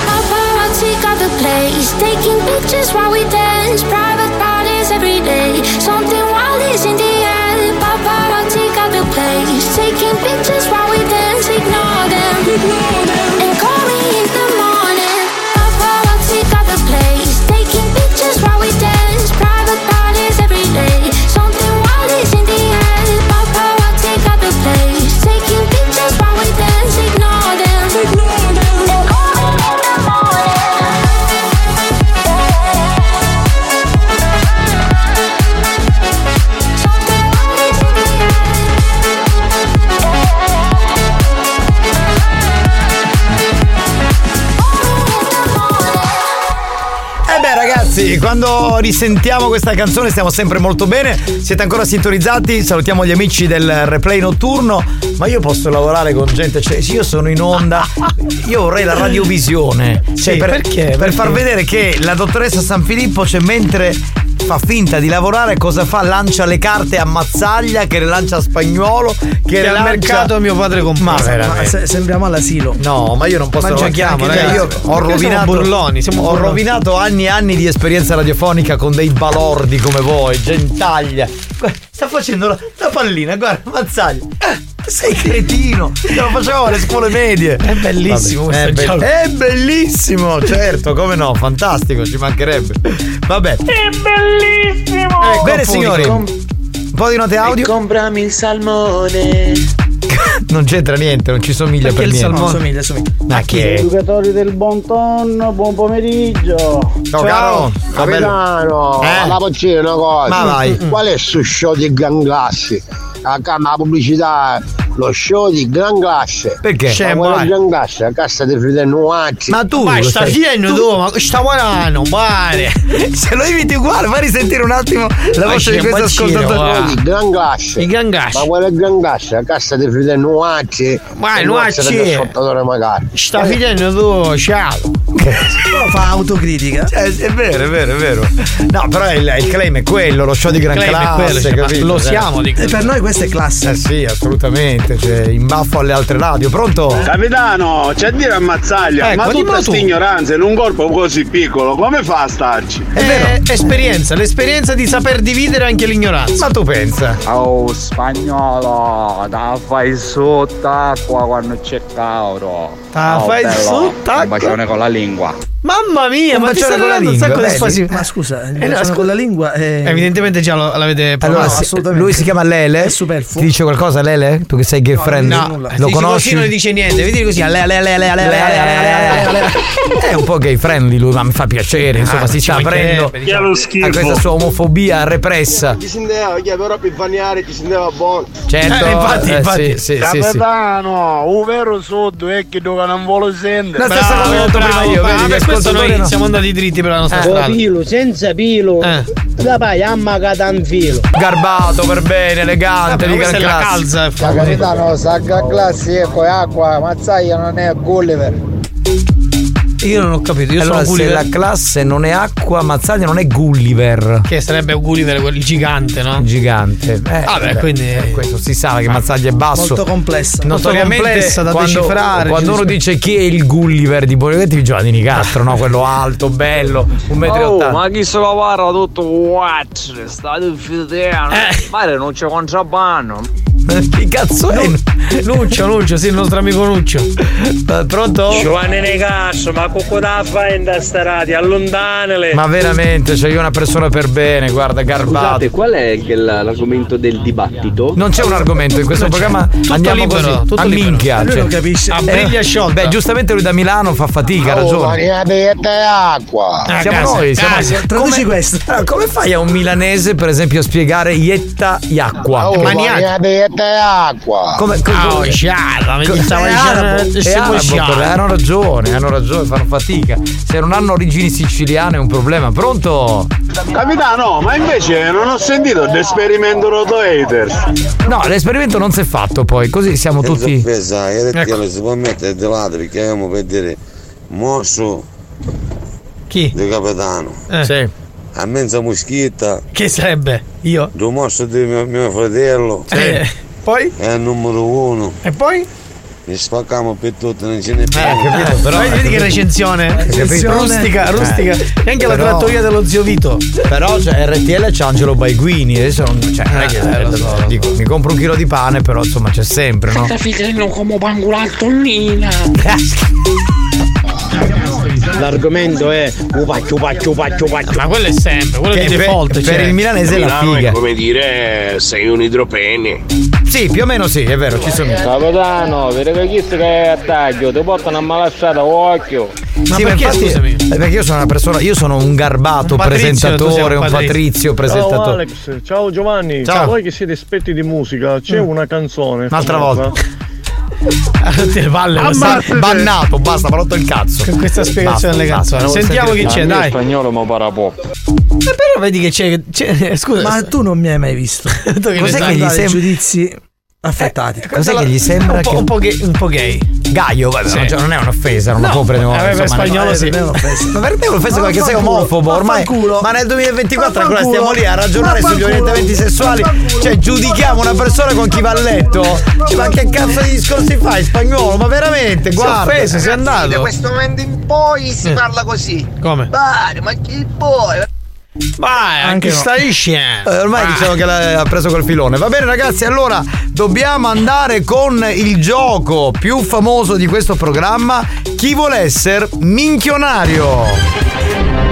Speaker 34: Paparazzi got the place, taking pictures while we dance. Private parties every day. Something wild is in the air. Paparazzi got the place, taking pictures while we dance. Ignore them, ignore them, and call me in the morning. Paparazzi got the place, taking pictures while we dance. Private parties every day. Something wild is in the air. Paparazzi got the place, taking pictures while we dance. Ignore them, ignore them, and call me in the morning.
Speaker 3: ragazzi, quando risentiamo questa canzone stiamo sempre molto bene. Siete ancora sintonizzati, salutiamo gli amici del replay notturno. Ma io posso lavorare con gente, cioè se io sono in onda, io vorrei la radiovisione. Cioè,
Speaker 9: Sì, perché?
Speaker 3: Per far
Speaker 9: Perché?
Speaker 3: vedere che la dottoressa San Filippo, cioè mentre fa finta di lavorare, cosa fa? Lancia le carte a Mazzaglia, che le lancia a Spagnolo, che,
Speaker 9: Che
Speaker 3: le
Speaker 9: al
Speaker 3: lancia...
Speaker 9: mercato mio padre compra.
Speaker 3: Ma
Speaker 35: Ma
Speaker 3: Ah, veramente.
Speaker 35: se- sembriamo all'asilo.
Speaker 3: No, ma io non posso
Speaker 35: Ma
Speaker 3: lavorare-
Speaker 35: giochiamo,
Speaker 3: anche lei,
Speaker 35: ragazzi.
Speaker 3: Io ho
Speaker 35: Perché siamo
Speaker 3: rovinato,
Speaker 35: burloni, siamo
Speaker 3: ho
Speaker 35: burloni.
Speaker 3: rovinato anni e anni di esperienza radiofonica con dei balordi come voi, gentaglia. Guarda, Sta facendo la, la pallina, guarda, mazzaglia. Eh, Sei cretino, te lo facevamo alle scuole medie. È
Speaker 9: bellissimo
Speaker 3: è,
Speaker 9: questo gioco.
Speaker 3: è bellissimo, certo, come no, fantastico, ci mancherebbe. Vabbè.
Speaker 6: È bellissimo!
Speaker 31: Ecco,
Speaker 3: Bene signori, un po' di note audio.
Speaker 31: Comprami il salmone.
Speaker 3: Non c'entra niente, non ci somiglia
Speaker 35: Perché
Speaker 3: per
Speaker 35: il
Speaker 3: niente.
Speaker 35: salmone somiglia, Ah, somiglia.
Speaker 3: Ma che?
Speaker 30: Educatori Eh. del buon tonno, buon pomeriggio.
Speaker 3: Ciao, caro.
Speaker 18: Capitano,
Speaker 3: Eh?
Speaker 18: alla vocina una cosa. Mm,
Speaker 3: Ma vai.
Speaker 18: Qual è su show di gran classe? A cam- la pubblicità, lo show di gran classe.
Speaker 3: Perché?
Speaker 18: Ma
Speaker 3: C'è,
Speaker 18: quello
Speaker 3: vai.
Speaker 18: di gran classe, la cassa dei fratelli altri.
Speaker 3: Ma tu lo stai- tu- Se lo imiti uguale, fai risentire un attimo la voce di questo ascoltatore.
Speaker 18: Di Oh, gran classe. Ma quella di gran classe, la cassa dei fratelli altri.
Speaker 3: Vai,
Speaker 18: altri.
Speaker 3: nuacci.
Speaker 18: magari.
Speaker 3: Sta finendo tu, ciao.
Speaker 35: fa autocritica.
Speaker 3: Cioè, è vero, è vero, è vero. No, però il, il claim è quello, lo show di gran
Speaker 35: Il claim è
Speaker 3: classe,
Speaker 35: quello, cioè, ma
Speaker 3: capito?
Speaker 35: lo
Speaker 3: Cioè,
Speaker 35: siamo di- E per noi questa è classe.
Speaker 3: Eh sì, assolutamente, cioè, in baffo alle altre radio. Pronto?
Speaker 36: Capitano, c'è a dire ammazzaglia,
Speaker 3: Ecco,
Speaker 36: ma
Speaker 3: dimmelo
Speaker 36: tutta
Speaker 3: tu.
Speaker 36: questa ignoranza in un corpo così piccolo, come fa a starci?
Speaker 3: Eh,
Speaker 9: È esperienza, l'esperienza di saper dividere anche l'ignoranza.
Speaker 3: Ma tu pensa?
Speaker 28: Oh spagnolo, da fai sott'acqua quando c'è Tauro.
Speaker 9: Da
Speaker 3: Ah,
Speaker 9: fai sott'acqua?
Speaker 28: Un bacione con la lingua.
Speaker 9: Mamma mia, ma ti sta arrivando un sacco di spasi.
Speaker 35: Ma scusa,
Speaker 9: Eh, no,
Speaker 35: sono
Speaker 9: scu-
Speaker 35: con la lingua. eh,
Speaker 9: Evidentemente già lo- l'avete provato.
Speaker 3: Allora, Eh, se- lui si chiama Lele. È superfluo. Ti dice qualcosa Lele? Tu che sei gay friend?
Speaker 9: No,
Speaker 3: Lo
Speaker 9: dici
Speaker 3: conosci?
Speaker 9: così non gli dice niente, vedi così. Ale, ale, ale, ale, ale, ale, ale, ale, ale, ale, ale, ale.
Speaker 3: È un po' gay friendly lui, ma mi fa piacere, insomma,
Speaker 9: Ah,
Speaker 3: si
Speaker 9: ci
Speaker 3: sta aprendo
Speaker 9: mancherebbe, diciamo. Chi ha lo schifo?
Speaker 3: a questa sua omofobia repressa.
Speaker 7: Chi si indeva, chi però per vagnare chi si indeva buono.
Speaker 3: Certo, Eh, infatti, eh, infatti. sì, sì, sì, sì.
Speaker 7: Capitano, un vero sotto è che dove non vuole sentire.
Speaker 9: La stessa cosa che ho detto prima io, vedi, gli ascoltatori no. Eh.
Speaker 7: Pilo, senza pilo. La vai amma un filo.
Speaker 3: Garbato per bene, elegante, di gran classe.
Speaker 7: La capitano, sacca classe, ecco, è acqua, mazzaglia non è Gulliver.
Speaker 3: Io non ho capito,
Speaker 9: io
Speaker 3: allora,
Speaker 9: sono
Speaker 3: se
Speaker 9: Gulliver.
Speaker 3: la classe non è acqua, Mazzaglia non è Gulliver.
Speaker 9: Che sarebbe Gulliver, quel gigante, no?
Speaker 3: Gigante. Eh,
Speaker 9: Vabbè,
Speaker 3: beh,
Speaker 9: quindi.
Speaker 3: eh, questo si sa che Mazzaglia è basso.
Speaker 9: Molto complessa.
Speaker 3: Notoriamente
Speaker 9: Molto complessa da
Speaker 3: quando,
Speaker 9: decifrare,
Speaker 3: Quando
Speaker 9: ci
Speaker 3: uno dice chi è il Gulliver di Bonivetti, Giovanni Castro, no? Quello alto, bello, un metro e
Speaker 7: Oh,
Speaker 3: ottanta.
Speaker 7: ma chi se lo parla tutto guaccio, state in fideliano. eh. Mare non c'è contrabbando.
Speaker 3: Che Eh. cazzo è? Nuccio, Nuccio, sì, il nostro amico Nuccio. Pronto?
Speaker 7: Giovanni Necasso, ma cucco da fai in sta radio, allontanale.
Speaker 3: Ma veramente, cioè io una persona per bene, guarda, garbato.
Speaker 7: qual è l'argomento del dibattito?
Speaker 3: Non c'è un argomento in questo
Speaker 7: Non c'è.
Speaker 3: programma.
Speaker 7: Tutto
Speaker 3: andiamo
Speaker 7: libero,
Speaker 3: così,
Speaker 7: tutto
Speaker 3: a
Speaker 7: libero.
Speaker 3: minchia.
Speaker 7: Lui
Speaker 3: cioè.
Speaker 7: lo capisce.
Speaker 3: Eh,
Speaker 7: briglia sciolta.
Speaker 3: Beh, giustamente lui da Milano fa fatica, ha
Speaker 18: Oh, ma
Speaker 3: ragione.
Speaker 18: ne avete acqua.
Speaker 3: siamo noi, siamo
Speaker 18: Traduci
Speaker 3: questo. come fai a un milanese, per esempio, a spiegare ietta iacqua?
Speaker 18: Oh, ma ne avete acqua.
Speaker 3: Come, come,
Speaker 18: Ah,
Speaker 3: come- Eh,
Speaker 18: scialla, mi
Speaker 3: co-
Speaker 18: stava
Speaker 3: è
Speaker 18: dicendo- eh,
Speaker 3: arabo, è
Speaker 18: stiamo
Speaker 3: arabo,
Speaker 18: scialla.
Speaker 3: però hanno ragione, hanno ragione, fanno fatica. Se non hanno origini siciliane è un problema. Pronto?
Speaker 36: Capitano, ma invece non ho sentito l'esperimento roto haters.
Speaker 3: No, l'esperimento non si è fatto poi, così siamo tutti.
Speaker 26: Offesa, io detto
Speaker 3: Ecco.
Speaker 26: che lo si può mettere di lato perché abbiamo per dire mosso
Speaker 9: Chi?
Speaker 26: di capitano.
Speaker 9: Eh.
Speaker 3: Sì.
Speaker 26: A mezza moschietta.
Speaker 9: Che sarebbe? Io.
Speaker 26: Due mosso di mio, mio fratello.
Speaker 9: Poi?
Speaker 26: È il numero uno.
Speaker 9: E poi?
Speaker 26: Li spaccamo per tutto, non ce ne più. Eh.
Speaker 9: capito, però- Vedi- vedi che recensione. Recensione. Rustica, rustica. E anche la trattoria dello zio Vito.
Speaker 3: Però cioè, RTL c'è Angelo Baiguini, adesso non, cioè, non è che
Speaker 9: Eh, lo so, lo
Speaker 3: dico, mi compro un chilo di pane, però insomma c'è sempre, no?
Speaker 15: fidello come pangolantolina.
Speaker 7: L'argomento è upaccio, upaccio, upaccio, upaccio.
Speaker 9: Ma quello è sempre, quello
Speaker 3: Che
Speaker 9: di
Speaker 3: per-
Speaker 9: default.
Speaker 3: per
Speaker 9: cioè.
Speaker 3: il milanese è la Milano è figa.
Speaker 7: Come dire, Eh, sei un idropene.
Speaker 3: Sì, più o meno sì, è vero, ci sono.
Speaker 7: Capitano, vedo che chi che è a taglio, ti portano a malasciata occhio.
Speaker 3: Ma
Speaker 7: Sì,
Speaker 3: perché,
Speaker 7: ma infatti-
Speaker 3: scusami? eh, Perché io sono una persona, io sono un garbato
Speaker 7: Un patrizio, tu sei
Speaker 3: presentatore,
Speaker 7: un
Speaker 3: un
Speaker 7: patrizio.
Speaker 3: patrizio
Speaker 17: Ciao
Speaker 3: presentatore.
Speaker 17: Alex, ciao Giovanni,
Speaker 3: Ciao.
Speaker 17: voi che siete esperti di musica, c'è una canzone
Speaker 3: Un'altra
Speaker 17: famosa
Speaker 9: A tutte le palle
Speaker 3: Ammazzate.
Speaker 9: Bannato, basta, mi ha rotto il cazzo. Con questa spiegazione
Speaker 3: Basta,
Speaker 9: delle
Speaker 3: basta,
Speaker 9: canzoni.
Speaker 3: non vuol
Speaker 9: Sentiamo chi
Speaker 3: sentire
Speaker 9: c'è,
Speaker 3: più.
Speaker 9: dai.
Speaker 3: Il
Speaker 9: spagnolo mo parapò.
Speaker 3: Eh,
Speaker 9: Però vedi che c'è. c'è- scusa.
Speaker 35: Ma tu non mi hai mai visto.
Speaker 9: che ne
Speaker 35: Cos'è
Speaker 9: sai?
Speaker 35: che gli
Speaker 9: Dai,
Speaker 35: sembra? giudizi affettati.
Speaker 9: Quella- un po', un po' gay, un po' gay.
Speaker 3: Gaio, vabbè,
Speaker 9: Sì.
Speaker 3: non- cioè, non è un'offesa, non
Speaker 9: No,
Speaker 3: lo può prendere
Speaker 9: vabbè, per spagnolo sì.
Speaker 3: Eh, Ma per te è un'offesa
Speaker 9: Ma
Speaker 3: perché sei
Speaker 9: vaffanculo,
Speaker 3: omofobo ormai. Ma nel 2024 ancora stiamo lì a ragionare sugli orientamenti sessuali. Cioè, giudichiamo una persona con chi va a letto. Cioè, ma che cazzo di discorsi fai, spagnolo? Ma veramente,
Speaker 9: Si è
Speaker 3: guarda.
Speaker 9: offeso, si è andato. Da questo
Speaker 10: momento in poi si
Speaker 3: Eh.
Speaker 10: parla così.
Speaker 9: Come?
Speaker 10: Dai, ma chi poi?
Speaker 9: Ma
Speaker 3: anche no. Eh, ormai diciamo che l'ha ha preso col filone. Va bene, ragazzi. Allora dobbiamo andare con il gioco più famoso di questo programma. Chi vuole essere minchionario?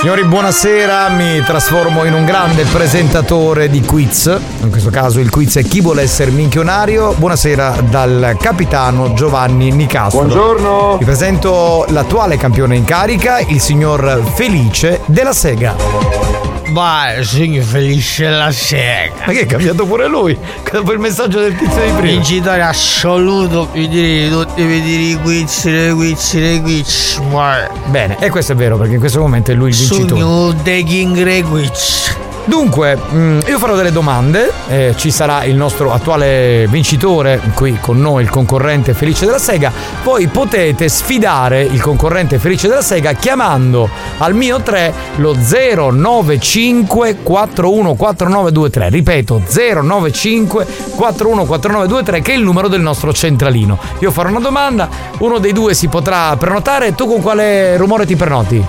Speaker 3: Signori, buonasera, mi trasformo in un grande presentatore di quiz. In questo caso il quiz è chi vuole essere minchionario. Buonasera dal capitano Giovanni Nicastro.
Speaker 36: Buongiorno.
Speaker 3: Vi presento l'attuale campione in carica, il signor Felice della Sega.
Speaker 9: Ma signor Felice la sega.
Speaker 3: Ma che è cambiato pure lui? Dopo il messaggio del tizio di prima.
Speaker 9: Vincitore assoluto, mi direi tutti, mi direi quiz, le quiz, le quiz.
Speaker 3: Bene, e questo è vero perché in questo momento è lui il vincitore.
Speaker 9: Sogno The King Requich.
Speaker 3: Dunque, mh, io farò delle domande, eh, ci sarà il nostro attuale vincitore qui con noi, il concorrente Felice della Sega, poi potete sfidare il concorrente Felice della Sega chiamando al mio 3 lo 095 414923, ripeto 095 414923 che è il numero del nostro centralino. Io farò una domanda, uno dei due si potrà prenotare, tu con quale rumore ti prenoti?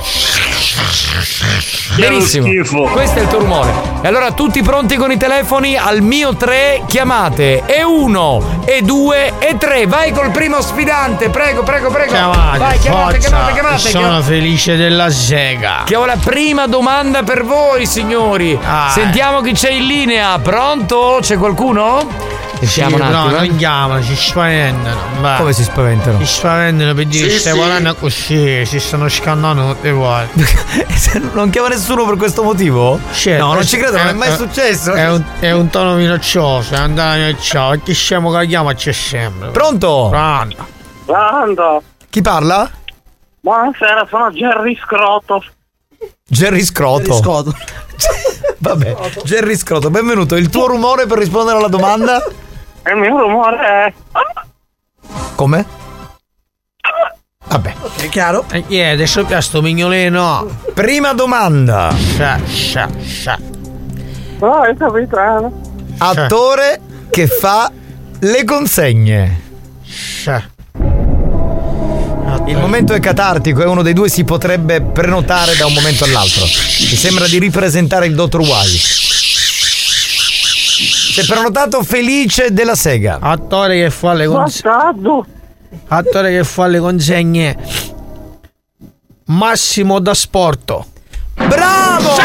Speaker 3: Benissimo, questo è il tuo rumore. E allora tutti pronti con i telefoni? Al mio 3 chiamate e 1 e 2 e 3. Vai col primo sfidante, prego, prego, prego. Vai, chiamate, chiamate, chiamate. chiamate.
Speaker 9: felice della sega.
Speaker 3: Che ho la prima domanda per voi, signori. Sentiamo chi c'è in linea. Pronto? C'è qualcuno? Sentiamo un attimo. eh.
Speaker 9: chiamano, si spaventano.
Speaker 3: Come si spaventano?
Speaker 9: Si spaventano per
Speaker 3: Sì, sì.
Speaker 9: così, si stanno scannando tutte quali.
Speaker 3: non chiama nessuno per questo motivo?
Speaker 9: Certo,
Speaker 3: no,
Speaker 9: eh,
Speaker 3: non ci credo, non è mai successo.
Speaker 9: È un, è un tono minaccioso, è un tono minaccioso. Chi scemo che chiama c'è sempre.
Speaker 3: Pronto?
Speaker 9: Pronto.
Speaker 6: Pronto?
Speaker 3: Chi parla?
Speaker 6: Buonasera, sono Jerry Scroto.
Speaker 3: Jerry Scroto. Jerry Scroto. Vabbè, Jerry Scroto, benvenuto. Il tuo rumore per rispondere alla domanda?
Speaker 6: Il mio rumore è...
Speaker 3: Come? Vabbè.
Speaker 9: È chiaro? E Eh, chi è? Adesso piace sto mignolino.
Speaker 3: Prima domanda.
Speaker 9: Scia, scia, scia.
Speaker 6: No, è capitano.
Speaker 3: Attore che fa le consegne. Il momento è catartico e uno dei due si potrebbe prenotare da un momento all'altro. Mi sembra di ripresentare il dottor Wally. Si è prenotato Felice della Sega.
Speaker 9: Attore che fa le consegne. Attore che fa le consegne. Massimo da sporto.
Speaker 3: Bravo!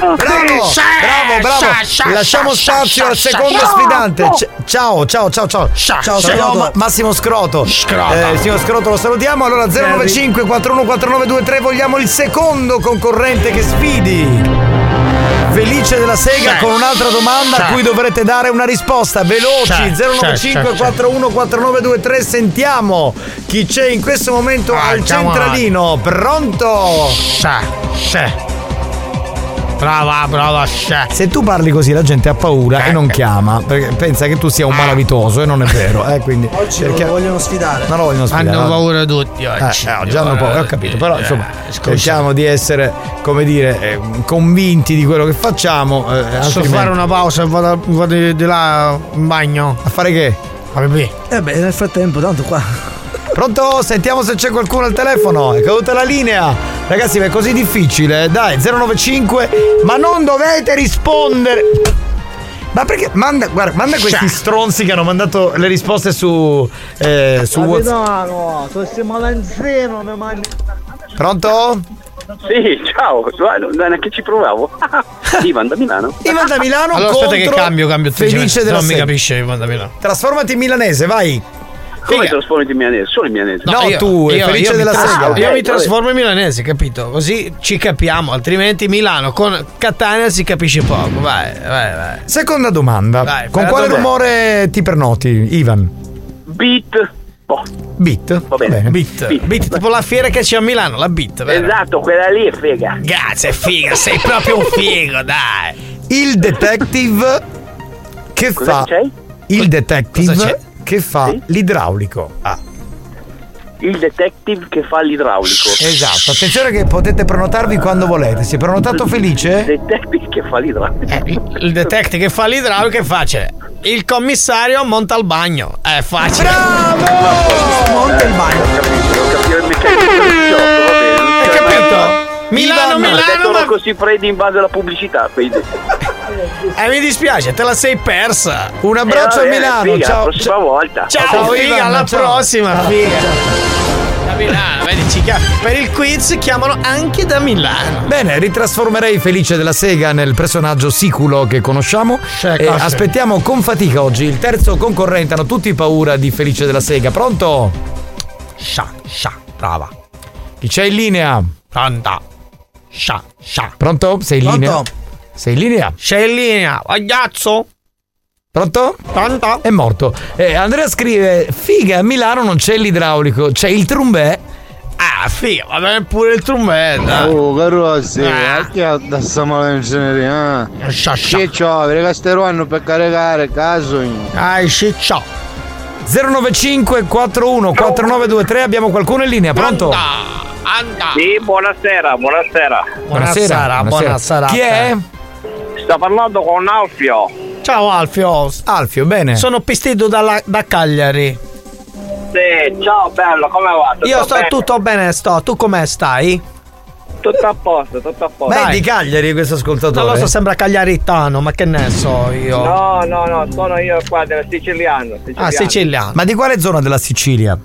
Speaker 3: Bravo, bravo, bravo. Lasciamo spazio al secondo sfidante. C- ciao, ciao, ciao, ciao. Ciao,
Speaker 9: scia,
Speaker 3: sono
Speaker 9: scia.
Speaker 3: Ma- Massimo Scroto. Eh, signor Scroto, lo salutiamo. Allora 095 414923 vogliamo il secondo concorrente che sfidi. Felice della Sega
Speaker 9: Scia,
Speaker 3: con un'altra domanda
Speaker 9: scia.
Speaker 3: a cui dovrete dare una risposta veloci
Speaker 9: Scia, scia, scia,
Speaker 3: 095
Speaker 9: scia.
Speaker 3: 414923 sentiamo chi c'è in questo momento al
Speaker 9: come on.
Speaker 3: centralino pronto
Speaker 9: Scia, scia. Brava, Ah, brava, Eh. scia.
Speaker 3: Se tu parli così la gente ha paura e non chiama, perché pensa che tu sia
Speaker 9: Ah.
Speaker 3: un malavitoso e non è vero, eh, quindi
Speaker 35: Oggi non
Speaker 3: perché-
Speaker 35: lo vogliono sfidare.
Speaker 3: non lo vogliono sfidare.
Speaker 9: Hanno paura tutti oggi.
Speaker 3: Eh, eh, oggi hanno paura, ho capito, però
Speaker 9: Eh,
Speaker 3: insomma,
Speaker 9: scusa.
Speaker 3: cerchiamo di essere, come dire, eh, convinti di quello che facciamo, eh,
Speaker 9: Posso
Speaker 3: altrimenti-
Speaker 9: fare una pausa e vado, vado di- di là in bagno?
Speaker 3: A fare che?
Speaker 9: A bebè.
Speaker 35: Eh beh, nel frattempo, tanto qua.
Speaker 3: Pronto? Sentiamo se c'è qualcuno al telefono. È caduta la linea. Ragazzi, ma è così difficile. Dai, 095. Ma non dovete rispondere. Ma perché? Manda, guarda, manda questi stronzi che hanno mandato le risposte su. eh, su WhatsApp.
Speaker 30: Capitano, se sei malanzino mi mangi.
Speaker 3: Pronto?
Speaker 40: Sì, ciao, guarda, che ci provavo. Ivan da Milano.
Speaker 3: Ivan da Milano
Speaker 9: Allora aspetta che
Speaker 3: contro
Speaker 9: cambio, cambio atteggiamento,
Speaker 3: Felice
Speaker 9: se
Speaker 3: della
Speaker 9: non mi
Speaker 3: Sega.
Speaker 9: capisce, Ivan da Milano.
Speaker 3: Trasformati in milanese, vai.
Speaker 40: Come trasformati in milanese? Solo in milanese.
Speaker 9: No, io- io- io mi trasformo-
Speaker 40: Ah,
Speaker 3: Eh,
Speaker 9: Io
Speaker 40: ok,
Speaker 9: mi
Speaker 40: vabbè.
Speaker 9: trasformo in milanese, capito? Così ci capiamo, altrimenti Milano con Catania si capisce poco. Vai, vai, vai.
Speaker 3: Seconda domanda.
Speaker 9: Vai,
Speaker 3: Con
Speaker 9: vai,
Speaker 3: quale
Speaker 9: dov'è?
Speaker 3: rumore ti pernoti, Ivan?
Speaker 40: Beat. Boh.
Speaker 3: Beat. Va bene.
Speaker 9: Beat. Beat, tipo la fiera che c'è a Milano, la beat, vero?
Speaker 40: Esatto, quella lì è figa.
Speaker 9: Grazie, figa, sei proprio un figo, dai.
Speaker 3: Il detective che fa Il detective che fa l'idraulico. Ah.
Speaker 40: Il detective che fa l'idraulico.
Speaker 3: Esatto, attenzione che potete prenotarvi quando volete. Si è prenotato felice? Eh.
Speaker 40: Detective che fa l'idraulico.
Speaker 9: Il detective che fa l'idraulico è facile. Il commissario monta il bagno. È facile.
Speaker 40: Eh,
Speaker 9: Bravo! Monta il bagno.
Speaker 40: Hai
Speaker 9: capito? Milano, Milano,
Speaker 40: ma così prendi in base alla pubblicità. Quindi.
Speaker 9: Eh, mi dispiace, te la sei persa.
Speaker 3: Un
Speaker 40: Eh, vabbè, figa, La prossima volta.
Speaker 9: Ciao, figa, alla prossima, figa. Da Milano, vedi, ci chiam- per il quiz chiamano anche da Milano.
Speaker 3: Bene, ritrasformerei Felice della Sega nel personaggio siculo che conosciamo. E
Speaker 9: cazzo.
Speaker 3: aspettiamo con fatica oggi il terzo concorrente. Hanno tutti paura di Felice della Sega. Pronto? Sha, sha, brava. Chi c'è in linea?
Speaker 9: Pronta. Sha, sha.
Speaker 3: Pronto? Sei in
Speaker 9: Pronto?
Speaker 3: linea? Sei in linea?
Speaker 9: Sei in linea, ragazzo.
Speaker 3: Pronto?
Speaker 9: Pronto?
Speaker 3: È morto. Eh, Andrea scrive: Figa, a Milano non c'è l'idraulico, c'è il trumbè.
Speaker 9: Ah, figa, va bene pure il trumbetta.
Speaker 32: Oh, carrozzi,
Speaker 9: Ah.
Speaker 32: anche da stiamo l'ingegnere, eh? Che c'ho, per casteruano per caricare, caso.
Speaker 9: Ah, sì, ciao.
Speaker 3: 095 41 4923 abbiamo qualcuno in linea, pronto?
Speaker 40: Sì, buonasera, buonasera.
Speaker 3: Buonasera, buonasera. Chi è?
Speaker 40: Sto parlando con Alfio.
Speaker 9: Ciao Alfio.
Speaker 3: Alfio, bene.
Speaker 9: Sono pistito dalla- da Cagliari.
Speaker 40: Sì, ciao bello, come va? Tutto
Speaker 9: Io sto
Speaker 40: bene?
Speaker 9: tutto bene, sto. Tu come stai?
Speaker 40: Tutto a posto, tutto a posto.
Speaker 9: Beh, è di
Speaker 3: Cagliari questo ascoltatore.
Speaker 9: Non lo so, sembra cagliaritano, Ah, ma che ne so io. Ah,
Speaker 40: No, no, no, sono io qua del siciliano. siciliano.
Speaker 3: Ah, Ma di quale zona della Sicilia?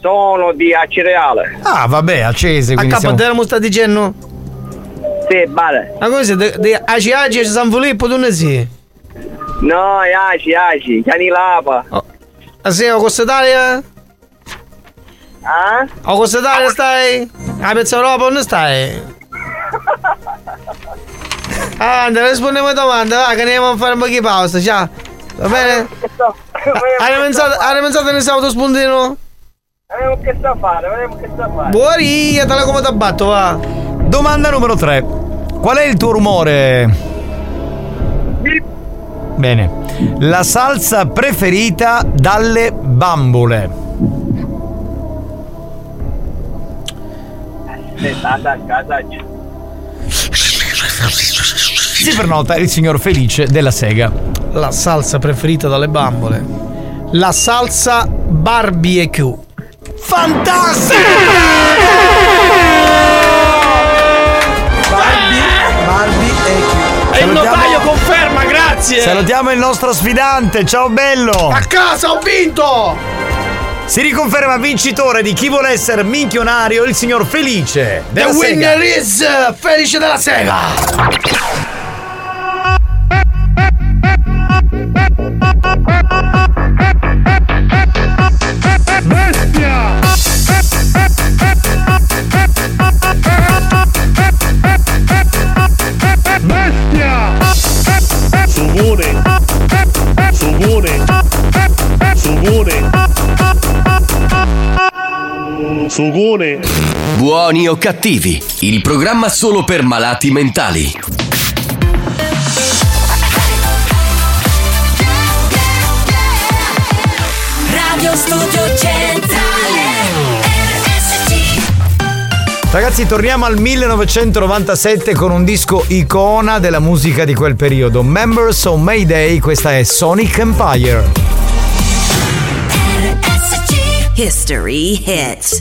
Speaker 40: Sono di Acireale.
Speaker 3: Ah, vabbè, accese.
Speaker 9: A
Speaker 3: quindi
Speaker 9: capo
Speaker 3: siamo-
Speaker 9: della musta di Genno?
Speaker 40: Sì, vale.
Speaker 9: Ma come siete? Di Aci Aci e San Filippo, tu ne sei?
Speaker 40: No, Iaci, Iaci, Canilapa.
Speaker 9: Ah sì, o Costa Italia?
Speaker 40: Ah?
Speaker 9: O Costa Italia stai? A Piazza Europa non stai? Ah, andiamo, rispondiamo a domanda, va, che andiamo a fare un po' di pausa, ciao. Va bene? Ah, Hai pensato, hai pensato nel sabato spuntino?
Speaker 40: Vediamo che sta a fare, vediamo che sta a fare.
Speaker 9: Buori, dalla come t'abbatto, va.
Speaker 3: Domanda numero 3. Qual è il tuo rumore? Bene. La salsa preferita dalle bambole. Si prenota il signor Felice della Sega.
Speaker 9: La salsa preferita dalle bambole. La salsa barbecue. Fantastico!
Speaker 3: E il notaio
Speaker 9: conferma, grazie!
Speaker 3: Salutiamo il nostro sfidante, ciao bello!
Speaker 9: A casa ho vinto!
Speaker 3: Si riconferma vincitore di chi vuole essere minchionario il signor Felice.
Speaker 9: The
Speaker 3: della Sega.
Speaker 9: winner is eh, Felice della Sega!
Speaker 11: Bestia! Bestia! Subone! Subone! Subone! Sugone!
Speaker 1: Buoni o cattivi, il programma solo per malati mentali.
Speaker 12: Radio Studio Centrale RSC
Speaker 3: Ragazzi, torniamo al 1997 con un disco icona della musica di quel periodo. Members of Mayday, questa è Sonic Empire.
Speaker 4: History hits.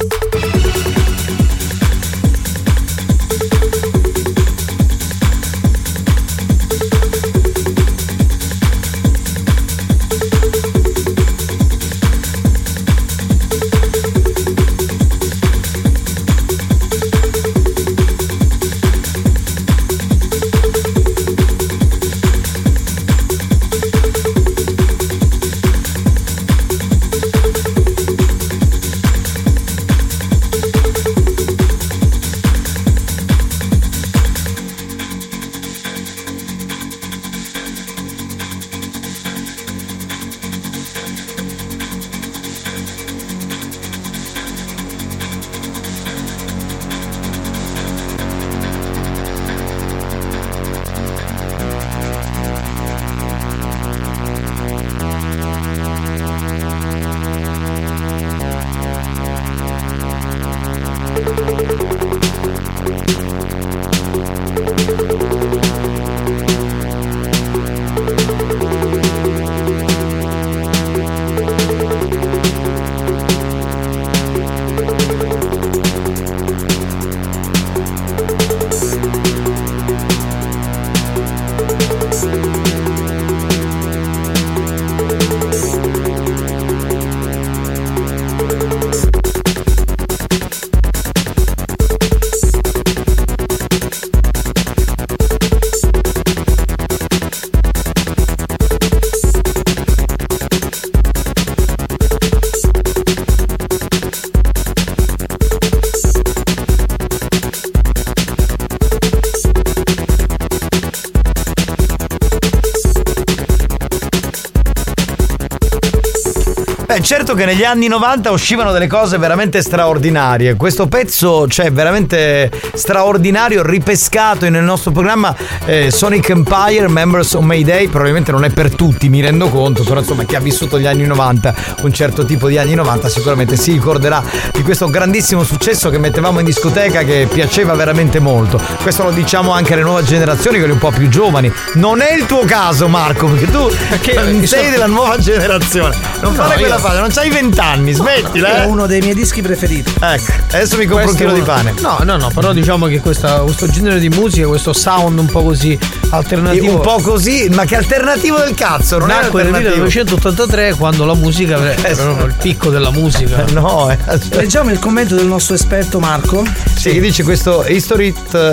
Speaker 3: Beh, certo che negli anni 90 uscivano delle cose veramente straordinarie. Questo pezzo, cioè, veramente straordinario, ripescato nel nostro programma eh, Sonic Empire Members on Mayday. Probabilmente non è per tutti, mi rendo conto, però insomma, chi ha vissuto gli anni 90, un certo tipo di anni 90, sicuramente si ricorderà di questo grandissimo successo che mettevamo in discoteca che piaceva veramente molto. Questo lo diciamo anche alle nuove generazioni, quelle un po' più giovani. Non è il tuo caso, Marco, perché tu sei
Speaker 35: sono-
Speaker 3: della nuova generazione.
Speaker 35: No,
Speaker 3: Non fare
Speaker 35: io-
Speaker 3: quella faccia, non c'hai vent'anni, smettila.
Speaker 35: È
Speaker 3: eh.
Speaker 35: uno dei miei dischi preferiti.
Speaker 3: Ecco, adesso mi compro un chilo di pane.
Speaker 9: No, no, no, però diciamo che questa- questo genere di musica, questo sound un po' così alternativo.
Speaker 3: Un po' così, ma che alternativo del cazzo, non è
Speaker 9: Nacque nel
Speaker 3: alternativo. Eh,
Speaker 9: 1983 quando la musica era proprio il picco della musica.
Speaker 3: No, eh.
Speaker 35: Leggiamo il commento del nostro esperto Marco.
Speaker 3: Sì, che dice questo History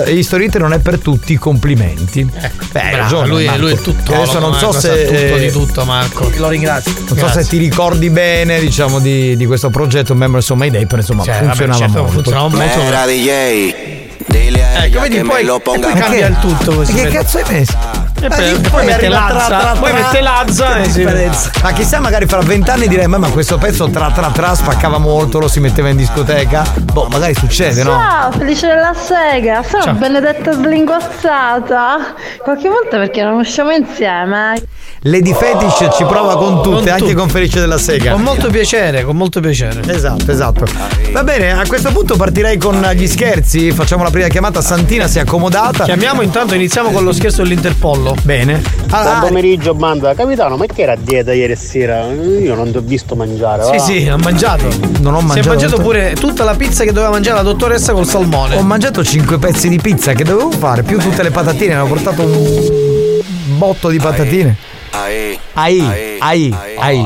Speaker 3: Hit non è per tutti i complimenti. Eh, Beh, hai
Speaker 9: Ecco, Bravo,
Speaker 3: ragione,
Speaker 9: lui,
Speaker 3: Marco.
Speaker 9: lui è tutto.
Speaker 3: Adesso non so se. eh,
Speaker 9: tutto di tutto, Marco.
Speaker 35: Lo ringrazio.
Speaker 3: Non so se ti ricordi bene, diciamo, di, di questo progetto Members of My Day, però insomma
Speaker 9: Cioè, vabbè,
Speaker 3: funzionava
Speaker 9: certo,
Speaker 3: molto.
Speaker 9: funzionava molto.
Speaker 3: Eh,
Speaker 9: Era
Speaker 43: DJ. Dile a
Speaker 9: Ecco,
Speaker 43: ella
Speaker 9: vedi
Speaker 43: che
Speaker 9: poi,
Speaker 43: me lo
Speaker 9: e poi
Speaker 43: ponga
Speaker 9: cambia il tutto così.
Speaker 3: che
Speaker 9: vedi.
Speaker 3: cazzo hai messo?
Speaker 9: E
Speaker 3: Ah,
Speaker 9: poi,
Speaker 3: sì,
Speaker 9: Cioè, poi mette
Speaker 3: arriva
Speaker 9: l'azza,
Speaker 3: tra, tra,
Speaker 9: poi
Speaker 3: tra.
Speaker 9: mette l'azza eh, e si
Speaker 3: Differenza. Ma chissà, magari fra vent'anni direi: Ma, ma questo pezzo tra tra tra spaccava molto, lo si metteva in discoteca. Boh, magari succede, no?
Speaker 44: Ciao, felice della sega, sono
Speaker 3: Ciao.
Speaker 44: benedetta slinguazzata. Qualche volta perché non usciamo insieme?
Speaker 3: Lady Fetish ci prova con tutte,
Speaker 9: Con
Speaker 3: anche
Speaker 9: tutte.
Speaker 3: con Felice della Sega.
Speaker 9: Con molto piacere, con molto piacere.
Speaker 3: Esatto, esatto. Va bene, a questo punto partirei con gli scherzi. Facciamo la prima chiamata. Santina si è accomodata.
Speaker 9: Chiamiamo intanto, iniziamo con lo scherzo dell'Interpollo.
Speaker 3: Bene. ah,
Speaker 17: Buon
Speaker 3: eh.
Speaker 17: pomeriggio banda, capitano, ma che era a dieta ieri sera? Io non ti ho visto mangiare.
Speaker 9: Sì,
Speaker 17: va.
Speaker 9: sì, ha mangiato.
Speaker 3: Non ho
Speaker 9: Si è
Speaker 3: mangiato
Speaker 9: mangiato
Speaker 3: tanto.
Speaker 9: pure tutta la pizza che doveva mangiare la dottoressa col salmone.
Speaker 3: Ho mangiato 5 pezzi di pizza che dovevo fare, più tutte le patatine. Ne ho portato un botto di patatine.
Speaker 43: Ae,
Speaker 3: Ai, ai, ai.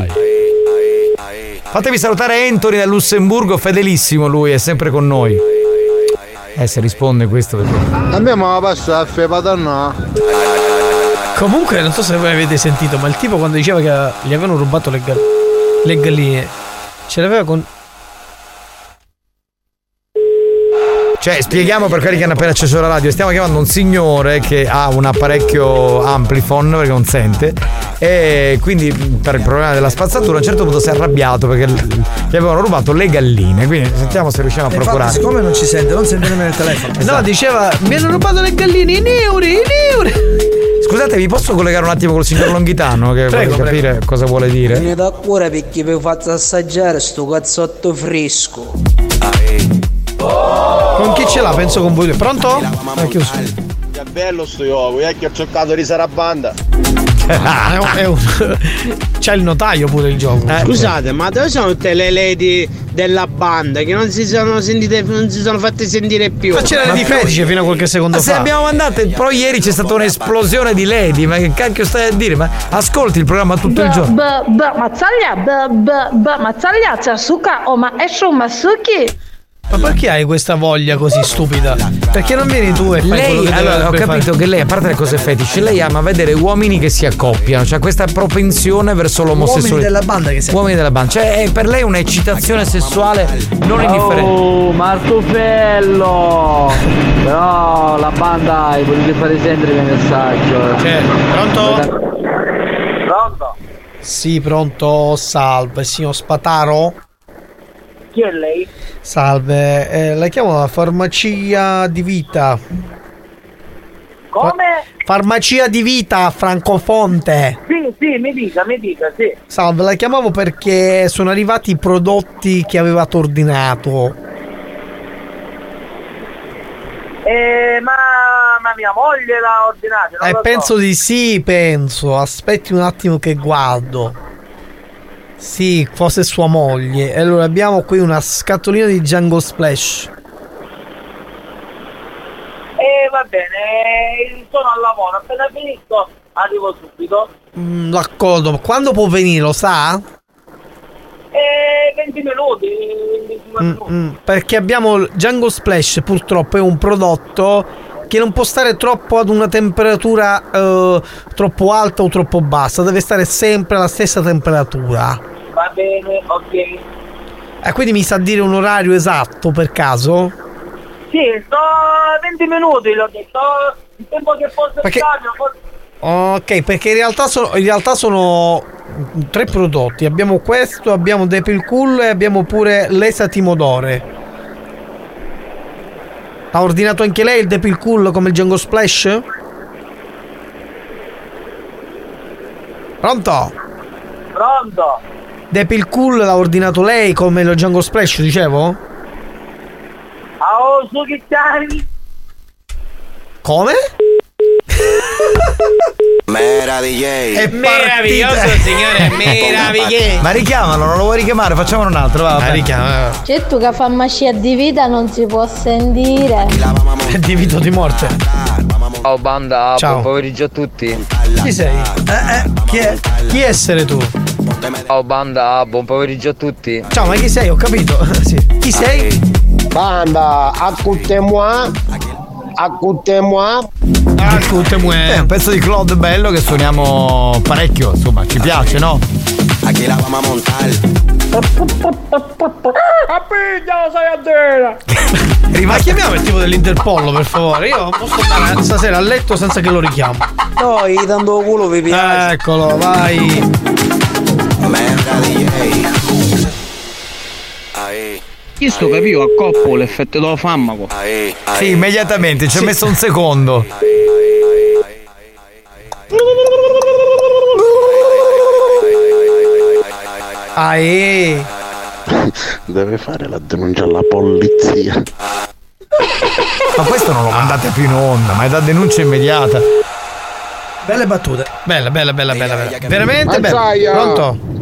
Speaker 3: Fatemi salutare Anthony da Lussemburgo, fedelissimo lui, è sempre con noi. Eh, se risponde questo perché.
Speaker 32: Andiamo a passare a fare patanà.
Speaker 9: Comunque, non so se voi avete sentito, ma il tipo quando diceva che gli avevano rubato le, gal- le galline, ce l'aveva con.
Speaker 3: Cioè, spieghiamo per quelli che hanno appena acceso la radio. Stiamo chiamando un signore che ha un apparecchio amplifon perché non sente. E quindi per il problema della spazzatura a un certo punto si è arrabbiato perché l- gli avevano rubato le galline. Quindi sentiamo se riusciamo a
Speaker 35: Infatti,
Speaker 3: procurare.
Speaker 35: siccome non ci sente, non sente nemmeno il telefono.
Speaker 9: No, diceva, mi hanno rubato le galline, in euro, in euro.
Speaker 3: Scusate, vi posso collegare un attimo col signor Longhitano che
Speaker 37: Prego,
Speaker 3: vuole capire cosa vuole dire?
Speaker 37: Mi da cuore perché vi faccio assaggiare sto cazzotto fresco.
Speaker 9: Ah, eh. Con chi ce l'ha? Penso con voi due. Pronto? È chiuso.
Speaker 36: Che bello sto uovo, è che ho cercato di sarabanda.
Speaker 9: Ah, è un- è un- C'è il notaio pure il gioco.
Speaker 3: Eh.
Speaker 29: Scusate, ma dove sono tutte le lady della banda che non si sono sentite, non si sono fatte sentire più?
Speaker 9: Ma c'era di fetice fino a qualche secondo
Speaker 3: Ma Ah, se
Speaker 9: fa.
Speaker 3: abbiamo mandato, però ieri c'è stata un'esplosione di lady, ma che cacchio stai a dire? Ma ascolti il programma tutto il giorno.
Speaker 44: Beh, beh, mazzaglia, beh, beh, beh, mazzaglia, c'è suka o ma esce un masuki.
Speaker 9: Ma perché hai questa voglia così stupida? Perché non vieni tu e fai quello
Speaker 3: Lei,
Speaker 9: che
Speaker 3: allora, ho
Speaker 9: dovrebbe
Speaker 3: capito
Speaker 9: fare?
Speaker 3: che lei, a parte le cose fetish, lei ama vedere uomini che si accoppiano, cioè questa propensione verso l'omosessualità.
Speaker 35: Uomini della banda che Eh, si
Speaker 3: Uomini della banda, cioè è per lei un'eccitazione sessuale non indifferente.
Speaker 38: Oh, Martufello! Però la banda hai voluto fare sentire il messaggio.
Speaker 9: Cioè, pronto? Pronto? Sì, pronto, salve, signor Spataro.
Speaker 29: Chi è lei?
Speaker 9: Salve, eh, la chiamo la farmacia di vita. Come? Farmacia di vita a Francofonte.
Speaker 29: Sì, sì, mi dica, mi dica, sì.
Speaker 9: Salve, la chiamavo perché sono arrivati i prodotti che avevate ordinato.
Speaker 29: Eh, ma, ma mia moglie l'ha ordinato, non
Speaker 9: Eh,
Speaker 29: lo so.
Speaker 9: penso di sì, penso. Aspetti un attimo che guardo. Sì, forse sua moglie. E allora abbiamo qui una scatolina di Django Splash.
Speaker 29: Eh, va bene, eh, sono al lavoro, appena finisco arrivo subito.
Speaker 9: Mm, d'accordo, ma quando può venire, lo sa?
Speaker 29: Eh, 20 minuti, 25
Speaker 9: Mm,
Speaker 29: minuti.
Speaker 9: mm, perché abbiamo il Django Splash, purtroppo è un prodotto che non può stare troppo ad una temperatura eh, troppo alta o troppo bassa, deve stare sempre alla stessa temperatura.
Speaker 29: Va bene, ok.
Speaker 9: E quindi mi sa dire un orario esatto per caso?
Speaker 29: Sì, sto 20 minuti, l'ho detto. Il tempo che posso
Speaker 9: Perché-
Speaker 29: stare, forse...
Speaker 9: Ok, perché in realtà sono, in realtà sono tre prodotti. Abbiamo questo, abbiamo Depil Cool e abbiamo pure l'esatimodore. Ha ordinato anche lei il Depil Cool come il Django Splash? Pronto?
Speaker 46: Pronto?
Speaker 9: Depil Cool l'ha ordinato lei come lo Django Splash, dicevo?
Speaker 46: Oh, su che cari?
Speaker 9: Come?
Speaker 47: Mera DJ.
Speaker 3: È
Speaker 47: Meraviglioso,
Speaker 3: partita.
Speaker 47: signore, meraviglioso.
Speaker 3: Ma richiamalo, non lo vuoi richiamare? Facciamone un altro, va. Ma
Speaker 9: Ah, richiama.
Speaker 11: Certo che a farmacia di vita non si può sentire.
Speaker 9: È di vita o di morte.
Speaker 40: Ciao banda,
Speaker 9: Ciao.
Speaker 40: buon pomeriggio a tutti.
Speaker 9: Chi sei? chi, è- chi essere tu?
Speaker 40: Ciao banda, buon pomeriggio a tutti.
Speaker 9: Ciao, ma chi sei? Ho capito. Sì. Chi sei?
Speaker 4: Banda, accontemo accontemo
Speaker 9: Ah,
Speaker 3: È un pezzo di Claude bello che suoniamo parecchio, insomma, ci piace, no?
Speaker 47: Aquí la vamos a montar.
Speaker 40: Appiglia, Ah, sai a dire!
Speaker 9: Ma chiamiamo il tipo dell'Interpollo, per favore. Io non posso andare stasera a letto senza che lo richiamo.
Speaker 48: No, gli tanto culo vi piace.
Speaker 9: Eccolo, vai.
Speaker 40: Io sto capito a coppo l'effetto dello fammaco.
Speaker 3: Sì, immediatamente, ci ha messo un secondo.
Speaker 9: Ah, eh.
Speaker 18: Deve fare la denuncia alla polizia.
Speaker 3: Ma questo non lo mandate più in onda, ma è da denuncia immediata.
Speaker 9: Belle battute. Bella, bella, bella, bella. bella. Veramente bella.
Speaker 32: Mazzaia.
Speaker 9: Pronto?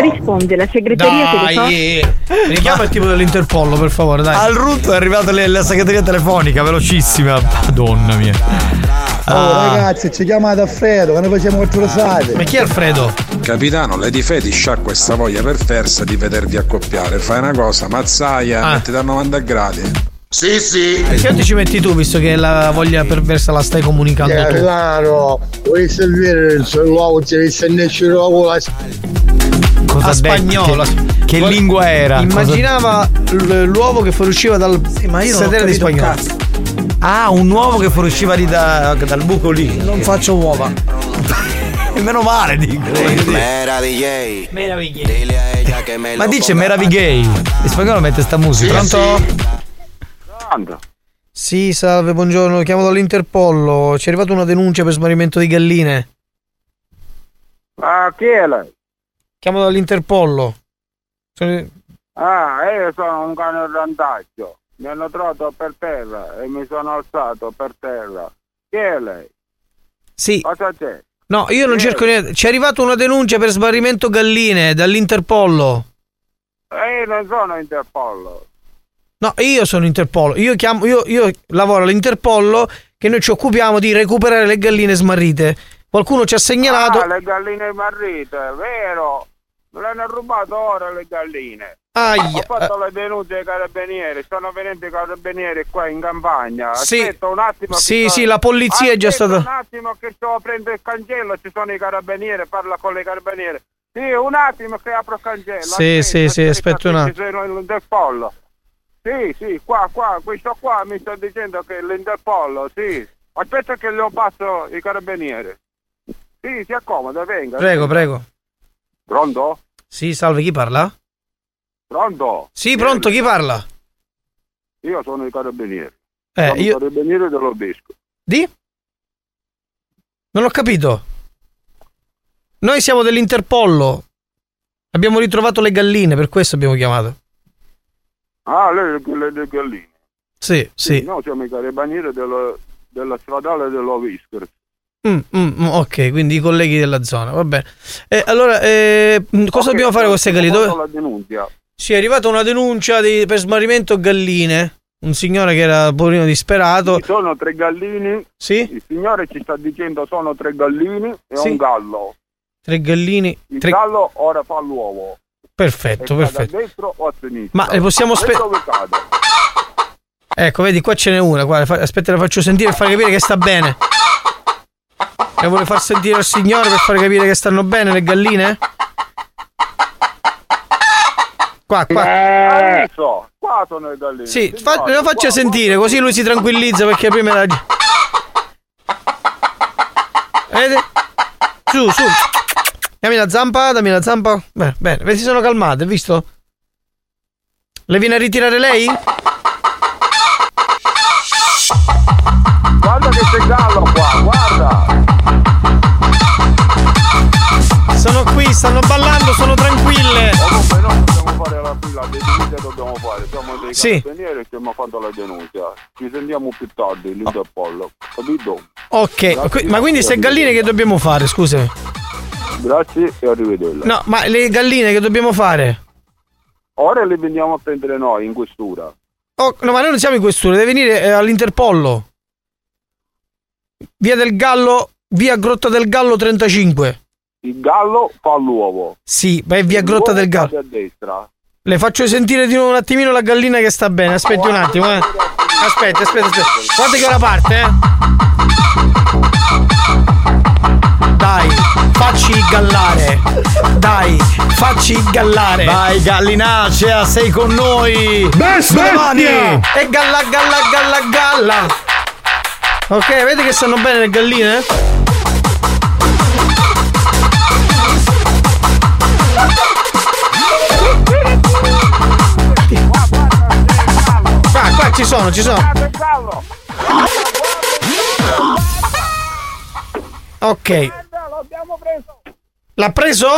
Speaker 32: Risponde la segreteria
Speaker 9: Dai,
Speaker 32: telefonica.
Speaker 9: eh. richiama il tipo dell'Interpollo, per favore, dai.
Speaker 3: Al rutto è arrivata le- la segreteria telefonica, velocissima. Madonna mia.
Speaker 28: Oh ragazzi, ci chiamate Alfredo, che noi facciamo quattro rosate.
Speaker 9: Ma chi è Alfredo?
Speaker 26: Capitano, Lady Fetish ha questa voglia perversa di vedervi accoppiare. Fai una cosa, mazzaia, mettiti a 90 gradi.
Speaker 9: Sì, sì. Che oggi ci metti tu, visto che la voglia perversa la stai comunicando tu?
Speaker 28: Capitano, vuoi servire il suo uovo, ci devi stendere l'uovo la
Speaker 9: a
Speaker 28: ha detto?
Speaker 9: spagnolo.
Speaker 28: Che- che
Speaker 3: lingua era?
Speaker 9: Immaginava l- l'uovo che fuoriusciva dal
Speaker 3: ma io non ho
Speaker 9: sedere di
Speaker 3: capito un
Speaker 9: spagnolo.
Speaker 3: Ah, un uovo che fuoriusciva lì da- dal buco lì. Non faccio uova. E meno male, dico.
Speaker 47: Mera DJ.
Speaker 9: Meraviglioso.
Speaker 47: Dile a ella que me
Speaker 3: Ma
Speaker 47: lo
Speaker 3: dice
Speaker 47: ponga
Speaker 3: meraviglioso. In spagnolo mette sta musica.
Speaker 9: Sì, Pronto? Sì, salve, buongiorno, chiamo dall'Interpollo. Ci è arrivata una denuncia per smarrimento di galline.
Speaker 40: Ah, chi è lei?
Speaker 9: Chiamo dall'Interpollo. Sono-
Speaker 40: Ah, io sono un cane randaggio. Mi hanno trovato per terra e mi sono alzato per terra. Chi è lei?
Speaker 9: Sì.
Speaker 40: Cosa c'è?
Speaker 9: No, io non cerco niente. Ci è arrivata una denuncia per sbarrimento galline dall'Interpollo.
Speaker 40: Eh, io non sono Interpollo.
Speaker 9: No, io sono Interpollo. Io, chiamo, io, io lavoro all'Interpollo che noi ci occupiamo di recuperare le galline smarrite. Qualcuno ci ha segnalato.
Speaker 40: Ah, le galline marrite, è vero? Me le hanno rubato ora le galline.
Speaker 9: Aia.
Speaker 40: Ho fatto le denunce ai carabinieri, stanno venendo i carabinieri qua in campagna.
Speaker 9: Sì.
Speaker 40: Aspetta un attimo. che
Speaker 9: Sì,
Speaker 40: sto-
Speaker 9: sì, la polizia è già
Speaker 40: Aspetta
Speaker 9: stata-
Speaker 40: Un attimo che sto aprendo il cancello, ci sono i carabinieri, parla con i carabinieri. Sì, un attimo che apro il cancello.
Speaker 9: Sì, sì, sì, aspetta un attimo.
Speaker 40: Ci sono l'interpollo. Sì, sì, qua, qua, questo qua mi sta dicendo che è l'interpollo, sì. Aspetta che lo passo i carabinieri. Sì, si accomoda, venga.
Speaker 9: Prego, prego.
Speaker 40: Pronto?
Speaker 9: Sì, salve, chi parla?
Speaker 40: Pronto?
Speaker 9: Sì, pronto, chi parla?
Speaker 40: Io sono i carabinieri.
Speaker 9: Eh,
Speaker 40: sono
Speaker 9: io-
Speaker 40: i carabinieri dell'Obisco.
Speaker 9: Di? Non ho capito. Noi siamo dell'Interpollo. Abbiamo ritrovato le galline, per questo abbiamo chiamato.
Speaker 40: Ah, lei è quella delle galline.
Speaker 9: Sì, sì.
Speaker 40: No, siamo i carabinieri della, della stradale dell'Obisco.
Speaker 9: Mm, mm, mm, ok, quindi i colleghi della zona, va bene. Eh, allora, eh, mh, cosa dobbiamo fare con queste galline?
Speaker 40: Ho
Speaker 9: Dove-
Speaker 40: fatto la denuncia.
Speaker 9: Sì, è arrivata una denuncia di- per smarrimento galline. Un signore che era purino disperato.
Speaker 40: Ci sono tre gallini.
Speaker 9: Sì?
Speaker 40: Il signore ci sta dicendo sono tre gallini e
Speaker 9: Sì.
Speaker 40: un gallo.
Speaker 9: Tre gallini.
Speaker 40: Il
Speaker 9: tre-
Speaker 40: gallo ora fa l'uovo.
Speaker 9: Perfetto,
Speaker 40: E cade
Speaker 9: perfetto.
Speaker 40: A destra o a sinistra?
Speaker 9: Ma le possiamo spe-
Speaker 40: Questo dove cade?
Speaker 9: Ecco, vedi, qua ce n'è una. Guarda, fa- aspetta, la faccio sentire per far capire che sta bene. La vuole far sentire al signore per far capire che stanno bene le galline? Qua, qua.
Speaker 40: Adesso, Eh, qua sono i gallini.
Speaker 9: Sì,
Speaker 40: Signore,
Speaker 9: fa- lo faccia
Speaker 40: qua-
Speaker 9: sentire così lui si tranquillizza perché prima era. già- Vedete? Su, su. Dammi la zampa, dammi la zampa. Bene, bene, Vedi, si sono calmate, hai visto? Le viene a ritirare lei?
Speaker 40: Guarda che c'è Gallo qua, guarda!
Speaker 9: Sono qui, stanno ballando, sono tranquille.
Speaker 40: Comunque noi dobbiamo fare la fila, le denunce dobbiamo fare, siamo dei
Speaker 9: Sì.
Speaker 40: carabinieri e stiamo fatto la denuncia. Ci sentiamo più tardi, l'Interpol, capito?
Speaker 9: Ok, qui- ma quindi se galline che dobbiamo fare, scusami?
Speaker 40: Grazie e arrivederla.
Speaker 9: No, ma le galline che dobbiamo fare?
Speaker 40: Ora le veniamo a prendere noi in questura.
Speaker 9: Oh, no, ma noi non siamo in questura, deve venire eh, all'Interpollo. Via del Gallo, via Grotta del Gallo 35.
Speaker 40: Il gallo fa l'uovo.
Speaker 9: Sì, vai via
Speaker 40: Il
Speaker 9: Grotta
Speaker 40: uovo
Speaker 9: del Gallo.
Speaker 40: cade a destra.
Speaker 9: Le faccio sentire di nuovo un attimino la gallina che sta bene. Aspetti un attimo, eh. Aspetta, aspetta, aspetta. Guarda che ora parte, eh. eh. Dai, facci gallare. Dai, facci gallare.
Speaker 3: Vai gallinacea, sei con noi. Sulle mani.
Speaker 9: E galla, galla, galla, galla. Ok, vedi che stanno bene le galline? eh? Qua, qua ci sono, ci sono. Ok. L'ha preso?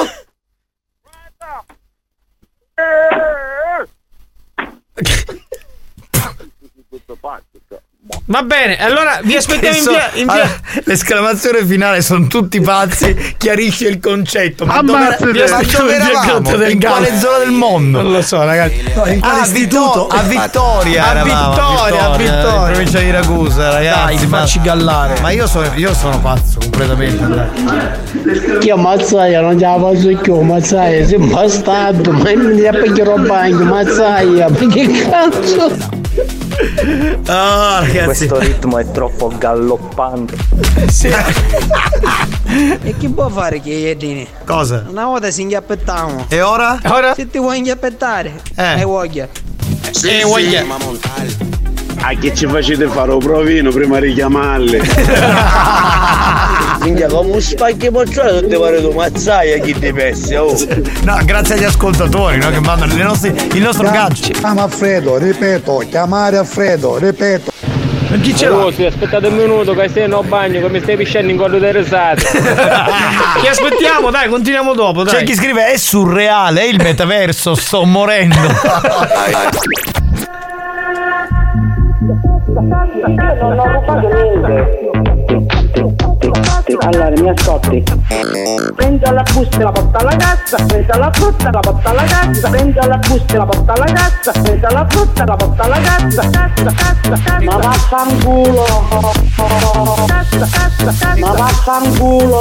Speaker 9: Va bene, allora vi aspettiamo in via. In via.
Speaker 3: Allora, l'esclamazione finale sono tutti pazzi, chiarisce il concetto. Ma dove,
Speaker 9: Ammazzate.
Speaker 3: ma dove
Speaker 9: Via
Speaker 3: eravamo?
Speaker 9: Grotta del
Speaker 3: In quale
Speaker 9: Gallo.
Speaker 3: zona del mondo?
Speaker 9: Non lo so, ragazzi.
Speaker 3: in quale istituto? a Vittoria.
Speaker 9: A
Speaker 3: eravamo,
Speaker 9: Vittoria, a Vittoria.
Speaker 3: in Provincia di Ragusa, ragazzi.
Speaker 9: Dai, facci
Speaker 3: gallare. Ma io sono, io sono pazzo completamente.
Speaker 11: Io mazzaia non ce la faccio più, mazzaia, sei un bastardo, ma mi devi picchiare il bagno, mazzaia, ma che cazzo?
Speaker 3: Ah, ragazzi.
Speaker 49: Questo ritmo è troppo galloppante.
Speaker 50: E chi può fare chiedini?
Speaker 3: Cosa?
Speaker 50: Una volta si inghiappettavamo.
Speaker 3: E ora?
Speaker 9: Ora?
Speaker 50: Se ti vuoi inghiappettare,
Speaker 3: eh.
Speaker 50: hai voglia.
Speaker 9: Sì, voglia.
Speaker 18: A Ah, che ci facete fare un provino prima di chiamarle?
Speaker 3: Eh,
Speaker 11: Ah,
Speaker 51: Minchia, come un spacchio pocciolo tutte pare tu mazzaia chi ti pensi, oh!
Speaker 3: No, grazie agli ascoltatori no, che mandano le nostre- il nostro gancio.
Speaker 17: Chiama Alfredo, ripeto, chiamare Alfredo, ripeto.
Speaker 3: Chi ce l'ha?
Speaker 52: Oh, aspettate un minuto che stai no bagno, che mi stai pisciando in collo delle risate.
Speaker 9: Ti aspettiamo, dai, continuiamo dopo. Dai.
Speaker 3: C'è chi scrive è surreale, è il metaverso, sto morendo.
Speaker 15: non ho fatto niente.
Speaker 52: Allora, mi ascolti.
Speaker 15: Prendi la busta e la porta alla cassa, prendi la frutta e la porta alla cassa, prendi la busta e la porta alla cassa, prendi la frutta e la porta alla cassa, cassa, cassa, cassa. Ma vaffanculo. Cassa, cassa, cassa. Ma vaffanculo.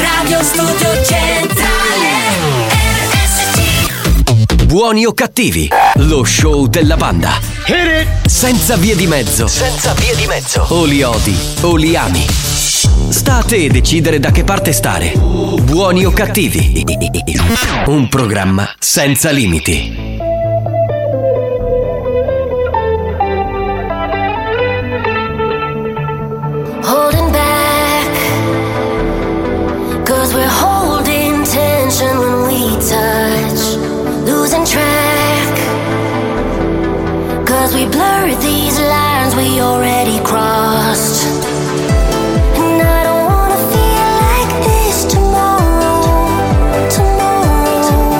Speaker 53: Radio Studio Centrale.
Speaker 1: Buoni o cattivi, lo show della banda. Senza vie di mezzo. Senza vie di mezzo. O li odi o li ami. Sta a te decidere da che parte stare. Buoni o cattivi. Un programma senza limiti.
Speaker 34: holding back cause we're holding tension when we touch losing track cause we blur these lines we already crossed and i don't wanna feel like this tomorrow tomorrow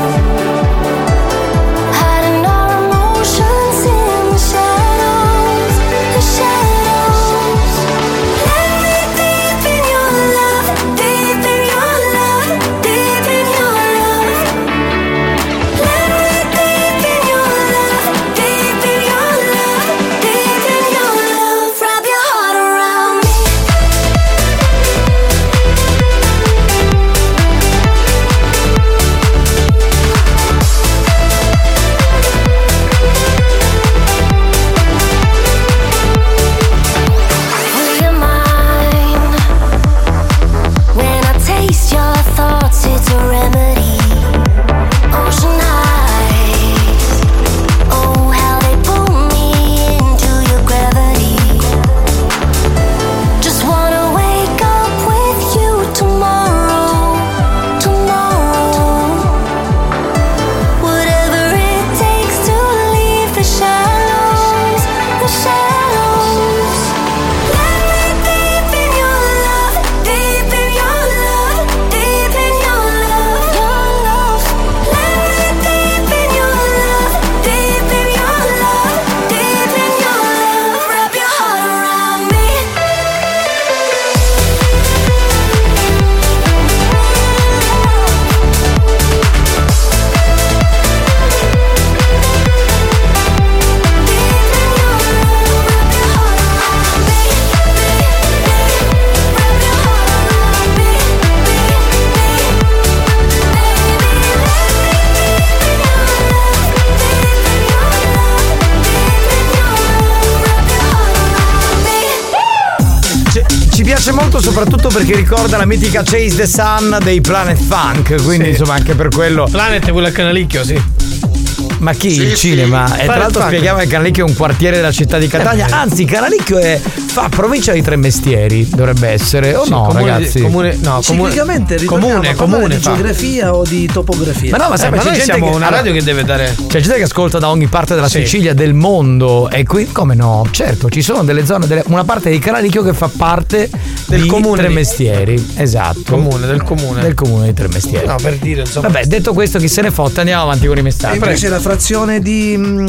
Speaker 34: hiding our emotions in the shadows the shadows let me Oh, Oh,
Speaker 3: ci piace molto soprattutto perché ricorda la mitica Chase the Sun dei Planet Funk, quindi insomma anche per quello.
Speaker 9: Planet è quello al canalicchio, sì.
Speaker 3: Eh, Ma chi? il cinema? E tra
Speaker 9: Planet
Speaker 3: l'altro
Speaker 9: Funk.
Speaker 3: spieghiamo che Canalicchio è un quartiere della città di
Speaker 9: Eh,
Speaker 3: Catania, anzi Canalicchio è, fa provincia di tre mestieri, dovrebbe essere, o
Speaker 9: Sì,
Speaker 3: oh no
Speaker 9: comune-
Speaker 3: ragazzi?
Speaker 9: comune- no, comune-
Speaker 32: Ciclicamente ritorniamo
Speaker 9: Comune,
Speaker 32: a parlare
Speaker 9: comune
Speaker 32: di
Speaker 9: fa.
Speaker 32: geografia o di topografia.
Speaker 3: Ma no, ma sai, ma
Speaker 9: Eh, noi
Speaker 3: c'è gente
Speaker 9: siamo
Speaker 3: che-
Speaker 9: una radio che deve dare.
Speaker 3: C'è gente che ascolta da ogni parte della
Speaker 9: Sì.
Speaker 3: Sicilia, del mondo e qui come no? Certo, ci sono delle zone, delle- una parte di Canalicchio che fa parte
Speaker 9: Del
Speaker 3: di
Speaker 9: comune
Speaker 3: Tre
Speaker 9: di-
Speaker 3: Mestieri. Esatto.
Speaker 9: Comune, del comune.
Speaker 3: Del comune di Tre Mestieri.
Speaker 9: No, per dire, insomma.
Speaker 3: Vabbè, detto questo, chi se ne fotte, andiamo avanti con i
Speaker 32: E
Speaker 3: messaggi.
Speaker 32: invece la frazione di. mm,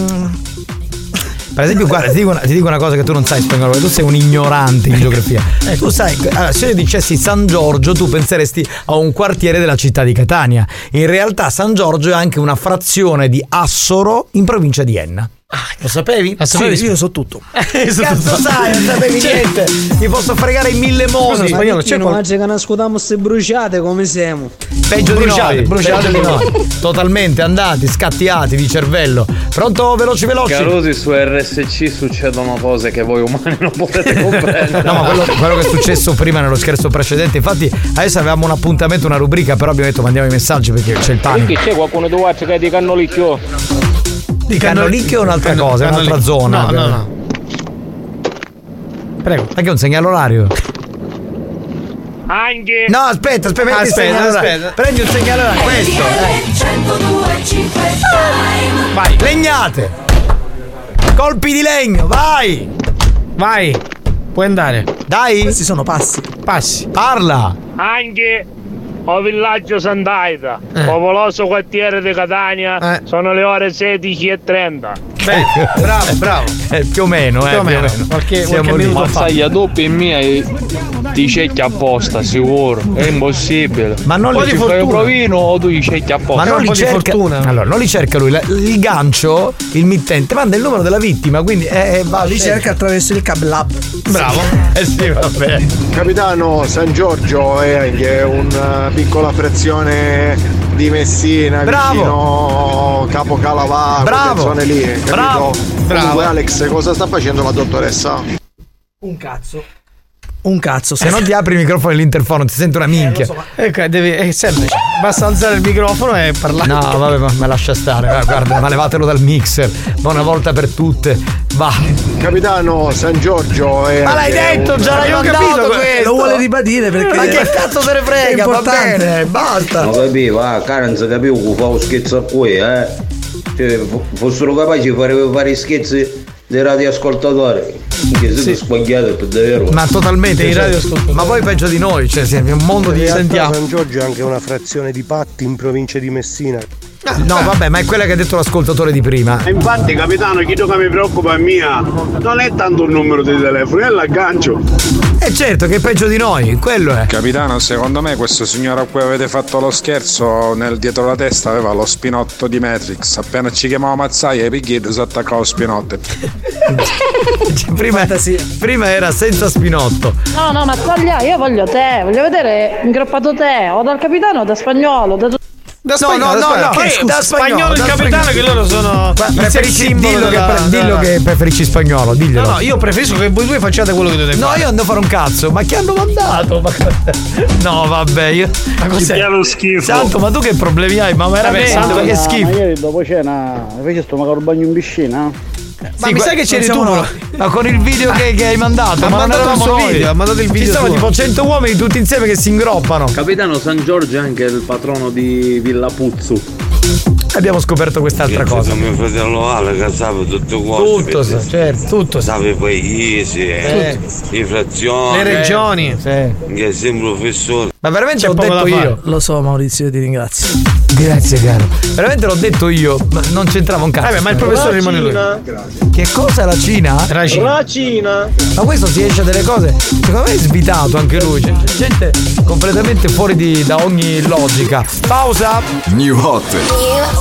Speaker 3: Per esempio, guarda, ti dico, una, ti dico una cosa che tu non sai in spagnolo, tu sei un ignorante in geografia.
Speaker 37: Ecco.
Speaker 3: Tu sai, allora, se io dicessi San Giorgio, tu penseresti a un quartiere della città di Catania. In realtà San Giorgio è anche una frazione di Assoro in provincia di Enna. Lo sapevi?
Speaker 32: Sì, io so tutto.
Speaker 3: Cazzo sai, non sapevi
Speaker 32: Cioè-
Speaker 3: niente. Ti posso fregare in mille
Speaker 32: Scusa,
Speaker 3: modi.
Speaker 32: in spagnolo c'è qual-
Speaker 37: Oggi che nascondiamo se bruciate come siamo.
Speaker 3: Peggio di
Speaker 37: Bruciate,
Speaker 3: noi,
Speaker 37: bruciate
Speaker 3: peggio di
Speaker 37: voi.
Speaker 3: noi. Totalmente andati, scattiati di cervello. Pronto, veloci, veloci.
Speaker 44: Carusi su RSC succedono cose che voi umani non potete comprendere.
Speaker 3: No, ma quello, quello che è successo prima nello scherzo precedente, infatti adesso avevamo un appuntamento, una rubrica, però abbiamo detto mandiamo i messaggi perché c'è il panico.
Speaker 7: Perché c'è qualcuno di watch che è di cannolicchio?
Speaker 3: Di Cannolicchio è un'altra cosa, è un'altra zona.
Speaker 7: No, no, no.
Speaker 3: Prego. Perché un segnale orario?
Speaker 7: Anche.
Speaker 3: No, aspetta, aspetta, metti il segnale orario. Prendi un segnale orario, questo. Vai. Legnate. Colpi di legno, vai. Vai. Puoi andare. Dai. Questi sono passi. Passi. Parla.
Speaker 44: Anche o villaggio Sandaita,
Speaker 3: Eh.
Speaker 44: popoloso quartiere di Catania, sono le ore 16 e 30.
Speaker 3: Eh.
Speaker 9: bravo, bravo.
Speaker 3: più o meno, eh.
Speaker 44: Più o meno.
Speaker 9: Qualche,
Speaker 44: Siamo
Speaker 9: qualche
Speaker 44: lì.
Speaker 9: minuto fa.
Speaker 7: Mazzaglia doppia e mia e ti scegli apposta, sicuro. È impossibile.
Speaker 3: Ma non
Speaker 7: o
Speaker 3: li-
Speaker 7: ti fai un provino o tu gli scegli apposta.
Speaker 3: Ma non li cerca. Allora, non li cerca lui. la- il gancio, il mittente, manda il numero della vittima, quindi eh, eh, va.
Speaker 32: Li cerca attraverso il cab lab.
Speaker 3: Bravo. Eh sì, vabbè.
Speaker 36: Capitano, San Giorgio eh, è anche una piccola frazione di Messina,
Speaker 3: Bravo.
Speaker 36: vicino Capo Calavaro,
Speaker 3: Bravo.
Speaker 36: quelle zone lì, capito?
Speaker 3: Bravo. Bravo.
Speaker 36: Comunque Alex, cosa sta facendo la dottoressa?
Speaker 32: Un cazzo. Un cazzo,
Speaker 3: Se non ti apri il microfono e l'interfono, ti sento
Speaker 9: Eh,
Speaker 3: una minchia.
Speaker 9: Ecco, devi, è semplice. Basta alzare il microfono e parlare.
Speaker 3: No, vabbè, ma, ma lascia stare, va, guarda, ma levatelo dal mixer. Ma una volta per tutte. Va.
Speaker 36: Capitano, San Giorgio è
Speaker 3: Ma l'hai
Speaker 36: anche
Speaker 3: detto,
Speaker 36: un-
Speaker 3: già l'hai mandato questo.
Speaker 32: Lo vuole ribadire perché.
Speaker 3: Certo. Ma che cazzo se ne
Speaker 32: È
Speaker 3: frega? Va
Speaker 32: importante.
Speaker 3: bene, basta.
Speaker 11: Non capivo, ah, cara non si capivo che fa un scherzo a cui, eh. Cioè, fo- fossero capaci di fare, fare scherzi dei radioascoltatori. Che siete sbagliati per davvero.
Speaker 3: Ma totalmente.
Speaker 11: Dei
Speaker 3: cioè,
Speaker 11: radioascoltatori.
Speaker 3: ma poi peggio di noi, cioè, siamo un mondo di.
Speaker 35: San Giorgio è anche una frazione di Patti in provincia di Messina.
Speaker 3: No, vabbè, ma è quella che ha detto l'ascoltatore di prima.
Speaker 36: Infatti, capitano, chi che mi preoccupa è mia. Non è tanto il numero di telefono, è l'aggancio.
Speaker 3: E certo che è peggio di noi, quello è.
Speaker 26: Capitano, secondo me questo signore a cui avete fatto lo scherzo nel- dietro la testa aveva lo spinotto di Matrix. Appena ci chiamava Mazzaia, i picchietto si attaccava lo spinotto.
Speaker 3: Cioè, prima, prima era senza spinotto.
Speaker 15: No, no, ma taglia, io voglio te, voglio vedere ingroppato te, o dal capitano o da spagnolo, da
Speaker 9: Da spagnolo, no, no, no, no. da spagnolo il capitano che loro sono.
Speaker 3: Guarda,
Speaker 9: il
Speaker 3: Preferisci,
Speaker 9: simbolo
Speaker 3: dillo, che,
Speaker 9: della-
Speaker 3: pre- dillo
Speaker 9: della-
Speaker 3: che preferisci spagnolo, diglielo.
Speaker 9: No, no, io preferisco che voi due facciate quello che dovete
Speaker 3: No,
Speaker 9: fare.
Speaker 3: io ando a fare un cazzo, ma chi hanno mandato? Ma co- No, vabbè, io. Ma
Speaker 9: cos'è?
Speaker 3: schifo. Santo, ma tu che problemi hai? Ma veramente, ma che schifo.
Speaker 40: ieri dopo cena, invece sto magari al bagno in piscina.
Speaker 3: Sì, que- non siamo noi. Ma con il video che, che hai mandato,
Speaker 9: Ha
Speaker 3: ma
Speaker 9: mandato
Speaker 3: non
Speaker 9: il
Speaker 3: eravamo
Speaker 9: suo
Speaker 3: noi.
Speaker 9: video, ha mandato il video
Speaker 3: Ci sono
Speaker 9: suo.
Speaker 3: tipo 100 uomini tutti insieme che si ingroppano.
Speaker 44: Capitano San Giorgio è anche il patrono di Villa Puzzu.
Speaker 3: Abbiamo scoperto quest'altra cosa.
Speaker 17: mio fratello Ale che sapeva tutte cose.
Speaker 3: Tutto, sa- certo, tutto. sa-
Speaker 17: Sapeva i paesi, eh, le frazioni.
Speaker 9: Le regioni.
Speaker 3: Sì.
Speaker 17: Che è sempre un professore.
Speaker 3: Ma veramente
Speaker 32: C'è
Speaker 3: l'ho
Speaker 32: poco
Speaker 3: detto
Speaker 32: da fare.
Speaker 3: io.
Speaker 32: Lo so, Maurizio, io ti ringrazio.
Speaker 3: Grazie, caro. Veramente l'ho detto io, ma non c'entrava un cazzo.
Speaker 9: Vabbè, ma il professore rimane lui. Grazie.
Speaker 3: Che cosa è la Cina?
Speaker 9: La Cina.
Speaker 3: Ma questo si esce delle cose. Secondo me è svitato anche lui. C'è c'è gente completamente fuori di- da ogni logica. Pausa!
Speaker 10: New Hot.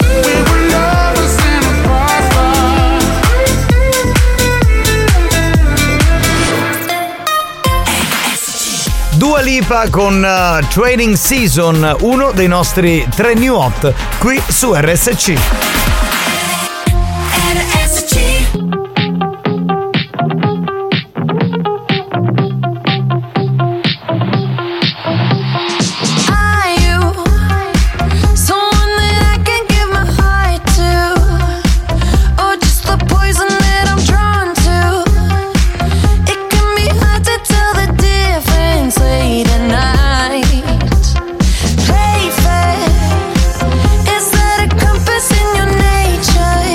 Speaker 12: We were lovers in a crossbar.
Speaker 3: Lipa con eh, Training Season, uno dei nostri tre new hot qui su RSC.
Speaker 12: Are you someone that I can give my heart to? Or just the poison that I'm drawn to? It can be hard to tell the difference late at night. Play fair. Is that a compass in your nature?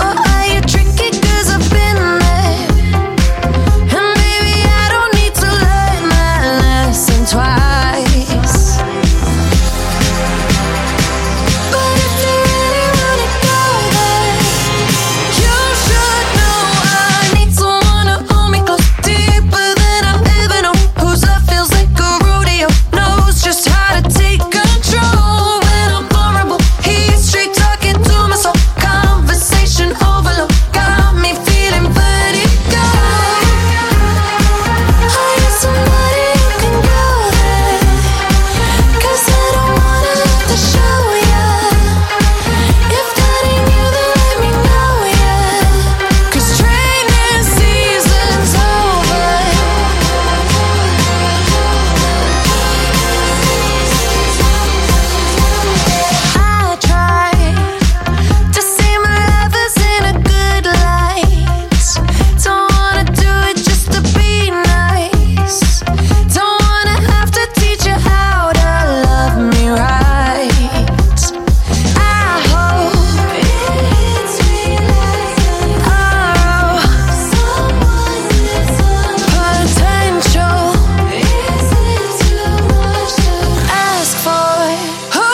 Speaker 12: Or are you tricky? Cause I've been there. And baby, I don't need to learn my lesson twice. But if you really wanna go there, you should know I need someone to hold me close, deeper than I've ever known. Whose love feels like a rodeo, knows just how to take control when I'm vulnerable. He's straight talking to my soul, conversation overload got me feeling vertigo. Don't wanna do it just to be nice. Don't wanna have to teach you how to love me right. I hope it's potential. Ask for who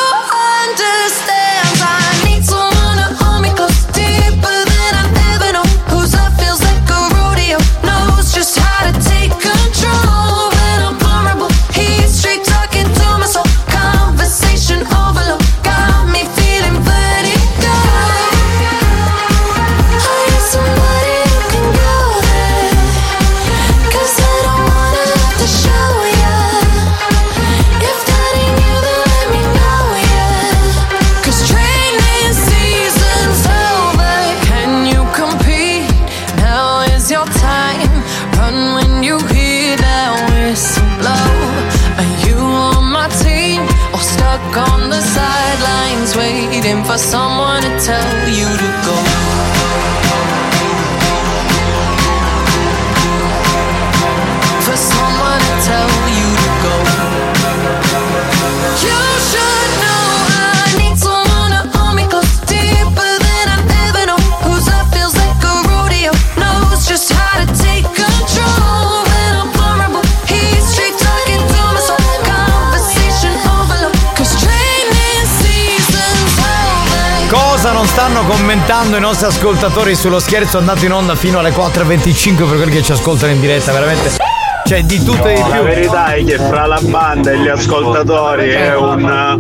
Speaker 12: understands. I need someone to hold me close, deeper than I've ever known. Whose love feels like a rodeo, knows just how to take control. When I'm vulnerable, he's straight talking to my soul. Conversation overload got me feeling vertigo. I need somebody who can go there, 'cause I don't wanna have to show ya. If that ain't you, then let me know ya. Cause training season's over. Can you compete? Now is your time. Run when you hear that whistle blow. Are you on my team or stuck on the sidelines waiting for someone to tell you to go? For someone to tell you to go. You should know I need someone to hold me close, deeper than I've ever known. Whose love feels like a rodeo, knows just how to take control. When I'm vulnerable, he's straight talking to my soul. Conversation overload, 'cause training season's over.
Speaker 3: Cosa non stanno commentando i nostri ascoltatori sullo scherzo andato in onda fino alle 4.25 per quelli che ci ascoltano in diretta, veramente. Cioè di tutto e di
Speaker 36: No,
Speaker 3: più.
Speaker 36: La verità è che fra la banda e gli ascoltatori è una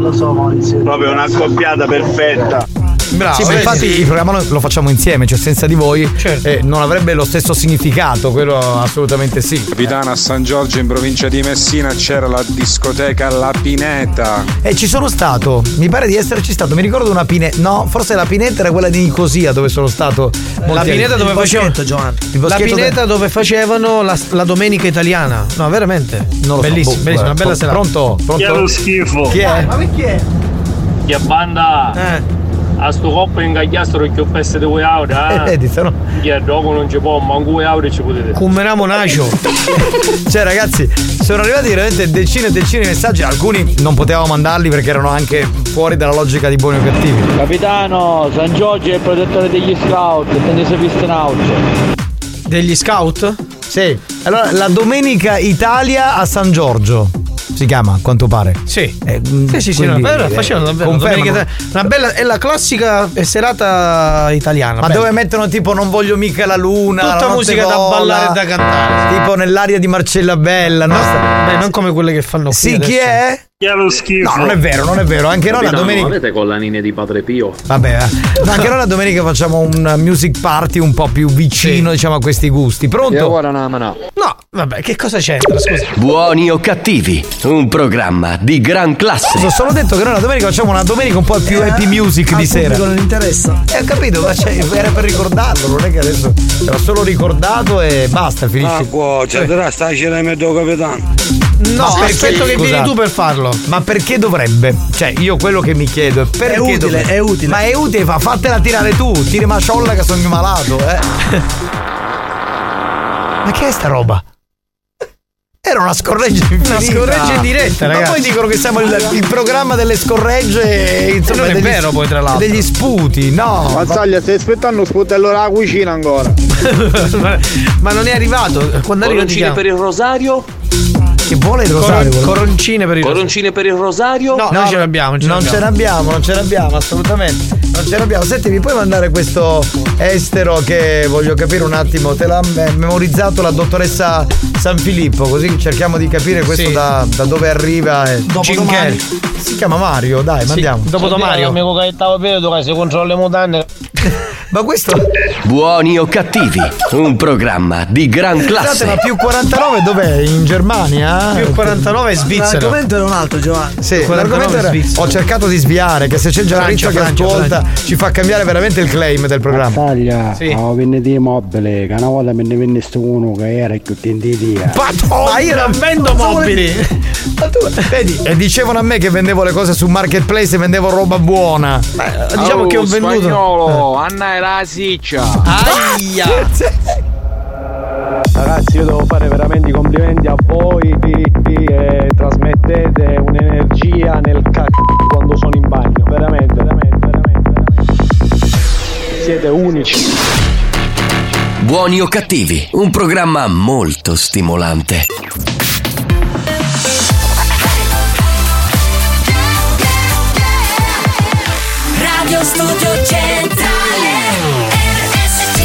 Speaker 36: proprio una coppiata perfetta.
Speaker 3: Bravo, sì, ma infatti il programma lo, lo facciamo insieme, cioè senza di voi
Speaker 9: Certo.
Speaker 3: eh, non avrebbe lo stesso significato, quello assolutamente sì.
Speaker 26: Capitano a San Giorgio in provincia di Messina c'era la discoteca La Pineta.
Speaker 3: E Eh, ci sono stato, mi pare di esserci stato, mi ricordo una pineta, no, forse la pineta era quella di Nicosia dove sono stato.
Speaker 9: La
Speaker 3: molti anni.
Speaker 9: pineta dove
Speaker 3: Il boschetto,
Speaker 9: facevano
Speaker 3: Giovanni. Il
Speaker 9: La
Speaker 3: boschetto
Speaker 9: pineta dove facevano la, la domenica italiana. No, veramente.
Speaker 3: Non lo so,
Speaker 9: bellissimo,
Speaker 3: boh,
Speaker 9: bellissimo,
Speaker 3: guarda,
Speaker 9: una bella serata.
Speaker 3: pro- pronto? Pronto? Chi è lo schifo? Chi è?
Speaker 44: Ma
Speaker 9: perché?
Speaker 44: Che banda! A sto coppa ingagliastro che ho peste di voi auto,
Speaker 3: Eh,
Speaker 44: eh!
Speaker 3: vedi, se no-
Speaker 44: Chi è dopo non ci può, ma un voi auto ci potete.
Speaker 9: Cummenamo Nacio.
Speaker 3: cioè, ragazzi, sono arrivati veramente decine e decine di messaggi. Alcuni non potevamo mandarli perché erano anche fuori dalla logica di buoni o cattivi.
Speaker 30: Capitano, San Giorgio è il protettore degli scout, quindi si viste in auto.
Speaker 9: Degli scout?
Speaker 3: Sì. Allora, la domenica Italia a San Giorgio. Si chiama, a quanto pare. Eh, mm, sì,
Speaker 9: Sì. Sì, sì, sì, no, però
Speaker 3: eh,
Speaker 9: facevano davvero domenica italiana. una bella è la classica eh, serata italiana.
Speaker 3: Ma
Speaker 9: bella.
Speaker 3: dove mettono tipo non voglio mica la luna,
Speaker 9: Tutta
Speaker 3: la notte
Speaker 9: musica da
Speaker 3: vola,
Speaker 9: ballare e da cantare.
Speaker 3: Tipo nell'aria di Marcella Bella, no?
Speaker 9: Beh, non come quelle che fanno qui
Speaker 3: Sì,
Speaker 9: adesso.
Speaker 3: chi è?
Speaker 54: Che lo schifo.
Speaker 3: No, non è vero, non è vero. Anche noi la
Speaker 55: Capitano,
Speaker 3: domenica.
Speaker 55: Avete collanine di Padre Pio?
Speaker 3: Vabbè, eh. anche noi la domenica facciamo un music party un po' più vicino, diciamo, a questi gusti. Pronto?
Speaker 55: E ora no, ma no.
Speaker 9: No, vabbè, che cosa c'entra? Scusa.
Speaker 1: Buoni o cattivi, un programma di gran classe.
Speaker 3: Ho solo detto che noi la domenica facciamo una domenica un po' più
Speaker 1: Eh,
Speaker 3: happy music di sera.
Speaker 56: Non interessa.
Speaker 3: Eh, ho capito, ma cioè, era per ricordarlo, non è che adesso era solo ricordato e basta,
Speaker 17: Ah,
Speaker 3: finisce. Eh.
Speaker 17: cuoccia, te la stai cercando il tuo capitano.
Speaker 9: No,
Speaker 3: Ma perché,
Speaker 9: aspetto che vieni
Speaker 3: scusate?
Speaker 9: tu per farlo.
Speaker 3: Ma perché dovrebbe? Cioè, io quello che mi chiedo è perché
Speaker 9: utile,
Speaker 3: dovrebbe?
Speaker 9: è utile.
Speaker 3: Ma è utile, fa, fatela tirare tu, tiri maciolla che sono malato, eh. Ma che è sta roba? Era una scorreggia infinita.
Speaker 9: Una scorreggia in diretta,
Speaker 3: Ma
Speaker 9: ragazzi.
Speaker 3: poi dicono che siamo il, il programma delle scorregge. e, Insomma,
Speaker 9: non è
Speaker 3: degli-
Speaker 9: vero, poi, tra l'altro.
Speaker 3: Degli sputi, no.
Speaker 57: Mazzaglia, stai aspettando sputello della cucina ancora.
Speaker 9: Ma non è arrivato. Quando arriva ti
Speaker 55: Coroncine
Speaker 9: chiamo.
Speaker 55: per il rosario?
Speaker 3: diciamo? Che vuole il rosario?
Speaker 9: Cor- coroncine per il
Speaker 55: Coroncine per il rosario?
Speaker 9: No, noi ce l'abbiamo, ce
Speaker 3: non
Speaker 9: l'abbiamo.
Speaker 3: ce l'abbiamo, non ce l'abbiamo, assolutamente. Non ce l'abbiamo. Senti, mi puoi mandare questo estero che voglio capire un attimo? Te l'ha me- memorizzato la dottoressa San Filippo, così cerchiamo di capire questo
Speaker 9: Sì.
Speaker 3: da, da dove arriva. E...
Speaker 9: Cingheri.
Speaker 3: Si chiama Mario, dai, mandiamo.
Speaker 54: Amico che stavo vedo che si controlla le mutande.
Speaker 3: Ma questo.
Speaker 1: Buoni o cattivi, un programma di gran
Speaker 3: Scusate, ma
Speaker 1: classe.
Speaker 3: più 49 dov'è? In Germania?
Speaker 9: Più 49 è Svizzera.
Speaker 56: L'argomento era un altro, Giovanni.
Speaker 3: Sì,
Speaker 9: 49
Speaker 3: l'argomento era-
Speaker 9: Svizzera.
Speaker 3: ho cercato di sviare, che se c'è Gianriccio che
Speaker 9: Francia,
Speaker 3: ascolta ci fa cambiare veramente il claim del programma.
Speaker 4: Taglia, avevo venne di mobile, che una volta me ne venneste uno che era più tenditino.
Speaker 3: oh, Ma io non vendo mobili. Ma tu, vedi, e dicevano a me che vendevo le cose su marketplace e vendevo roba buona. diciamo che ho venduto. Eh.
Speaker 58: Spagnolo, Anna era la siccia.
Speaker 9: Aia!
Speaker 59: Ragazzi, io devo fare veramente i complimenti a voi che, che, eh, trasmettete un'energia nel cazzo quando sono in bagno. Veramente, veramente, veramente, veramente. Siete unici.
Speaker 1: Buoni o cattivi, un programma molto stimolante.
Speaker 11: Radio Studio Centrale RSC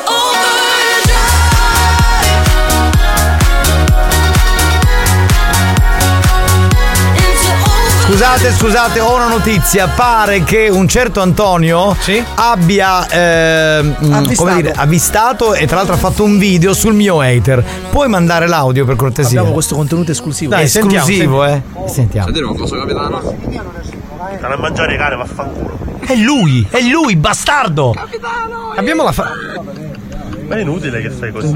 Speaker 12: overdrive Into
Speaker 3: Scusate, scusate, ho una notizia. Pare che un certo Antonio abbia ehm, come
Speaker 56: Avvistato.
Speaker 3: dire, avvistato e tra l'altro ha fatto un video sul mio hater. Puoi mandare l'audio per cortesia?
Speaker 56: Abbiamo questo contenuto esclusivo.
Speaker 3: Dai, esclusivo, eh. Sentiamo.
Speaker 60: cosa capitano? Non mangiare cane, vaffanculo.
Speaker 3: È lui, è lui, bastardo! Abbiamo la fa.
Speaker 60: Ma è inutile che fai così.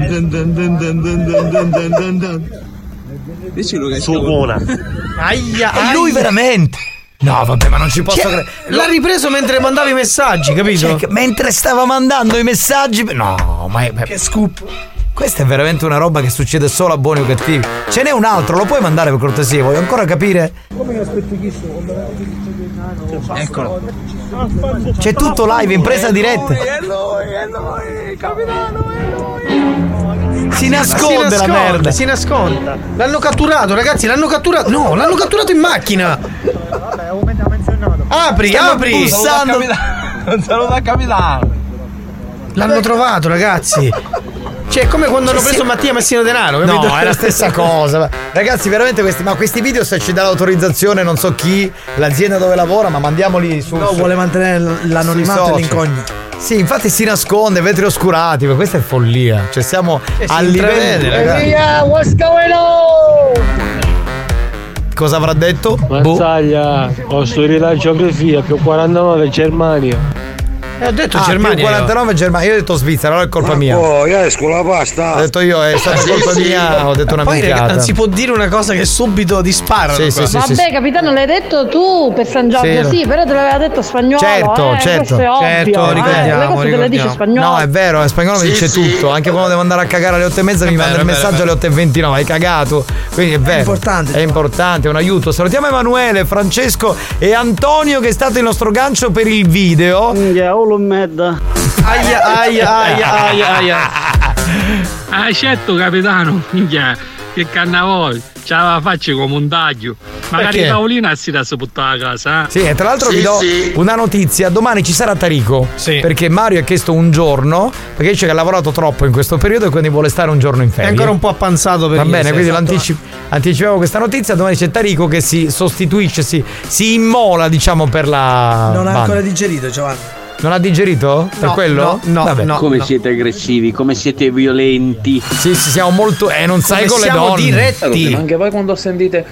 Speaker 60: Dicilo che Sucuna.
Speaker 3: Eh,
Speaker 9: Aia,
Speaker 3: È lui veramente! No, vabbè, ma non ci posso
Speaker 9: Cioè,
Speaker 3: credere.
Speaker 9: L'ha ripreso mentre mandavi i messaggi, capito?
Speaker 3: Cioè, mentre stava mandando i messaggi. No, ma, ma. Che scoop. Questa è veramente una roba che succede solo a buoni o cattivi. Ce n'è un altro, lo puoi mandare per cortesia? Voglio ancora capire.
Speaker 11: Come io aspetto chi sono? Ah,
Speaker 3: Eccolo. C'è tutto live, in presa diretta.
Speaker 11: È lui, è lui, capitano, è lui.
Speaker 3: Si nasconde la merda.
Speaker 9: Si nasconde. L'hanno catturato, ragazzi, l'hanno catturato. No, l'hanno catturato in macchina. Apri,
Speaker 11: Stanno
Speaker 9: apri.
Speaker 11: bussando.
Speaker 9: Non da capitano. L'hanno trovato, ragazzi. Cioè, è come quando hanno
Speaker 3: Sì, sì.
Speaker 9: preso Mattia Messino Denaro, Ah, capito?
Speaker 3: No, è la stessa cosa. Ragazzi, veramente questi. Ma questi video se ci dà l'autorizzazione, non so chi, l'azienda dove lavora, ma mandiamoli su.
Speaker 61: No,
Speaker 3: su-
Speaker 61: vuole mantenere l- l'anonimato e
Speaker 3: sui social.
Speaker 61: l'incognito.
Speaker 3: Sì, infatti si nasconde, vetri oscurati, ma questa è follia. Cioè siamo
Speaker 61: si
Speaker 3: al
Speaker 61: intravede,
Speaker 3: livello. ragazzi.
Speaker 11: what's going on?
Speaker 3: Cosa avrà detto? Boh.
Speaker 4: Mazzaglia, ho studiato geografia, più 49 Germania.
Speaker 9: Eh, ho detto
Speaker 3: Ah, più
Speaker 4: Germania,
Speaker 3: 49 Germania, io ho detto Svizzera, allora è colpa mia.
Speaker 62: Poi
Speaker 9: eh,
Speaker 62: esco la pasta.
Speaker 3: Ho detto io, Eh, è stata
Speaker 9: Ah, Sì,
Speaker 3: colpa
Speaker 9: sì.
Speaker 3: mia, ho detto una
Speaker 9: Poi, raga,
Speaker 3: minchiata.
Speaker 9: non si può dire una cosa che subito dispara.
Speaker 3: Sì, sì, sì,
Speaker 12: Vabbè,
Speaker 3: sì.
Speaker 12: capitano, l'hai detto tu per San Giorgio,
Speaker 3: Sì.
Speaker 12: sì, però te l'aveva detto spagnolo.
Speaker 3: Certo,
Speaker 12: eh,
Speaker 3: certo,
Speaker 12: questo è ovvio, eh, le
Speaker 3: ricordiamo,
Speaker 12: cose te le dice spagnolo.
Speaker 3: No, è vero, in spagnolo mi
Speaker 12: Sì,
Speaker 3: dice tutto. Anche quando devo andare a cagare alle 8 e mezza mi
Speaker 9: vero,
Speaker 3: manda il
Speaker 9: è vero,
Speaker 3: messaggio alle 8 e 29, hai cagato. Quindi è vero. È importante. È importante, è un aiuto. Salutiamo Emanuele, Francesco e Antonio che è stato il nostro gancio per il video.
Speaker 9: Aia, aia, aia, aia, aia.
Speaker 63: Ah certo capitano, minchia, che canna voi, ce la faccio come un taglio. Magari
Speaker 3: Perché?
Speaker 63: Paolina si da buttare a casa. eh.
Speaker 3: Sì, e tra l'altro
Speaker 63: Sì,
Speaker 3: vi do
Speaker 63: sì.
Speaker 3: una notizia. Domani ci sarà Tarico.
Speaker 63: Sì.
Speaker 3: Perché Mario ha chiesto un giorno, perché dice che ha lavorato troppo in questo periodo e quindi vuole stare un giorno in
Speaker 9: È
Speaker 3: ferie.
Speaker 9: ancora un po' appanzato per
Speaker 3: Va
Speaker 9: ieri,
Speaker 3: bene,
Speaker 9: sì,
Speaker 3: quindi
Speaker 9: esatto.
Speaker 3: l'anticip- anticipiamo questa notizia. Domani c'è Tarico che si sostituisce, si, si immola, diciamo, per la.
Speaker 61: Non ha
Speaker 3: banda.
Speaker 61: ancora digerito, Giovanni.
Speaker 3: Non ha digerito? per
Speaker 61: No,
Speaker 3: quello?
Speaker 61: no, no,
Speaker 3: Vabbè.
Speaker 64: come siete aggressivi, come siete violenti.
Speaker 3: Sì, sì, siamo molto. Eh, non sai con le donne.
Speaker 64: Anche voi quando sentite.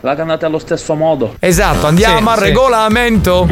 Speaker 64: La cannate allo stesso modo.
Speaker 3: Esatto, andiamo al regolamento.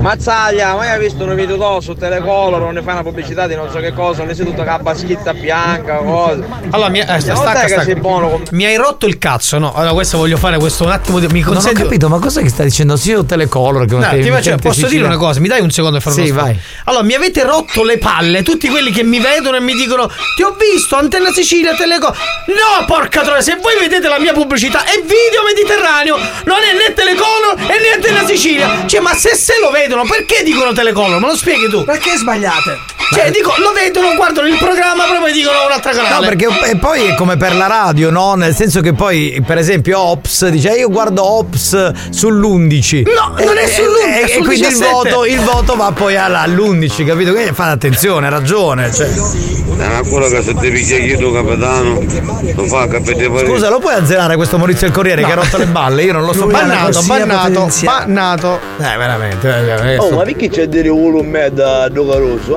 Speaker 4: Mazzaglia, ma hai visto un video tuo su Telecolor, non ne fai una pubblicità di non so che cosa, ne sei tutta cabba schitta bianca, cosa.
Speaker 9: Allora, mi, eh, sta-
Speaker 4: Non
Speaker 9: stacca,
Speaker 4: dai che
Speaker 9: stacca.
Speaker 4: sei buono con-
Speaker 9: mi hai rotto il cazzo, no? Allora, questo voglio fare questo un attimo. di- Mi
Speaker 3: Non ho
Speaker 9: consenti?
Speaker 3: capito, ma cos'è che sta dicendo? Sì, io telecolor. Che
Speaker 9: Un attimo, cioè, posso dire una cosa? Mi dai un secondo per fare
Speaker 3: Sì,
Speaker 9: uno stop?
Speaker 3: vai.
Speaker 9: Allora, mi avete rotto le palle, tutti quelli che mi vedono e mi dicono "Ti ho visto, Antenna Sicilia, Teleco". No, porca troia, se voi vedete la mia pubblicità è video Mediterraneo, non è né Telecolor e né Antenna Sicilia. Cioè, ma se se lo vedono, perché dicono Telecolor? Me lo spieghi tu? Perché sbagliate? Cioè, dico, lo vedono, guardano il programma, poi mi dicono un'altra
Speaker 3: No,
Speaker 9: canale.
Speaker 3: perché e poi è come per la radio, no? Nel senso che poi, per esempio, Ops dice: "Eh, Io guardo Ops sull'11.
Speaker 9: No, non è sull'11, è
Speaker 3: E,
Speaker 9: sul
Speaker 3: quindi il
Speaker 9: 17.
Speaker 3: voto, il voto va poi alla- all'11, capito? Quindi fate attenzione, ha ragione. cioè.
Speaker 62: Non è quello che se ti piglia chi tu capitano, non fa capire pari.
Speaker 3: Scusa, lo puoi azzerare questo Maurizio il Corriere che ha rotto le balle? Io non lo so
Speaker 9: Lui ha la
Speaker 3: Bannato,
Speaker 9: corsia
Speaker 3: bannato,
Speaker 9: potenziale.
Speaker 3: bannato. Eh, veramente. eh, veramente.
Speaker 65: Oh, ma perché c'è delle volo in me da Docaroso?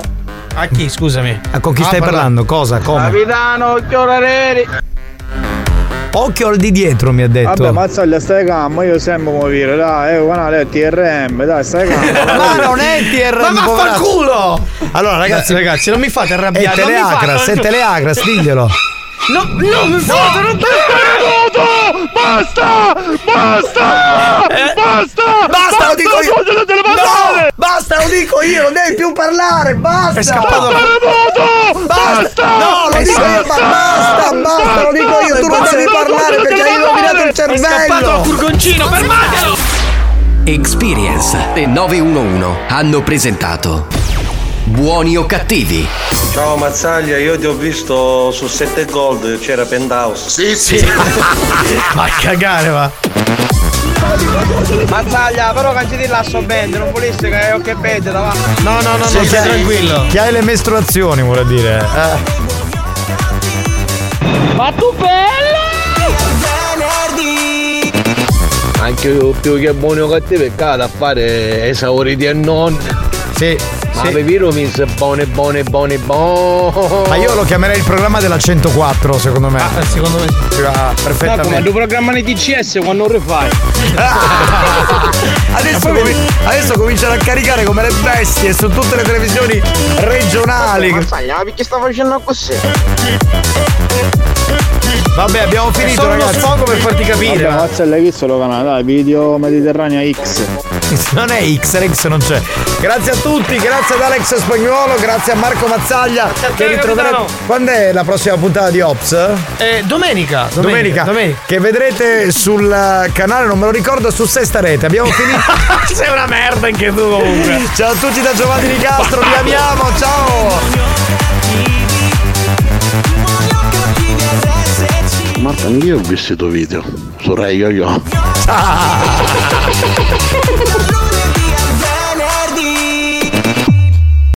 Speaker 9: A chi, scusami?
Speaker 3: Ah, con chi
Speaker 65: Ah,
Speaker 3: stai
Speaker 65: parla-
Speaker 3: parlando? Cosa? Come?
Speaker 65: Capitano, chiorareri!
Speaker 3: Occhio al di dietro, mi ha detto.
Speaker 66: Vabbè, mazzaglia, stai calmo, io sembro morire, dai, eh, guarda, è TRM, dai, stai calmo.
Speaker 3: Ma non è TRM,
Speaker 9: Ma
Speaker 3: poverazzo.
Speaker 9: vaffanculo!
Speaker 3: Allora, ragazzi,
Speaker 9: Eh, ragazzi, non mi fate
Speaker 3: È
Speaker 9: arrabbiare, non mi fate-
Speaker 3: Teleacras, è Teleacras, diglielo.
Speaker 9: No, no, mi fate, non te
Speaker 11: Basta! Basta! Eh, Basta!
Speaker 9: Basta, lo dico io!
Speaker 11: Basta, tutte le
Speaker 9: No!
Speaker 11: patate!
Speaker 9: Basta, lo dico io, non devi più parlare, basta! È
Speaker 11: Basta,
Speaker 9: scappato la-
Speaker 11: Renato!
Speaker 9: Basta!
Speaker 11: No, lo
Speaker 9: È
Speaker 11: dico io,
Speaker 9: scappato!
Speaker 11: basta, basta, lo dico io, tu non
Speaker 9: Basta,
Speaker 11: devi
Speaker 9: basta,
Speaker 11: parlare
Speaker 9: basta,
Speaker 11: perché hai
Speaker 9: basta,
Speaker 11: rovinato il
Speaker 9: basta,
Speaker 11: cervello!
Speaker 9: è scappato al
Speaker 1: furgoncino, fermatelo! Experience e 911 hanno presentato Buoni o cattivi?
Speaker 65: Ciao Mazzaglia, io ti ho visto su 7 Gold, c'era Penthouse. Sì, sì.
Speaker 9: Ma cagare va!
Speaker 4: Mazzaglia, però cancelli la so bene, non volesse che ho che bene, va.
Speaker 9: No, no, no, no, stai tranquillo.
Speaker 3: Chi hai le mestruazioni, vuole dire. Eh.
Speaker 4: Ma tu bella!
Speaker 17: Anche io più che buoni o cattivi è cado a fare esauriti e non.
Speaker 3: Sì.
Speaker 17: Ma per vero mi sa buone buone buone buone.
Speaker 3: Ma io lo chiamerei il programma della 104, secondo me.
Speaker 9: secondo me.
Speaker 3: Ah, perfettamente.
Speaker 4: programma nei TCS quando lo rifai.
Speaker 3: Adesso, comi- adesso cominciano a caricare come le bestie su tutte le televisioni regionali.
Speaker 4: Mazzaglia, perché sta facendo così?
Speaker 3: Vabbè, abbiamo finito.
Speaker 9: solo uno
Speaker 3: ragazzi.
Speaker 9: sfogo per farti capire.
Speaker 3: Vabbè,
Speaker 9: ma-
Speaker 4: Marcello, hai visto lo canale? Dai, video Mediterranea X.
Speaker 3: Non è X, l'X non c'è. Grazie a tutti, grazie ad Alex Spagnuolo, grazie a Marco Mazzaglia. Che ritroveremo. Quando è la prossima puntata di Ops?
Speaker 9: Eh, domenica.
Speaker 3: Domenica, che vedrete sul eh, canale, non me lo ricordo, su Sesta Rete. Abbiamo finito.
Speaker 9: Sei una merda anche tu comunque.
Speaker 3: ciao a tutti da Giovanni Nicastro, vi amiamo, ciao!
Speaker 18: Ma anch'io ho visto i tuoi video su Rai Yo Yo.
Speaker 29: Ah.